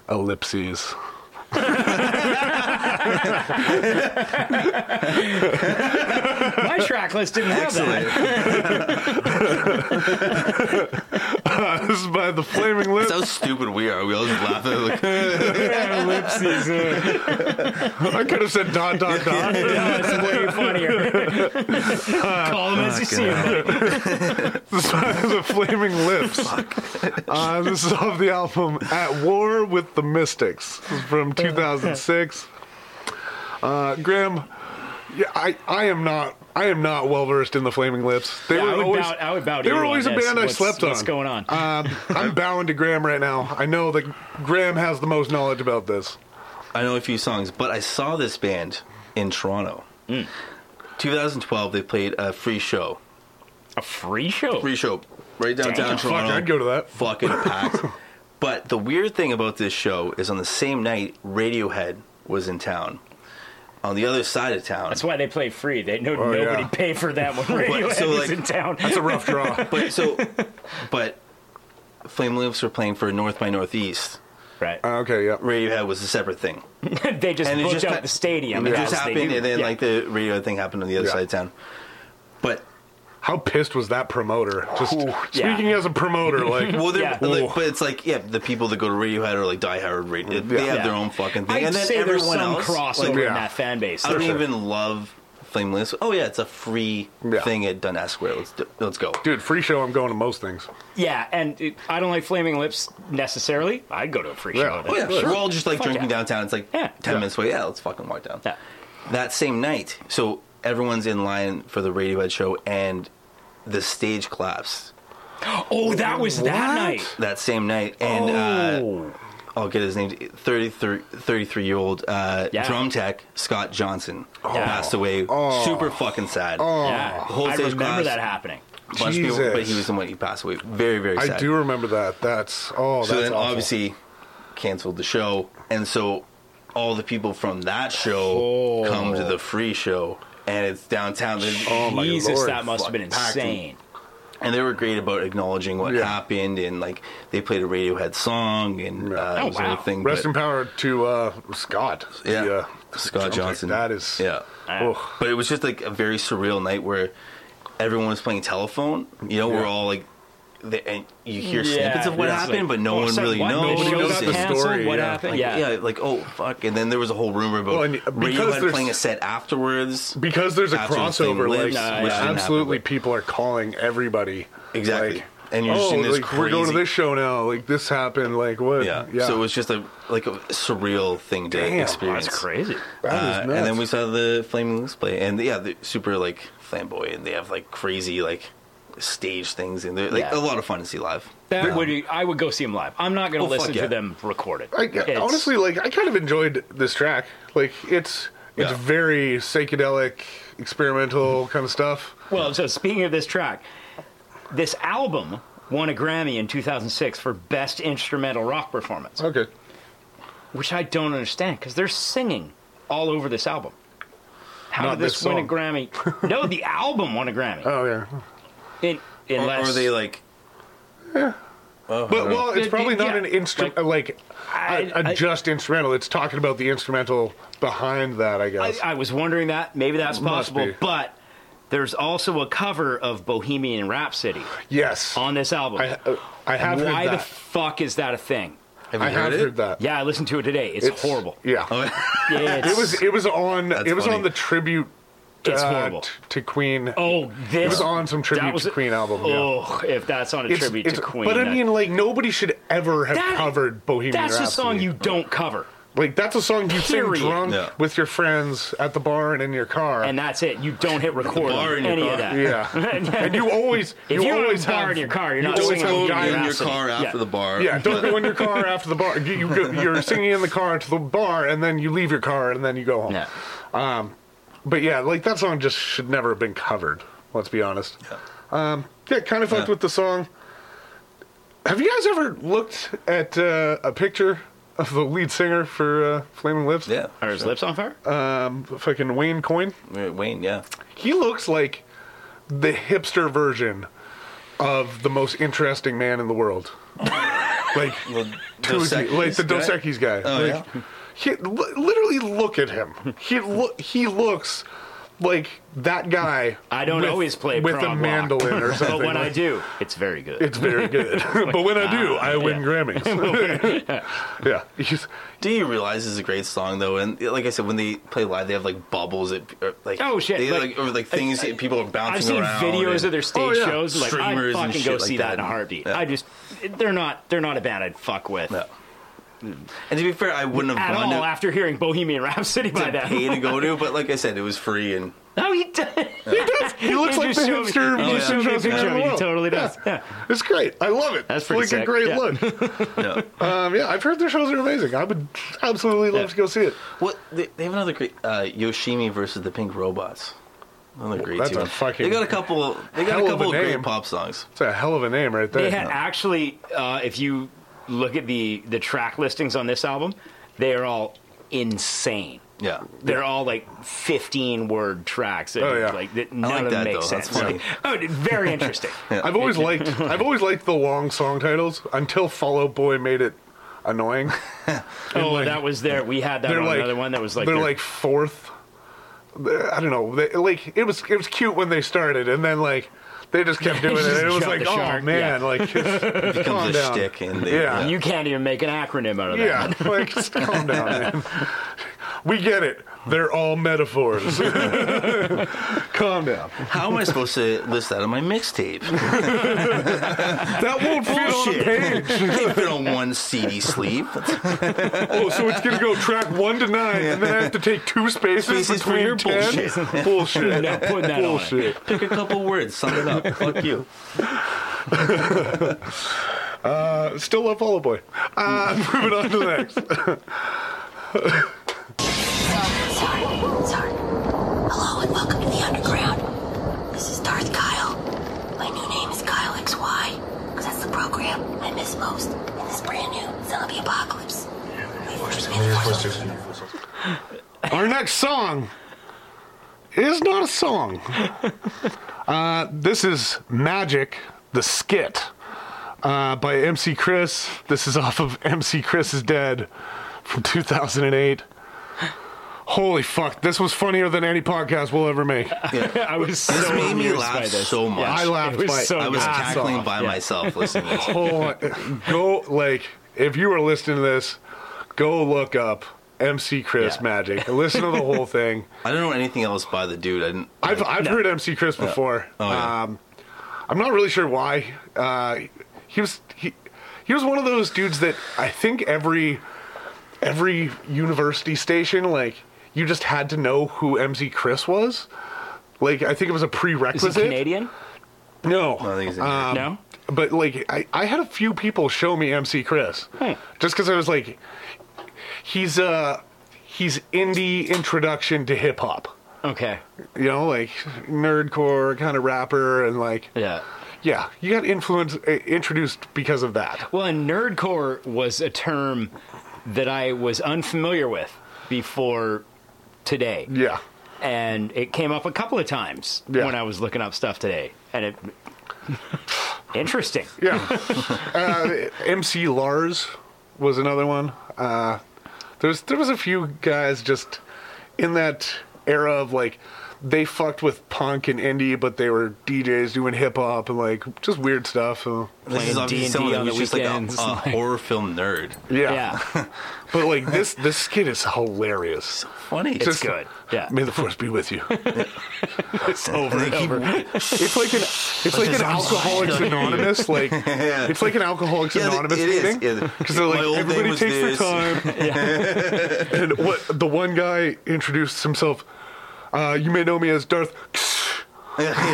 S2: Ellipses.
S6: My track list didn't have that.
S2: this is by The Flaming Lips.
S3: That's how stupid we are. We all just laugh at it like,
S2: I could have said dot dot dot.
S6: No, it's way funnier. Call him as you
S3: Oh,
S6: see him.
S2: This is by The Flaming Lips. Uh, this is off the album At War with the Mystics. This is
S6: Uh,
S2: from 2006. Uh, Graham, yeah, I, I am not I am not well versed in the Flaming Lips. They
S6: Yeah,
S2: were
S6: I would
S2: always
S6: bow- I would bow to
S2: they
S6: you
S2: were
S6: on
S2: always a
S6: this.
S2: band I
S6: What's-
S2: slept on.
S6: what's going on?
S2: Um, I'm bowing to Graham right now. I know that Graham has the most knowledge about this.
S3: I know a few songs, but I saw this band in Toronto. 2012, they played a free show.
S6: A free show.
S3: Free show right downtown
S6: Damn.
S3: Toronto.
S2: Fuck, I'd go to that.
S3: Fucking packed. but the weird thing about this show is on the same night, Radiohead was in town. On the other side of town.
S6: That's why they play free. They know
S2: yeah.
S6: nobody paid for that when Radiohead
S3: Oh, so,
S6: was
S3: like,
S6: in town.
S2: That's a rough draw.
S3: But so, but Flame Lips were playing for North by Northeast.
S6: right.
S2: Uh, okay, yeah.
S3: Radiohead was a separate thing.
S6: they just
S3: it
S6: booked
S3: just
S6: out
S3: kin-
S6: the stadium.
S3: It
S6: as
S3: just
S6: they
S3: happened,
S6: do.
S3: and then
S6: Yeah.
S3: like the radio thing happened on the other
S2: Yeah.
S3: side of town. But
S2: How pissed was that promoter? Just
S6: yeah.
S2: speaking as a promoter, like
S3: well, they're
S6: Yeah.
S3: like, but it's like yeah, the people that go to Radiohead are like diehard radio. They have
S6: Yeah.
S3: their own fucking thing,
S6: I'd
S3: and then
S6: say there's
S3: everyone
S6: some
S3: else.
S6: crossover
S3: like,
S2: yeah.
S6: in that fan base.
S3: I don't
S6: Sure.
S3: even love Flame Lips. Oh yeah, it's a free
S2: Yeah.
S3: thing at Dundas Square. Let's do, let's go.
S2: dude, free show. I'm going to most things.
S6: Yeah, and it, I don't like Flaming Lips necessarily. I'd go to a free
S2: Yeah.
S6: show.
S3: Oh yeah,
S2: Sure.
S3: we're all just like
S6: Fuck
S3: drinking
S6: yeah.
S3: downtown. It's like
S6: Yeah.
S3: ten
S6: Yeah.
S3: minutes away. Yeah, let's fucking walk down.
S6: Yeah.
S3: That same night, so everyone's in line for the Radiohead show, and the stage collapsed
S6: Oh, that was that night.
S3: that same night. And
S6: Oh.
S3: uh, I'll get his name. 33 year old uh,
S6: Yeah. Oh.
S3: drum tech Scott Johnson
S6: Yeah.
S3: passed away. Super fucking sad.
S6: yeah.
S3: whole
S6: I
S3: stage
S6: remember
S3: collapse.
S6: that happening.
S3: Bunch of people-
S2: Jesus.
S3: but he was the one he passed away. Very very. sad.
S2: I do remember that. That's oh, that's
S3: so then
S2: awful.
S3: obviously canceled the show and so all the people from that show come to the
S2: Oh.
S3: free show and it's downtown There's-
S6: Jesus,
S2: lord,
S6: that must have been
S3: Oh fuck, packed.
S6: insane.
S3: and they were great about acknowledging what
S2: Yeah.
S3: happened and like they played a radiohead song and uh,
S6: Oh,
S3: it was
S6: wow.
S3: everything
S2: Rest
S3: but-
S2: in power to uh, Scott. The,
S3: yeah
S2: uh,
S3: scott
S2: drumstick.
S3: johnson
S2: That is.
S3: yeah
S2: oh,
S3: but it was just like a very surreal night where everyone was playing telephone you know we're
S2: Yeah.
S3: all like the, and you hear
S6: Yeah,
S3: snippets of what
S6: it's
S3: happened but
S6: like,
S3: no
S6: oh,
S3: one
S6: so
S3: really
S6: what?
S3: knows
S6: Nobody
S2: Nobody knows
S6: knows
S2: the
S3: it.
S6: the
S2: story,
S6: story. What
S2: yeah.
S6: happened?
S3: Like,
S6: yeah.
S3: yeah. like oh fuck, and then there was a whole rumor about
S2: Well, and, uh, because
S3: Radiohead
S2: there's-
S3: playing a set afterwards.
S2: because there's a
S3: After the thing
S2: crossover, like
S3: lives,
S6: Nah,
S3: which
S6: yeah.
S3: didn't
S2: absolutely,
S3: happen,
S2: people are calling everybody.
S3: but- exactly.
S2: Like,
S3: and you're just
S2: oh,
S3: in this
S2: like
S3: crazy.
S2: we're going to this show now. Like this happened. Like what?
S3: yeah. so it was just a like a surreal thing to
S2: Damn,
S3: experience.
S6: That's crazy.
S2: That is
S3: Uh,
S2: nuts.
S3: and then we saw the Flaming Lips play, and yeah, they're super like flamboyant. They have like crazy like stage things, and they're like
S6: Yeah.
S3: a lot of fun to see live.
S6: That would be, I would go see him live. I'm not going
S3: Oh,
S6: to
S3: fuck
S6: listen
S3: yeah.
S6: to them record it.
S2: I,
S6: It's-
S2: honestly, like I kind of enjoyed this track. Like it's it's
S3: Yeah.
S2: very psychedelic, experimental kind of stuff.
S6: Well, so speaking of this track, this album won a Grammy in 2006 for Best Instrumental Rock Performance,
S2: Okay.
S6: which I don't understand because they're singing all over this album. How
S2: Not
S6: did this,
S2: this
S6: win a
S2: song.
S6: Grammy? no, the album won a Grammy.
S2: Oh yeah.
S6: In, unless
S3: or, or they like. Oh, I
S2: But
S3: don't know.
S2: well, it's
S6: It-
S2: probably
S6: it-
S2: not
S6: yeah.
S2: an instrument like, a a
S6: I-
S2: just instrumental. It's talking about the instrumental behind that, I
S6: I,
S2: guess.
S6: I was wondering that. Maybe that's
S2: Must
S6: possible.
S2: be.
S6: But there's also a cover of Bohemian Rhapsody
S2: yes,
S6: on this album.
S2: I uh, I have
S6: And
S2: heard
S6: why
S2: that.
S6: the fuck is that a thing?
S3: Have you
S2: I have
S3: heard it? Oh,
S2: heard that.
S6: Yeah, I listened to it today. It's,
S2: It's-
S6: horrible. Oh,
S2: Yeah,
S6: It's,
S2: it was it was on
S3: That's
S2: it was
S3: funny.
S2: on the tribute.
S6: It's
S2: uh,
S6: horrible.
S2: t- to Queen.
S6: Oh, this
S2: it was on some tribute to Queen album. yeah.
S6: Oh, if that's on a
S2: It's-
S6: tribute
S2: it's-
S6: to Queen.
S2: But I
S6: that-
S2: mean, like nobody should ever have
S6: That-
S2: covered Bohemian
S6: that's
S2: Rhapsody.
S6: a song you don't cover,
S2: like. That's a song you sing
S6: Period.
S2: drunk
S3: Yeah.
S2: with your friends at the bar and in your car.
S6: and that's it. You don't hit record
S3: bar
S6: on
S3: in your
S6: any of
S3: car.
S6: that.
S2: yeah, and you always
S6: If
S2: you
S6: you're
S2: always
S6: always bar
S2: have
S6: in your car, you're
S2: you
S6: not
S2: always
S6: singing
S2: have
S3: Don't
S6: Bohemian
S3: go
S2: guy
S3: in your
S6: Rhapsody.
S3: car after
S6: Yeah.
S3: the bar.
S2: Yeah, don't go in your car after the bar. You, you go, you're singing in the car to the bar, and then you leave your car, and then you go home.
S6: Yeah.
S2: Um, but yeah, like that song just should never have been covered. Let's be honest. Yeah. Um, yeah, kind of fucked
S3: Yeah.
S2: with the song. Have you guys ever looked at uh, a picture of the lead singer for uh, Flaming Lips?
S3: Yeah.
S6: Are his lips on fire?
S2: Um, fucking Wayne Coyne.
S3: Wait, Wayne, yeah.
S2: He looks like the hipster version of the most interesting man in the world. like.
S3: Well,
S2: Tuzi, like the Dos
S3: right?
S2: Equis guy.
S3: Oh,
S2: Like, he, li- literally look at him. He lo- he looks like that guy.
S6: I don't
S2: with-
S6: always play
S2: with a
S6: prog rock,
S2: mandolin or something.
S6: But when I
S2: like,
S6: do, it's very good.
S2: it's very good. but when I do, I win Grammys. yeah, he's,
S3: Do you realize this is a great song though? And like I said, when they play live, they have like bubbles that or, like
S6: Oh, shit,
S3: they,
S6: like-
S3: like, or like things that people are bouncing
S6: I've seen
S3: around
S6: videos
S3: and-
S6: of their stage
S2: Oh, yeah.
S6: shows. Like
S3: Streamers
S6: I'd
S3: and
S6: fucking
S3: shit
S6: go
S3: like
S6: see
S3: that.
S6: that in a heartbeat.
S3: Yeah.
S6: I just they're not they're not a band I'd fuck with
S3: No. And to be fair, I wouldn't have
S6: at
S3: gone
S6: all
S3: to,
S6: after hearing Bohemian Rhapsody by
S3: to pay
S6: them.
S3: to go to, but like I said, it was free and
S6: No, he does.
S2: he does. He looks
S6: You
S2: like the
S6: just showed me-
S2: hipster.
S6: you
S2: most
S6: showed me a
S2: interesting man in
S6: picture of
S2: the
S6: it. He
S2: world.
S6: totally does. Yeah.
S2: It's great. I love it.
S6: That's pretty
S2: like a
S6: sick.
S2: great
S6: Yeah.
S2: look.
S3: no.
S2: Um, yeah, I've heard their shows are amazing. I would absolutely love to go see it.
S3: What they, they have another great uh, Yoshimi versus the Pink Robots. Another great
S2: that's
S3: tune.
S2: a fucking
S3: they got a couple. They
S2: hell
S3: got
S2: of
S3: a
S2: a
S3: couple of,
S2: name.
S3: great pop songs.
S2: It's a hell of a name right there.
S6: They had actually, uh, if you look at the the track listings on this album, they are all insane.
S3: Yeah.
S6: They're all like 15 word tracks.
S2: Oh, yeah.
S6: Like that none
S3: like
S6: of
S3: that,
S6: them make
S3: though. That's
S6: sense.
S3: funny.
S6: Oh, dude, very interesting.
S2: I've always liked I've always liked the long song titles until Fall Out Boy made it annoying.
S6: Oh, that was there. We had that
S2: They're
S6: on
S2: like
S6: another one that was like
S2: they're
S6: their-
S2: like fourth. They're- I don't know. They, like it was it was cute when they started, and then like they just kept doing it.
S6: just
S2: and it was
S6: jumped
S2: like,
S6: the
S2: oh
S6: shark,
S2: man, like
S3: It
S2: calm
S3: becomes a
S2: down.
S3: shtick and they,
S2: Yeah.
S6: You can't even make an acronym out of that.
S2: yeah, like just calm down, man. We get it. They're all metaphors. calm down.
S3: How am I supposed to list that on my mixtape?
S2: That won't fit on a
S3: Bullshit.
S2: page.
S3: Can't fit on one CD sleeve.
S2: Oh, so it's gonna go track one to nine, and then I have to take two spaces,
S3: Spaces for
S2: between
S3: your
S2: ten.
S3: bullshit.
S2: Bullshit.
S6: Not putting that on it.
S2: bullshit.
S3: Pick a couple words, sum it up. Fuck you.
S2: Uh, still love Hollow Boy. Uh, moving on to the next.
S7: Sorry, sorry. Hello and welcome to the underground. This is Darth Kyle. My new name is Kyle XY, because that's the program I miss most in this brand new zombie apocalypse.
S2: Our next song is not a song. Uh, this is Magic, the skit uh, by MC Chris. This is off of MC Chris is Dead from 2008. Holy fuck, this was funnier than any podcast we'll ever make.
S6: I was so
S3: This made me
S6: amused
S3: laugh
S6: by this.
S3: so much.
S2: I laughed
S6: was
S2: my
S6: so
S3: I was
S2: ass
S3: cackling
S2: off.
S3: by myself listening. to this.
S2: Oh, go like if you are listening to this, go look up MC Chris
S6: Yeah.
S2: Magic. Listen to the whole thing.
S3: I don't know anything else by the dude. I didn't.
S2: I've I've heard MC Chris before.
S3: Oh, yeah.
S2: um, I'm not really sure why. Uh, he was he he was one of those dudes that I think every every university station like you just had to know who MC Chris was. Like I think it was a
S6: Is he
S2: prerequisite.
S6: Canadian?
S2: No,
S3: I think he's in
S2: uh,
S6: no.
S2: but like I, I had a few people show me MC Chris
S6: Hmm.
S2: just because I was like he's uh he's indie introduction to hip hop
S6: Okay.
S2: you know like nerdcore kind of rapper and like
S6: Yeah.
S2: yeah you got influence uh, introduced because of that
S6: Well, and nerdcore was a term that I was unfamiliar with before today.
S2: Yeah.
S6: And it came up a couple of times
S2: Yeah.
S6: when I was looking up stuff today, and it interesting.
S2: Yeah. uh, MC Lars was another one. Uh, there's there was a few guys just in that era of like they fucked with punk and indie, but they were DJs doing hip hop and like just weird stuff. So.
S3: This is obviously someone who's just like a, a horror film nerd.
S2: Yeah. but like this this kid is hilarious.
S3: funny. It's
S2: Just-
S3: good. Yeah.
S2: May the force be with you. it's over
S3: And
S2: and
S3: they keep-
S2: over. It's like an it's like
S3: Just
S2: an
S3: outside.
S2: Alcoholics Anonymous like
S3: Yeah.
S2: it's like an Alcoholics
S3: Yeah,
S2: Anonymous
S3: it is.
S2: meeting
S3: Yeah.
S2: because they're
S3: My
S2: like
S3: old name
S2: everybody
S3: was
S2: takes
S3: this.
S2: their time. and what the one guy introduced himself. Uh, you may know me as Darth. like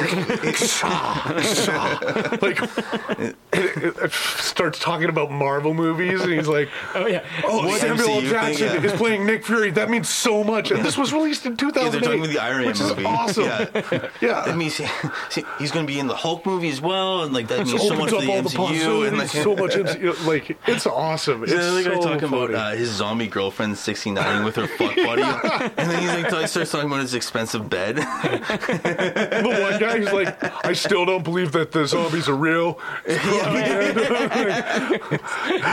S2: it, it- it starts talking about Marvel movies, and he's like,
S11: "Oh yeah,
S2: oh
S3: What
S2: Samuel L.
S3: MCU thing,
S2: Jackson
S3: yeah.
S2: is playing Nick Fury. That means so much." And this was released in
S3: Yeah, they're
S2: 2008,
S3: talking about the Iron Man
S2: which
S3: movie.
S2: is awesome.
S3: Yeah.
S2: Yeah.
S3: That means he- he's going to be in the Hulk movie as well, and like that
S2: It
S3: means so
S2: opens
S3: much to
S2: up
S3: the
S2: all the
S3: MCU. And like,
S2: possibilities, so much E MCU. Like it's awesome. It's
S3: Yeah, the other guy
S2: so
S3: talking
S2: funny.
S3: about uh, his zombie girlfriend 69 with her fuck buddy, and then he's like, t- starts talking about his expensive bed.
S2: the one guy who's like, I still don't believe that the zombies are real.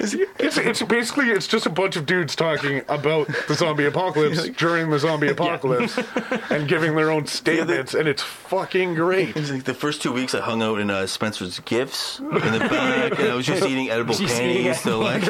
S2: it's, it's basically it's just a bunch of dudes talking about the zombie apocalypse during the zombie apocalypse and giving their own statements, and it's fucking great.
S3: He's like, the first two weeks I hung out in uh, Spencer's gifts in the back, and I was just eating edible
S11: She's eating
S3: panties. So like,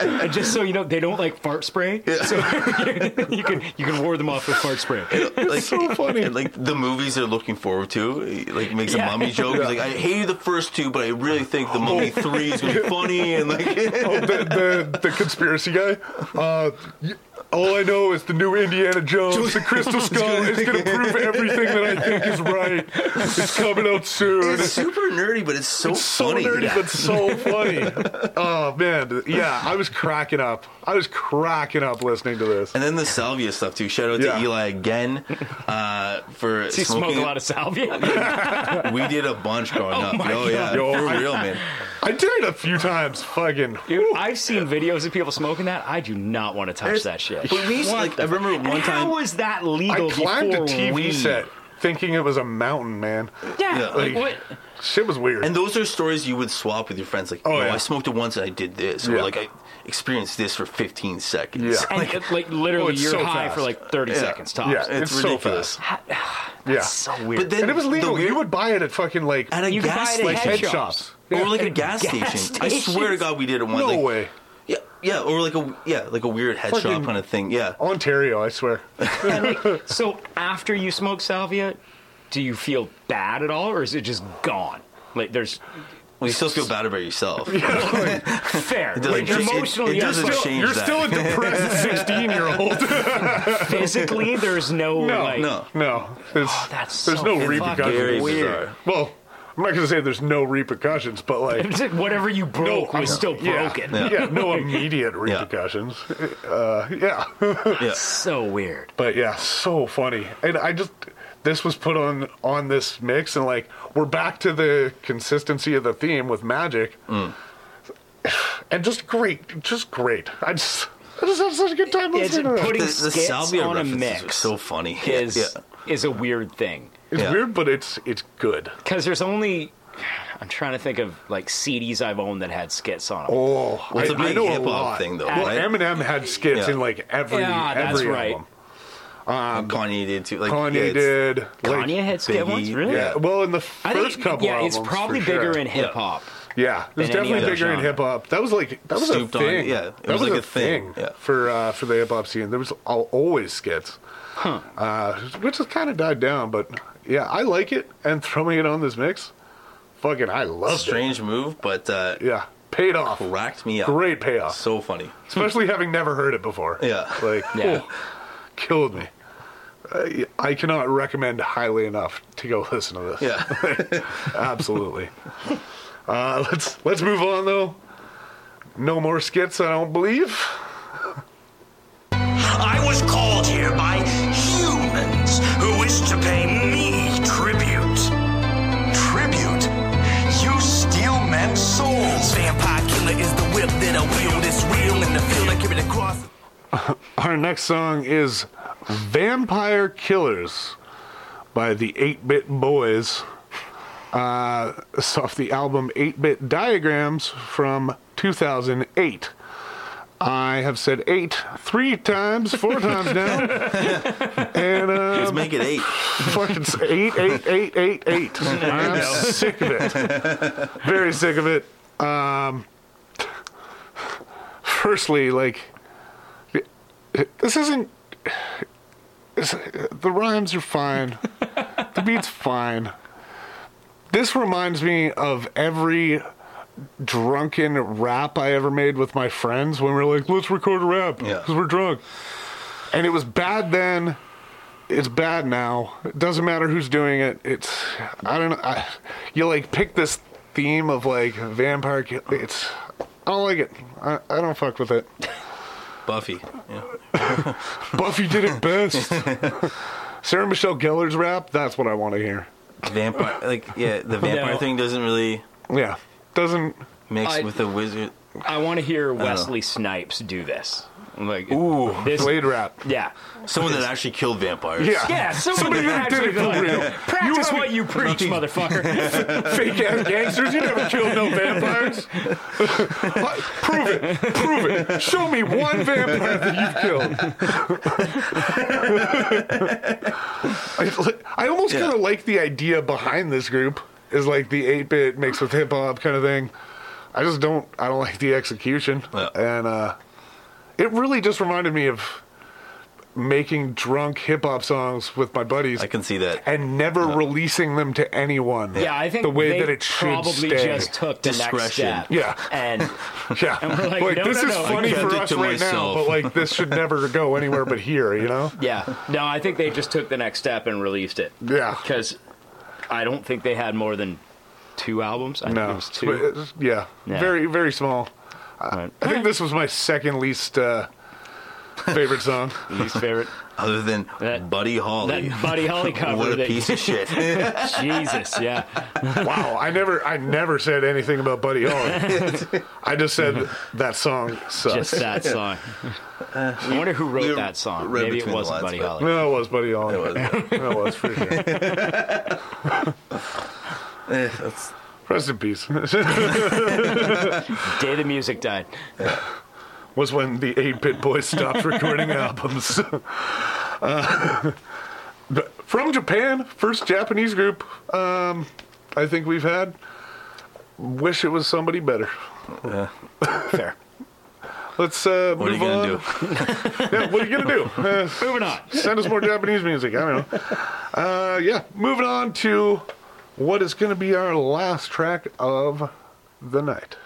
S11: and just so you know, they don't like fart spray, so you can you can ward them off with fart spray.
S3: like
S2: so funny.
S3: And like the movies they're looking forward to, he, like makes
S11: Yeah. Oh.
S3: a mummy joke. He's like, I hated the first two, but I really think the mummy three is gonna be funny. And like,
S2: Oh, the, the the conspiracy guy. Uh, y- all I know is the new Indiana Jones, the Crystal Skull, is going to prove everything that I think is right. It's coming out soon.
S3: it's super nerdy, but it's so
S2: It's so
S3: funny.
S2: nerdy,
S3: Yeah.
S2: but so funny. oh man, yeah, I was cracking up. I was cracking up listening to this.
S3: And then the salvia stuff too. Shout out
S2: Yeah.
S3: to Eli again uh, for
S11: She smoked
S3: smoking.
S11: a lot of salvia.
S3: we did a bunch growing up.
S11: my
S3: oh
S11: God.
S3: yeah,
S2: Yo,
S3: for
S2: I-
S3: real, man.
S2: I did it a few times. Fucking.
S11: Dude, I've seen videos of people smoking that. I do not want to touch
S3: It's-
S11: that shit.
S3: But we used to,
S11: What
S3: like,
S11: the-
S3: I remember
S11: and
S3: one time-
S11: How was that
S2: I
S11: legal
S2: climbed a
S11: before
S2: TV
S11: weed?
S2: set thinking it was a mountain, man.
S11: Yeah,
S3: Yeah,
S11: like,
S2: like-
S11: what?
S2: Shit was weird.
S3: And those are stories you would swap with your friends. Like,
S2: Oh,
S3: oh,
S2: yeah.
S3: I smoked it once and I did this, or
S2: Yeah.
S3: like I experienced this for 15 seconds.
S2: Yeah.
S11: And
S3: Like,
S11: like, like literally,
S2: Oh, it's
S11: you're
S2: so
S11: high for
S2: fast.
S11: like 30 seconds tops.
S2: yeah,
S3: it's
S2: it's,
S3: ridiculous.
S2: so fast. yeah,
S11: It's so weird.
S3: But then
S2: and it was
S3: the
S2: legal.
S3: weird-
S2: you would buy it at fucking like
S3: at a
S11: You could buy
S3: gas
S11: it at
S2: like
S3: station,
S2: head
S11: head
S2: shops.
S3: or like a gas,
S11: gas
S3: station. I swear to
S11: stations.
S3: God, we did it one.
S2: No
S3: like,
S2: way.
S3: Yeah, yeah, or like a yeah, like a weird head shop
S2: Fucking-
S3: kind of thing. Yeah.
S2: Ontario, I swear.
S6: So after you smoke salvia, do you feel bad at all, or is it just gone? Like there's
S3: Well, you still feel bad about yourself.
S6: fair,
S3: It doesn't
S6: like
S3: change- it-
S6: emotionally,
S3: it doesn't
S6: you're
S3: change.
S2: You're
S3: that.
S2: still a depressed 16 year old.
S6: fine. physically there's no,
S2: No,
S6: like
S3: No.
S2: No, there's,
S6: that's
S2: there's
S6: so
S2: no
S6: fucking
S2: repercussions.
S3: Very bizarre.
S2: Well, I'm not gonna say there's no repercussions, but like,
S6: whatever you broke
S2: I'm-
S6: was still
S2: yeah,
S6: broken.
S2: Yeah, no immediate repercussions. Uh, yeah,
S3: Yeah.
S6: So weird.
S2: but yeah, so funny. And I just this was put on on this mix, and like we're back to the consistency of the theme with magic, and just great, just great. I just I just had such a good time
S6: It's
S2: listening to that.
S6: putting
S3: The, the
S6: skits
S3: salvia
S6: on a
S3: references were
S6: mix
S3: so funny.
S6: is
S3: Yeah.
S6: is a weird thing
S2: It's
S3: yeah.
S2: weird, but it's it's good.
S6: because there's only I'm trying to think of like CDs I've owned that had skits on them.
S2: Oh,
S3: Well, it's
S2: I,
S3: a
S2: I
S3: big
S2: know a
S3: hip-hop
S2: lot.
S3: thing, though,
S2: Well,
S3: right?
S2: Eminem had skits
S3: Yeah.
S2: in like every
S6: Yeah, that's
S2: every
S6: right.
S2: album.
S3: And Kanye did too. Like
S2: Kanye
S3: yeah, it's-
S2: did. like,
S6: Kanye had skit
S3: Biggie,
S6: ones, really?
S2: Yeah. Well, in the first
S6: I think-
S2: couple.
S6: yeah, it's
S2: albums,
S6: probably
S2: for
S6: bigger
S2: sure.
S6: in hip hop.
S2: Yeah, it was
S6: than any
S2: definitely
S6: other
S2: bigger in
S6: genre.
S2: hip hop. That was like that was
S3: Stooped
S2: a
S3: on-
S2: thing.
S3: yeah, it
S2: that
S3: was like a thing, yeah.
S2: for uh, for the hip hop scene. There was al- always skits, huh? Uh, which has kind of died down, but yeah, I like it. And throwing it on this mix, fucking, I love it.
S3: strange move, but uh,
S2: Yeah, paid off.
S3: racked me up.
S2: Great payoff.
S3: So funny.
S2: especially having never heard it before.
S3: Yeah.
S2: like
S6: Yeah.
S2: oh, killed me. I, I cannot recommend highly enough to go listen to this.
S3: Yeah.
S2: absolutely. Uh, let's let's move on though. No more skits, I don't believe.
S12: I was called here by humans who wish to pay me tribute. Tribute? You steal men's souls. Vampire killer is the whip that I wield. It's real and the feel I carry across.
S2: Our next song is Vampire Killers by the 8 Bit Boys. Uh, it's off the album 8 Bit Diagrams from 2008. I have said eight three times, four times now. And, uh,
S3: Let's make it eight.
S2: Fucking s- eight, eight, eight, eight, eight. I'm sick of it. Very sick of it. Um, firstly, like, this isn't. It's, the rhymes are fine. the beat's fine. This reminds me of every drunken rap I ever made with my friends when we were like, let's record a rap
S3: Yeah.
S2: because we're drunk. And it was bad then. It's bad now. It doesn't matter who's doing it. It's I don't know. I, you like pick this theme of like vampire. Kill, it's I don't like it. I, I don't fuck with it.
S3: Buffy. Yeah.
S2: Buffy did it best. Sarah Michelle Gellar's rap. That's what I want to hear.
S3: Vampire. Like yeah, the vampire
S2: No.
S3: thing doesn't really
S2: Yeah, doesn't
S3: mix
S6: I-
S3: with the wizard.
S6: I want to hear
S2: Uh-huh.
S3: know.
S6: Wesley Snipes do this. Like,
S3: Ooh,
S6: this,
S2: Blade rap.
S6: yeah,
S3: Someone that actually killed vampires.
S6: Yeah. Yeah, somebody that actually
S2: for
S6: did it.
S2: real.
S6: Practice what you preach, motherfucker.
S2: Fake ass gangsters. You never killed no vampires. prove it. Prove it. Show me one vampire that you've killed. I, I almost kind of like the idea behind this group is like the eight bit mixed with hip hop kind of thing. I just don't. I don't like the execution, and uh, it really just reminded me of making drunk hip hop songs with my buddies. I
S3: can see that.
S2: And never releasing them to anyone.
S6: Yeah, I think
S2: the way
S6: they
S2: that it should
S6: probably
S2: stay.
S6: just took the next
S2: Discretion.
S6: step.
S2: Yeah.
S6: and
S2: Yeah.
S6: and we're like, no,
S2: this
S6: no,
S2: is
S6: no.
S2: funny
S6: I kept
S2: for
S6: it
S2: us
S6: to
S2: right
S6: myself.
S2: now, but like this should never go anywhere but here, you know?
S6: yeah, no, I think they just took the next step and released it.
S2: Yeah.
S6: because I don't think they had more than two albums. I think it
S2: No.
S6: was
S2: But
S6: two.
S2: it's- Yeah.
S6: Yeah.
S2: Very, very small. I- I think this was my second least uh, favorite song.
S6: least favorite.
S3: Other than Buddy Holly.
S6: that Buddy Holly cover
S3: What a
S6: that-
S3: piece of shit.
S6: Jesus, yeah.
S2: Wow, I never, I never said anything about Buddy Holly. I just said that song sucks.
S6: Just that song. I wonder who wrote
S2: Uh, we
S6: that song.
S2: read
S6: Maybe it
S2: between the
S6: wasn't
S2: lines,
S6: Buddy
S2: but-
S6: Holly.
S2: No, it was Buddy Holly. It was, for sure. Rest in peace.
S6: Day the music died.
S2: was when the 8 Bit Boys stopped recording albums. Uh, but from Japan, first Japanese group um, I think we've had. Wish it was somebody better.
S6: Fair.
S2: Let's uh,
S3: What are you
S2: move
S3: gonna
S2: on.
S3: do?
S2: yeah, what are you gonna do? Uh, moving on. Send us more Japanese music. I don't know. Uh, yeah, moving on to what is gonna be our last track of the night.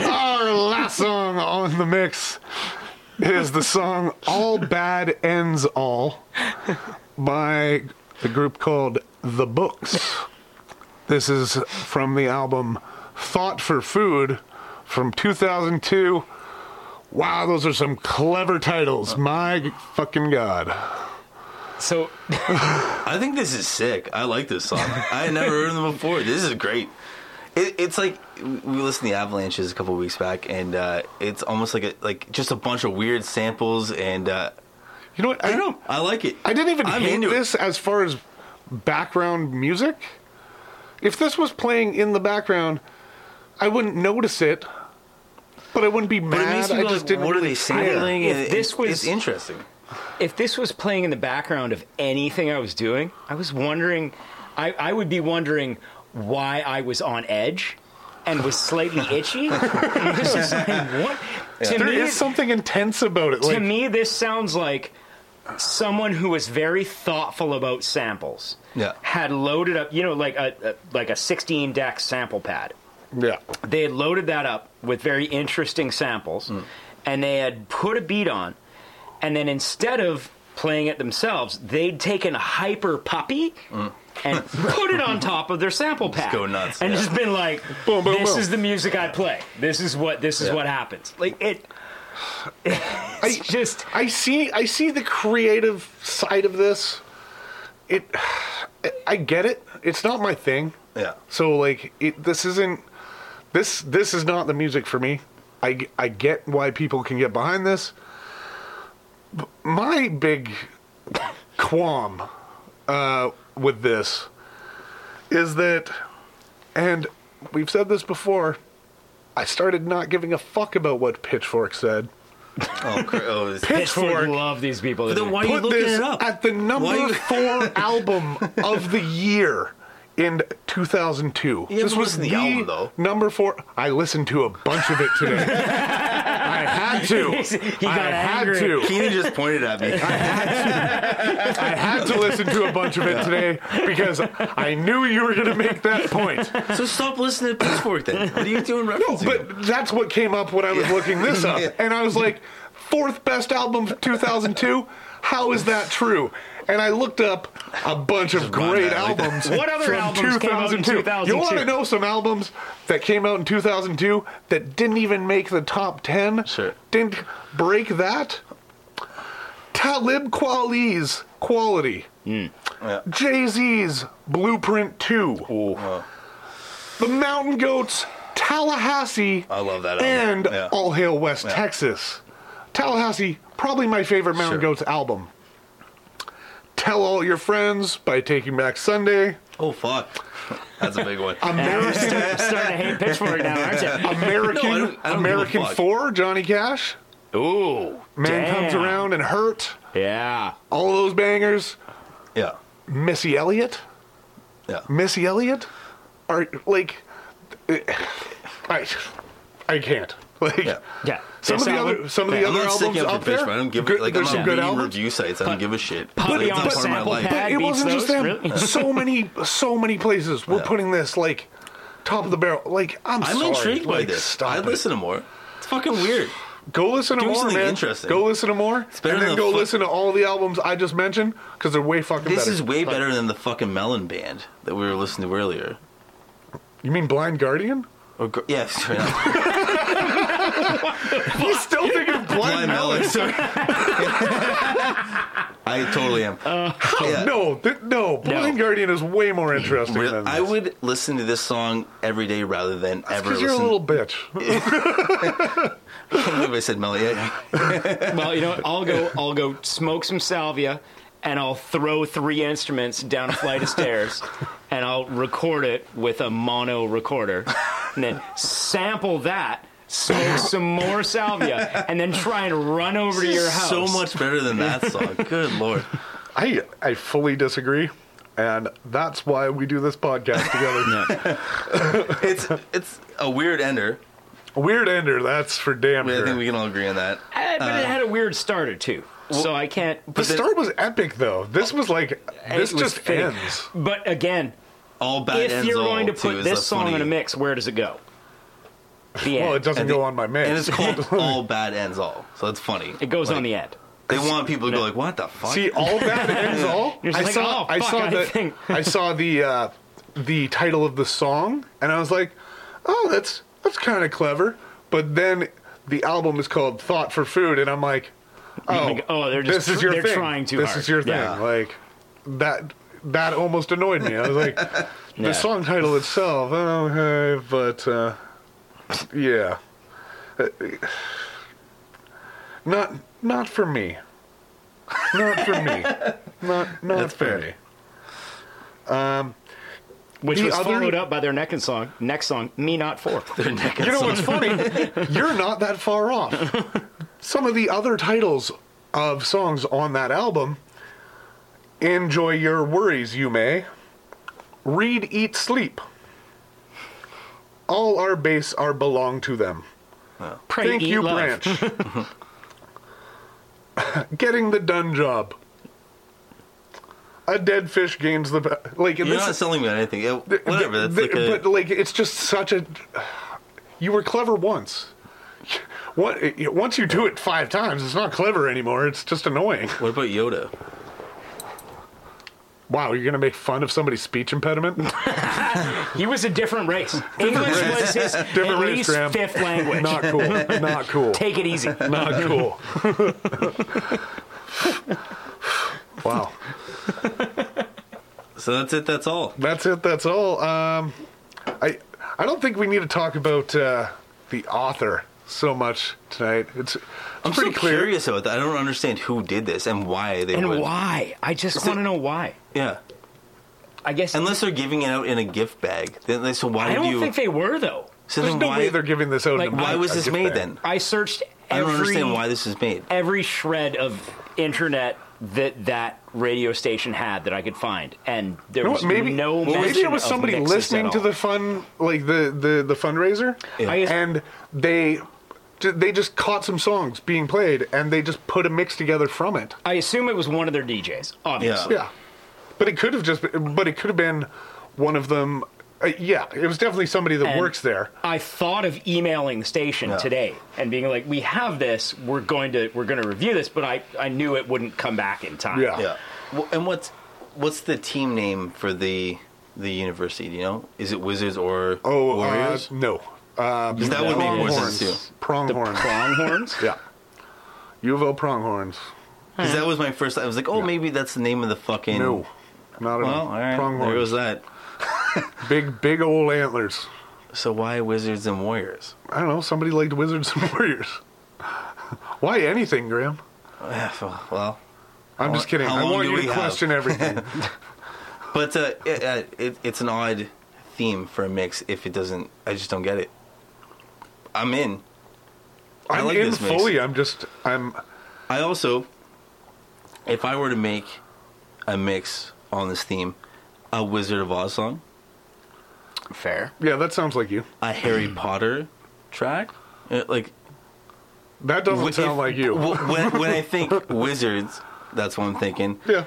S2: Our last song on the mix is the song All Bad Ends All by the group called The Books. This is from the album Thought for Food from 2002. Wow, those are some clever titles. My fucking god.
S6: So
S3: I think this is sick. I like this song. I had never heard them before. This is great. It, it's like we listened to the Avalanches a couple weeks back, and uh, it's almost like a like just a bunch of weird samples. And uh,
S2: you know what?
S3: I, don't know. I like it.
S2: I didn't even
S3: I'm
S2: hate
S3: into it.
S2: this as far as background music. If this was playing in the background, I wouldn't notice it, but I wouldn't be
S3: But it
S2: mad.
S3: makes me
S2: I
S3: go
S2: just
S3: like,
S2: didn't.
S3: what are
S2: really
S3: they
S2: care.
S3: sampling?
S6: If
S3: And
S6: this
S3: it's-
S6: was-
S3: it's interesting.
S6: if this was playing in the background of anything I was doing, I was wondering, I, I would be wondering why I was on edge and was slightly itchy. And this is like, what? To
S2: There
S6: me,
S2: is something intense about it.
S6: to
S2: Like,
S6: me, this sounds like someone who was very thoughtful about samples.
S3: Yeah.
S6: Had loaded up, you know, like a, a like a 16 deck sample pad.
S2: yeah.
S6: they had loaded that up with very interesting samples
S3: Hmm.
S6: and they had put a beat on and then instead of playing it themselves they'd taken hyper puppy and put it on top of their sample pack
S3: Hmm. go nuts,
S6: and
S3: yeah.
S6: just been like
S2: boom,
S6: this
S2: boom.
S6: is the music i play this is what this is
S3: Yeah.
S6: what happens like it
S2: I just I see I see the creative side of this. It I get it. It's not my thing.
S3: Yeah.
S2: So like it, this isn't this this is not the music for me. I g- I get why people can get behind this. B- My big qualm uh, with this is that, and we've said this before. I started not giving a fuck about what Pitchfork said.
S3: Oh, cr- oh it's
S2: Pitchfork
S6: love these people.
S3: But then
S6: didn't
S3: why
S6: they?
S3: you
S2: put
S3: looking
S2: this
S3: it up?
S2: at the number
S3: Why you-
S2: four album of the year in 2002.
S3: You haven't
S2: this was
S3: listened to the album, though.
S2: number four. I listened to a bunch of it today. I had to.
S3: He
S2: I had to.
S3: Keenan just pointed at me.
S2: I had to listen to a bunch of it today because I knew you were going to make that point.
S3: so stop listening to Pitchfork then. What are you doing referencing? it?
S2: But that's what came up when I was looking this up. And I was like, fourth best album of 2002? How is that true? And I looked up a bunch of
S3: run
S2: great
S3: that like that.
S2: albums.
S6: What other
S2: from
S6: albums came out in 2002?
S2: You want to know some albums that came out in 2002 that didn't even make the top 10?
S3: Sure.
S2: Didn't break that? Talib Kweli's Quality.
S3: Yeah.
S2: Jay Z's Blueprint 2.
S3: Wow.
S2: The Mountain Goats, Tallahassee,
S3: I love that album.
S2: and
S3: Yeah.
S2: All Hail West
S3: Yeah.
S2: Texas. Tallahassee, probably my favorite Mountain
S3: Sure.
S2: Goats album. Tell All Your Friends by Taking Back Sunday.
S3: Oh fuck. That's a big one.
S2: American,
S6: I'm starting to hate Pitchfork now, aren't you?
S2: American,
S3: No, I don't- I don't give a
S2: American
S3: fuck.
S2: 4, Johnny Cash.
S6: Ooh,
S2: Man
S6: damn.
S2: Comes Around and Hurt.
S6: Yeah,
S2: All those bangers.
S3: yeah.
S2: Missy Elliott.
S3: Yeah.
S2: Missy Elliott? Are, like, I, I can't. Like,
S3: Yeah.
S6: yeah.
S2: Some
S6: This
S2: of the
S6: album-
S2: other some of the
S3: I'm
S2: other
S3: not sticking
S2: albums
S3: up
S2: up
S3: for Pitchfork.
S2: there.
S3: I don't give
S2: good,
S3: like I'm
S2: there's some
S3: not
S2: good
S3: reading
S2: albums.
S3: review sites. I don't give a shit.
S6: Poppy
S3: It's not
S6: on the
S3: part of my
S6: sample
S3: life.
S6: pad.
S2: It
S6: beats
S2: wasn't just
S6: those,
S2: them.
S6: really?
S2: So many so many places were
S3: Yeah.
S2: putting this like top of the barrel. Like I'm,
S3: I'm
S2: sorry.
S3: intrigued by
S2: like,
S3: this.
S2: Stop
S3: I
S2: it.
S3: listen to more. It's fucking weird.
S2: Go listen to
S3: Do
S2: more,
S3: something
S2: man.
S3: interesting.
S2: Go listen to more,
S3: better
S2: and then
S3: than
S2: go
S3: the fu-
S2: listen to all the albums I just mentioned because they're way fucking
S3: This
S2: better.
S3: is way better than the fucking Melon Band that we were listening to earlier.
S2: You mean Blind Guardian?
S3: Or, gr- yeah, sorry, not
S2: You still think of
S3: Blind
S2: Blind
S3: Melon.
S2: Melon?
S3: Sorry. I totally am.
S2: Uh,
S3: Yeah.
S2: No, th- no. Blind Guardian is way more interesting.
S3: Re-
S2: than
S3: I
S2: this.
S3: would listen to this song every day rather than ever
S2: because
S3: listen.
S2: you're a little bitch.
S3: I can't believe I said Melon. Yeah.
S6: Well, you know, what? I'll go. I'll go smoke some salvia, and I'll throw three instruments down a flight of stairs, and I'll record it with a mono recorder, and then sample that. Smoke some more salvia, and then try and run over to your house.
S3: So much better than that song. Good lord.
S2: I I fully disagree, and that's why we do this podcast together.
S3: It's it's a weird ender.
S2: Weird ender, that's for damn
S3: I think
S2: sure.
S3: we can all agree on that.
S6: Eh, but it had a weird starter too. so I can't.
S2: uh, the start was epic though. This was like this
S6: It was
S2: just
S6: fake.
S2: ends.
S6: But again,
S3: All
S2: uh,
S3: bad
S6: if
S3: ends
S6: you're
S3: all,
S6: going to
S3: too,
S6: put
S3: is
S6: this
S3: the
S6: song
S3: funny-
S6: in a mix, where does it go? The end.
S2: Well, it doesn't
S3: And
S2: go
S3: the-
S2: on my
S3: And
S2: mix.
S3: it's called All Bad Ends All. So that's funny.
S6: it goes
S3: Like,
S6: on the end.
S3: They want people to go like, what the fuck?
S2: See, all that ends all.
S6: You're just like, oh,
S2: I
S6: fuck,
S2: saw
S6: I
S2: the
S6: think-
S2: I saw the uh, the title of the song, and I was like, oh, that's that's kind of clever. But then the album is called Thought for Food, and I'm like, oh,
S6: like, oh, they're just
S2: this is
S6: tr-
S2: your
S6: they're
S2: thing.
S6: trying too
S2: This
S6: hard.
S2: is your thing.
S3: Yeah.
S2: Like that that almost annoyed me. I was like, the
S6: Yeah.
S2: song title itself, okay, but uh, yeah, Uh, not not for me. Not for me. Not not
S3: That's
S2: for
S3: fair.
S2: me.
S6: Which
S2: The
S6: was
S2: other-
S6: followed up by their next song, next song, Me Not For.
S3: Their neck
S2: You
S3: is
S2: know
S3: so-
S2: what's funny? You're not that far off. Some of the other titles of songs on that album Enjoy Your Worries, You May, Read, Eat, Sleep. All our base are belong to them.
S6: Pray
S2: Thank
S6: eat
S2: you,
S6: love.
S2: Branch. Getting the done job. A dead fish gains the ba- like.
S3: You're
S2: this
S3: not
S2: is-
S3: selling me on anything. Yeah, whatever. That's
S2: the-
S3: like a,
S2: but like it's just such a. You were clever once. What once you do it five times, it's not clever anymore. It's just annoying.
S3: what about Yoda?
S2: Wow, you're gonna make fun of somebody's speech impediment?
S6: he was a different race. English
S2: race.
S6: was his
S2: Different
S6: at
S2: race,
S6: least
S2: Graham.
S6: fifth language.
S2: Not cool. Not cool.
S6: Take it easy.
S2: Not cool. wow.
S3: So that's it. That's all.
S2: That's it. That's all. Um, I I don't think we need to talk about uh, the author so much tonight. It's, it's
S3: I'm
S2: pretty
S3: so
S2: clear.
S3: curious about that. I don't understand who did this and why they
S6: And
S3: would.
S6: why? I just want to know why.
S3: Yeah.
S6: I guess
S3: unless they're giving it out in a gift bag, then they- so why
S6: I
S3: would
S6: don't
S3: you?
S6: think they were though.
S3: so then why
S2: giving this out.
S3: in a- why was this made then?
S6: I searched.
S3: I
S6: Every,
S3: don't understand why this is made.
S6: Every shred of internet that that radio station had that I could find, and there
S2: You know
S6: was
S2: what, maybe
S6: no.
S2: maybe
S6: mention
S2: it was
S6: of
S2: somebody
S6: mixes at
S2: listening to
S6: all.
S2: the fun like the the, the fundraiser,
S6: Yeah. I guess-
S2: and they they just caught some songs being played and they just put a mix together from it.
S6: I assume it was one of their DJs, obviously.
S2: Yeah. But it could have just been, but it could have been one of them. Uh, yeah, it was definitely somebody that
S6: And
S2: works there.
S6: I thought of emailing the station
S2: Yeah.
S6: today and being like, "We have this. We're going to we're going to review this," but I I knew it wouldn't come back in time.
S3: Yeah. Well, and what's what's the team name for the the university? Do you know? Is it Wizards or
S2: Oh,
S3: Warriors?
S2: Uh, no. Uh,
S3: 'Cause that would make more sense, too.
S2: Pronghorns.
S6: pronghorns?
S2: yeah. U of O pronghorns.
S3: Because that was my first. I was like, oh, maybe that's the name of the fucking.
S2: No. Not at
S3: well,
S2: all.
S3: all right. There goes that.
S2: big, big old antlers.
S3: So why Wizards and Warriors?
S2: I don't know. Somebody liked Wizards and Warriors. Why anything, Graham?
S3: Well,
S2: I'm just kidding.
S3: How
S2: I
S3: long
S2: want
S3: do
S2: you
S3: we
S2: to
S3: have?
S2: question everything.
S3: But uh, it, uh, it, it's an odd theme for a mix. If it doesn't, I just don't get it. I'm in. I
S2: I'm
S3: like
S2: in
S3: this mix.
S2: fully. I'm just. I'm.
S3: I also, if I were to make a mix on this theme, a Wizard of Oz song,
S6: fair.
S2: Yeah, that sounds like you.
S3: A Harry Potter track, uh, like
S2: that doesn't sound like you.
S3: When, when I think wizards, that's what I'm thinking.
S2: Yeah.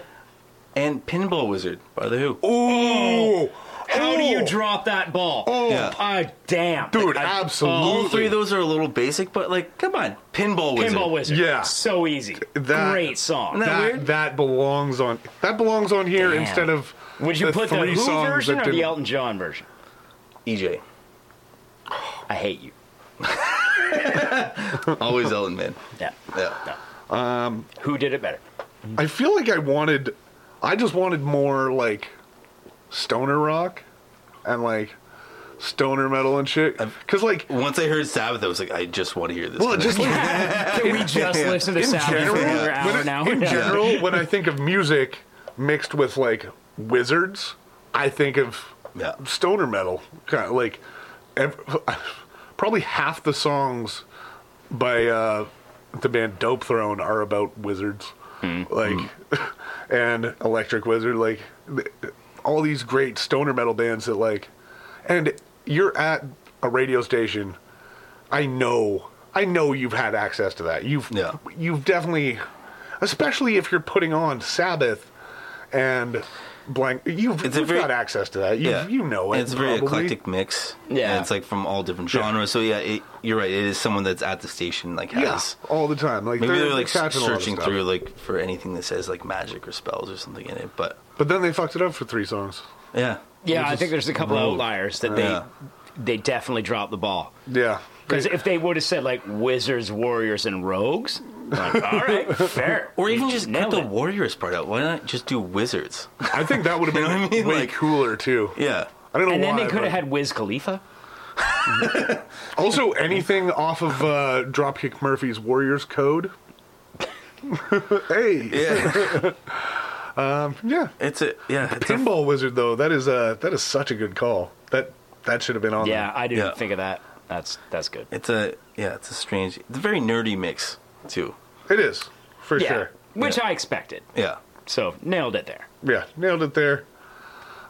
S3: And Pinball Wizard by the Who.
S2: Ooh.
S6: How do you drop that ball?
S3: Oh. Yeah.
S6: Ah, damn.
S3: Dude,
S2: absolutely.
S3: All three of those are a little basic, but like, come on, Pinball Wizard.
S6: Pinball Wizard.
S2: Yeah.
S6: So easy.
S2: That-
S6: Great song.
S2: That, that, belongs on. That belongs on here
S6: Damn.
S2: instead of.
S6: Would you put the
S2: three
S6: Who
S2: songs
S6: version
S2: that
S6: or the
S2: didn't-
S6: Elton John version?
S3: EJ.
S6: I hate you.
S3: Always Ellen Man.
S6: Yeah.
S3: Yeah.
S2: Um,
S6: Who did it better?
S2: I feel like I wanted. I just wanted more like stoner rock and like stoner metal and shit. Because like
S3: Once I heard Sabbath, I was like, I just want to hear this.
S2: Well, just like,
S6: Can we just listen to Sabbath for another hour
S2: when I-
S6: now?
S2: In
S6: Yeah.
S2: general, when I think of music mixed with like wizards, I think of stoner metal. Kind of like ev probably half the songs by uh, the band Dope Throne are about wizards,
S3: Hmm.
S2: like and Electric Wizard, like th- all these great stoner metal bands that like, and you're at a radio station I know, I know you've had access to that. You've, you've definitely, especially if you're putting on Sabbath and blank, you've,
S3: It's a
S2: you've
S3: very-
S2: got access to that. You,
S3: yeah.
S2: you know it.
S3: And it's a very
S2: probably.
S3: eclectic mix.
S2: Yeah.
S3: And it's like from all different genres. So yeah, it, you're right. It is someone that's at the station, like has.
S2: Yeah, all the time. Like
S3: Maybe
S2: they're,
S3: they're, like
S2: catching a lot of
S3: searching
S2: stuff.
S3: through like for anything that says like magic or spells or something in it. But
S2: But then they fucked it up for three songs.
S3: yeah,
S6: Yeah,
S2: Which
S6: I
S2: is
S6: think there's a couple
S2: rude.
S6: outliers
S2: Yeah.
S6: that they they definitely dropped the ball.
S2: Yeah.
S6: Because if they would have said like wizards, warriors, and rogues, like all right, fair.
S3: Or even just cut
S6: Nailed
S3: the
S6: it.
S3: warriors part out. Why not just do wizards?
S2: I think that would have been way cooler too.
S3: Yeah.
S2: I don't know
S6: and
S2: why.
S6: then they could
S2: but-
S6: have had Wiz Khalifa.
S2: also, anything off of uh, Dropkick Murphy's Warriors Code. hey. Yeah. um, yeah.
S3: It's a yeah.
S2: Pinball Wizard though. That is uh that is such a good call. That that should have been on.
S6: Yeah,
S2: there.
S6: I didn't
S3: Yeah.
S6: think of that. That's that's good.
S3: It's a yeah. It's a strange. It's a very nerdy mix too.
S2: It is for
S6: Yeah,
S2: sure.
S6: which I expected.
S3: Yeah.
S6: So nailed it there.
S2: Yeah, nailed it there.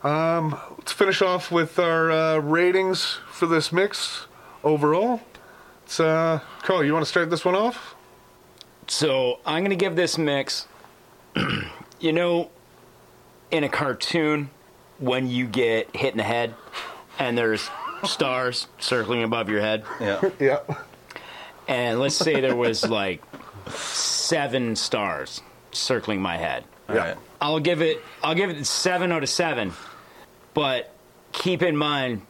S2: Um, let's finish off with our uh, ratings for this mix overall. It's uh, Cole. You want to start this one off?
S6: So I'm gonna give this mix. you know, in a cartoon, when you get hit in the head, and there's stars circling above your head.
S3: Yeah.
S2: yeah.
S6: And let's say there was like seven stars circling my head.
S3: All right.
S6: I'll give it I'll give it seven out of seven, but keep in mind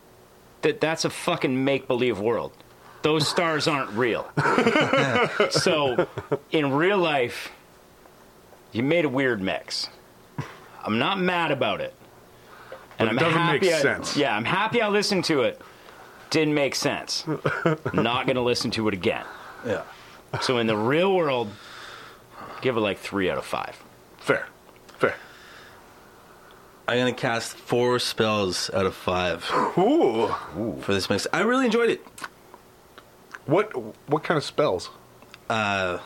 S6: that that's a fucking make believe world. Those stars aren't real. so in real life, you made a weird mix. I'm not mad about it,
S2: But it doesn't make
S6: I-
S2: sense.
S6: yeah, I'm happy I listened to it. Didn't make sense. not gonna listen to it again.
S3: Yeah.
S6: So in the real world, give it like three out of five.
S2: Fair. Fair.
S3: I'm gonna cast four spells out of five
S2: Ooh.
S3: for this mix. I really enjoyed it.
S2: What what kind of spells?
S3: Uh.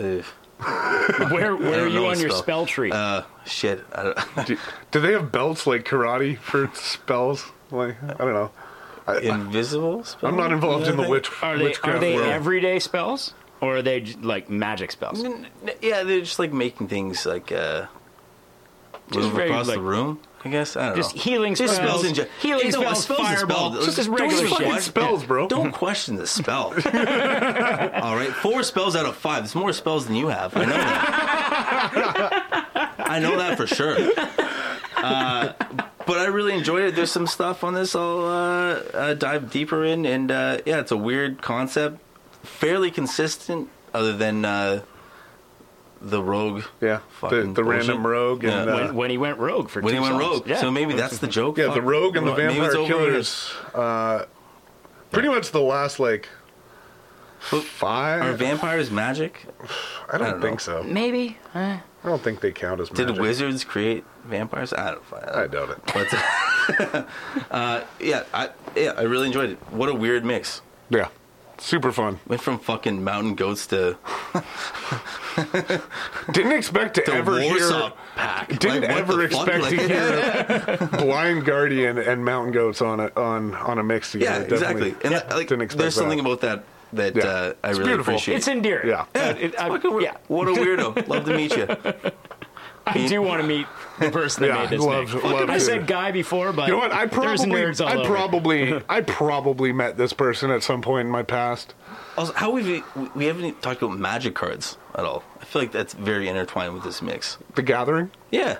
S3: uh,
S6: Where
S3: I
S6: where
S3: don't
S6: are
S3: know
S6: you
S3: what
S6: on your spell tree?
S3: Uh, shit. I don't,
S2: Do, do they have belts like karate for spells? Like I don't know. I,
S3: Invisible spell?
S2: I'm not involved in the witch
S6: Are they
S2: witchcraft
S6: are they
S2: world.
S6: everyday spells or are they j- like magic spells?
S3: N- n- Yeah, they're just like making things like uh,
S6: Just
S3: move
S6: very,
S3: across
S6: like-
S3: the room. I guess I don't
S6: Just
S3: know.
S6: healing
S3: just
S6: spells.
S3: spells in ge-
S6: Healing
S3: Hey, no, a
S6: spells,
S3: spell's a
S6: fireball,
S3: spell.
S6: just this
S3: Don't
S6: regular
S3: fucking
S6: shit.
S2: Spells, bro.
S3: Don't question the spell. All right, four spells out of five. There's more spells than you have. I know. That. I know that for sure. Uh, but I really enjoyed it. There's some stuff on this I'll uh, uh, dive deeper in, and uh, yeah, it's a weird concept, fairly consistent, other than uh, the rogue.
S2: Yeah, the,
S3: fucking
S2: the random
S3: bullshit.
S2: rogue and
S3: Yeah.
S2: uh,
S6: when, when he went rogue for
S3: when
S6: two
S3: he went
S6: songs.
S3: rogue. So maybe that's the joke.
S2: yeah,
S3: Fuck.
S2: the rogue and the
S3: Maybe
S2: vampire
S3: it's over.
S2: killers. Uh, pretty much the last like five.
S3: Are vampires magic?
S2: I don't,
S3: I don't
S2: think
S3: know.
S2: so.
S6: maybe. eh.
S2: I don't think they count as
S3: Did
S2: magic.
S3: wizards create vampires? I don't. I,
S2: I doubt it.
S3: But uh, yeah, I yeah, I really enjoyed it. What a weird mix.
S2: Yeah, super fun.
S3: Went from fucking mountain goats to
S2: Didn't expect to
S3: the
S2: ever
S3: Warsaw
S2: hear.
S3: pack.
S2: Didn't
S3: Like, what
S2: ever
S3: the fuck?
S2: expect to
S3: Like-
S2: hear Blind Guardian and Mountain Goats on a on on a mix
S3: yeah,
S2: together. Definitely
S3: exactly. And that, like,
S2: didn't expect
S3: there's something
S2: that.
S3: about that that
S2: Yeah.
S3: uh, I
S2: It's
S3: really
S2: beautiful.
S3: appreciate.
S6: It's endearing.
S2: Yeah.
S6: Uh, it- I,
S3: Fucking weird.
S6: yeah.
S3: What a weirdo. Love to meet you.
S6: I do want to meet the person that
S2: Yeah,
S6: made this.
S2: love-
S6: mix.
S2: love
S6: I
S2: to.
S6: said guy before, but
S2: You know what? I
S6: there's
S2: probably,
S6: nerds all
S2: I
S6: over.
S2: probably, I probably met this person at some point in my past.
S3: Also, how we've we- we haven't even talked about magic cards at all. I feel like that's very intertwined with this mix.
S2: The Gathering
S3: Yeah.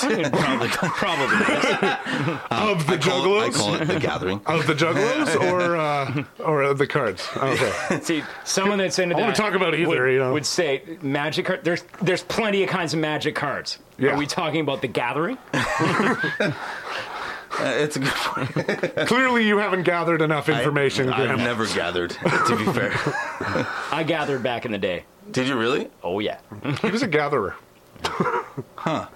S6: probably probably.
S2: of the
S3: Uh, I call, it, I
S2: Juggalos,
S3: call it the gathering.
S2: of the Juggalos, or uh, or of the cards. Okay,
S6: See, someone that's into
S2: I
S6: that
S2: wanna talk about either,
S6: would,
S2: you know.
S6: would say magic card. There's there's plenty of kinds of magic cards.
S2: Yeah.
S6: Are we talking about the gathering?
S3: Uh, it's a good point.
S2: clearly you haven't gathered enough information.
S3: I,
S2: Graham.
S3: have never gathered, to be fair.
S6: I gathered back in the day.
S3: Did you really?
S6: Oh yeah.
S2: he was a gatherer.
S3: Yeah,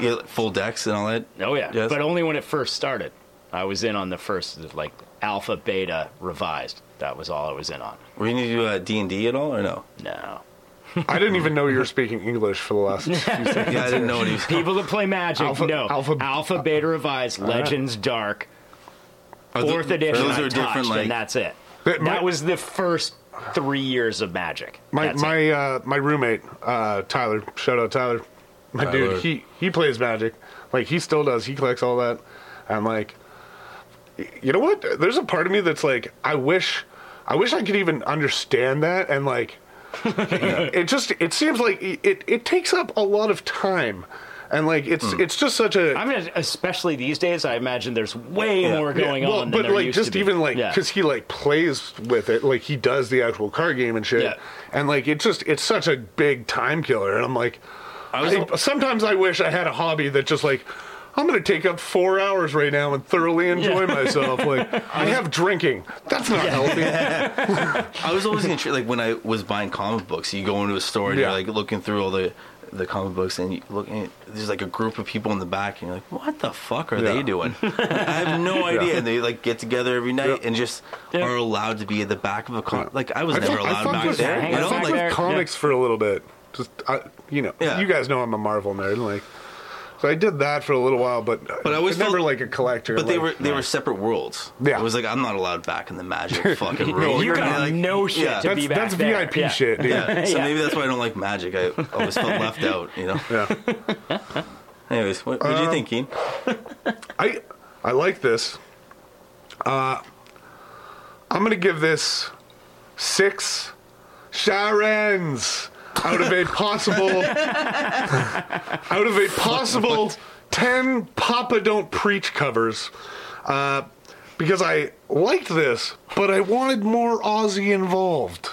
S3: like, full decks and all that?
S6: Oh yeah,
S3: Yes.
S6: but only when it first started. I was in on the first like alpha beta revised. That was all I was in on.
S3: Were you going to do uh, D&D at all or no?
S6: No.
S2: I didn't even know you were speaking English for the last. few seconds.
S3: Yeah, I didn't know what he was
S6: People that play Magic,
S2: Alpha-
S6: no.
S2: alpha-
S6: Alpha, beta revised, Legends, Dark,
S3: Are tho-
S6: fourth edition.
S3: Those
S6: I
S3: are different,
S6: touched,
S3: like...
S6: and that's it.
S2: But my-
S6: that was the first three years of Magic.
S2: My
S6: That's
S2: my
S6: it.
S2: uh, my roommate uh, Tyler, shout out Tyler, my
S3: Tyler.
S2: dude. He he plays Magic, like he still does. He collects all that. I'm like, y- you know what? There's a part of me that's like, I wish, I wish I could even understand that and like, it just it seems like it it, it takes up a lot of time, and like it's it's just such a
S6: I mean, especially these days, I imagine there's way more going
S2: well,
S6: on.
S2: but
S6: than there
S2: like
S6: used
S2: just
S6: to be.
S2: even like
S6: Yeah.
S2: because he like plays with it, like he does the actual card game and shit,
S6: Yeah.
S2: and like it's just it's such a big time killer, and I'm like, I- sometimes I wish I had a hobby that just like. I'm gonna take up four hours right now and thoroughly enjoy myself. Like I have drinking. That's not healthy.
S3: I was always intrigued, like when I was buying comic books, you go into a store and
S2: Yeah.
S3: you're like looking through all the the comic books and you look and there's like a group of people in the back and you're like, what the fuck are
S2: Yeah.
S3: they doing? I have no idea. And they like get together every night
S2: Yeah.
S3: and just
S6: Yeah.
S3: are allowed to be at the back of a comic. Like I was
S2: I
S3: never
S2: fuck- I
S3: allowed
S2: fuck
S3: back
S2: with-
S3: there.
S6: hang
S3: You
S2: I
S3: know,
S6: out
S2: fucked
S6: there.
S3: like,
S2: with comics for a little bit. Just I, you know,
S3: Yeah.
S2: you guys know I'm a Marvel nerd. Like, so I did that for a little while, but
S3: But I always
S2: never
S3: felt-
S2: like a collector.
S3: but they
S2: like-
S3: were they were separate worlds.
S2: Yeah.
S3: it was like I'm not allowed back in the magic fucking room.
S6: you
S3: And
S6: got
S3: like-
S6: no shit
S3: yeah.
S6: to
S2: that's
S6: be back
S2: that's
S6: there.
S2: VIP
S6: Yeah.
S2: shit, dude.
S3: Yeah, so
S6: Yeah.
S3: maybe that's why I don't like magic. I always felt left out. You know.
S2: yeah.
S3: Anyways, what
S2: Um,
S3: did you think, Keen?
S2: I I like this. Uh, I'm gonna give this six Sharens out of a possible out of a possible 10 Papa Don't Preach covers uh, because I liked this, but I wanted more Aussie involved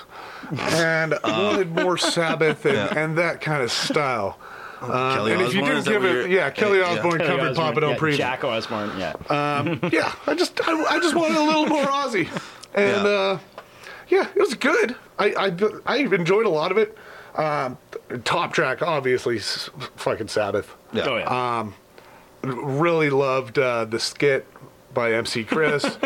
S2: and I wanted more Sabbath and, and that kind of style. Uh,
S6: Kelly
S2: and if you
S6: Osbourne,
S2: do
S6: is that
S2: give
S6: what
S2: it,
S6: you're-
S2: yeah, Kelly
S6: yeah.
S2: Osbourne
S6: Kelly
S2: covered
S6: Osbourne,
S2: Papa Don't
S6: yeah,
S2: Preach.
S6: Jack Osbourne, yeah.
S2: Um, yeah, I just I, I just wanted a little more Aussie, and uh, yeah, it was good. I I, I enjoyed a lot of it. Um, top track, obviously, s- fucking Sabbath.
S3: Yeah. Oh,
S2: Um, really loved uh, the skit by MC Chris.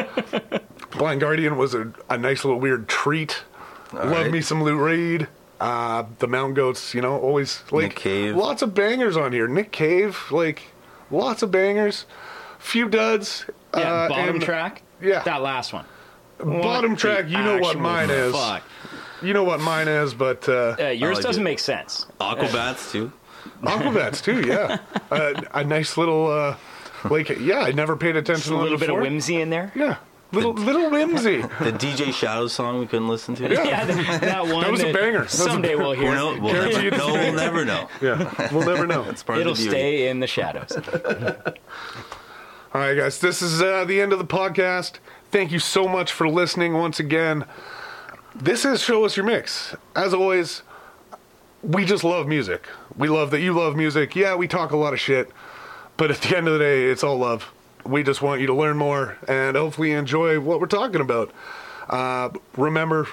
S2: Blind Guardian was a, a nice little weird treat.
S3: All
S2: Love
S3: right.
S2: me some Lou Reed. Uh, the Mountain Goats, you know, always like
S3: Cave.
S2: lots of bangers on here. Nick Cave, like lots of bangers, few duds.
S6: Yeah,
S2: uh,
S6: bottom
S2: and
S6: track.
S2: Yeah,
S6: that last one.
S2: Bottom
S6: What
S2: track,
S6: the
S2: you know what
S6: actual
S2: mine is.
S6: fuck?
S2: You know what mine is, but uh,
S3: Oh,
S6: Uh, yours doesn't make sense.
S3: Aquabats too.
S2: Aquabats too, yeah. uh, a nice little, uh, like, yeah. I never paid attention.
S6: Just a
S2: to
S6: little
S2: it
S6: bit of
S2: before.
S6: whimsy in there.
S2: Yeah, little little whimsy.
S3: The DJ Shadows song we couldn't listen to.
S6: Yeah, that, that one. Someday we'll hear.
S3: We'll, we'll, never,
S6: Guaranteed.
S3: no, we'll never know.
S2: Yeah, we'll never know.
S3: That's part
S6: It'll
S3: of the beauty.
S6: stay in the shadows.
S2: All right, guys, this is uh, the end of the podcast. Thank you so much for listening once again. This is Show Us Your Mix. As always, we just love music. We love that you love music. Yeah, we talk a lot of shit, but at the end of the day, it's all love. We just want you to learn more and hopefully enjoy what we're talking about. Uh, remember,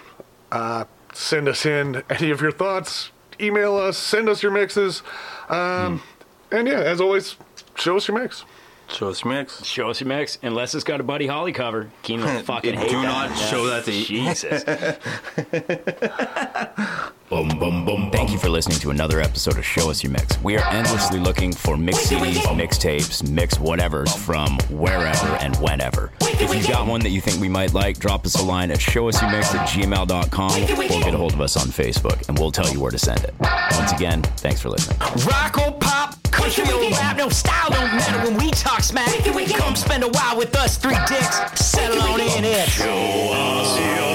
S2: uh, send us in any of your thoughts, email us, send us your mixes. Um, And yeah, as always, show us your mix.
S3: Show us your mix.
S6: Show us your mix, unless it's got a Buddy Holly cover. Keen will fucking
S3: Do
S6: hate
S3: not show that to-
S6: Jesus.
S1: Boom, boom, boom. Thank you for listening to another episode of Show Us Your Mix. We are endlessly looking for mix CDs, mixtapes, mix whatever from wherever and whenever. If you've got one that you think we might like, drop us a line at showusyourmix at gmail.com or get a hold of us on Facebook and we'll tell you where to send it. Once again, thanks for listening.
S4: Rock or pop, country or rap, no style don't matter when we talk smack. Come spend a while with us, three dicks, settle on in it.
S12: Show us your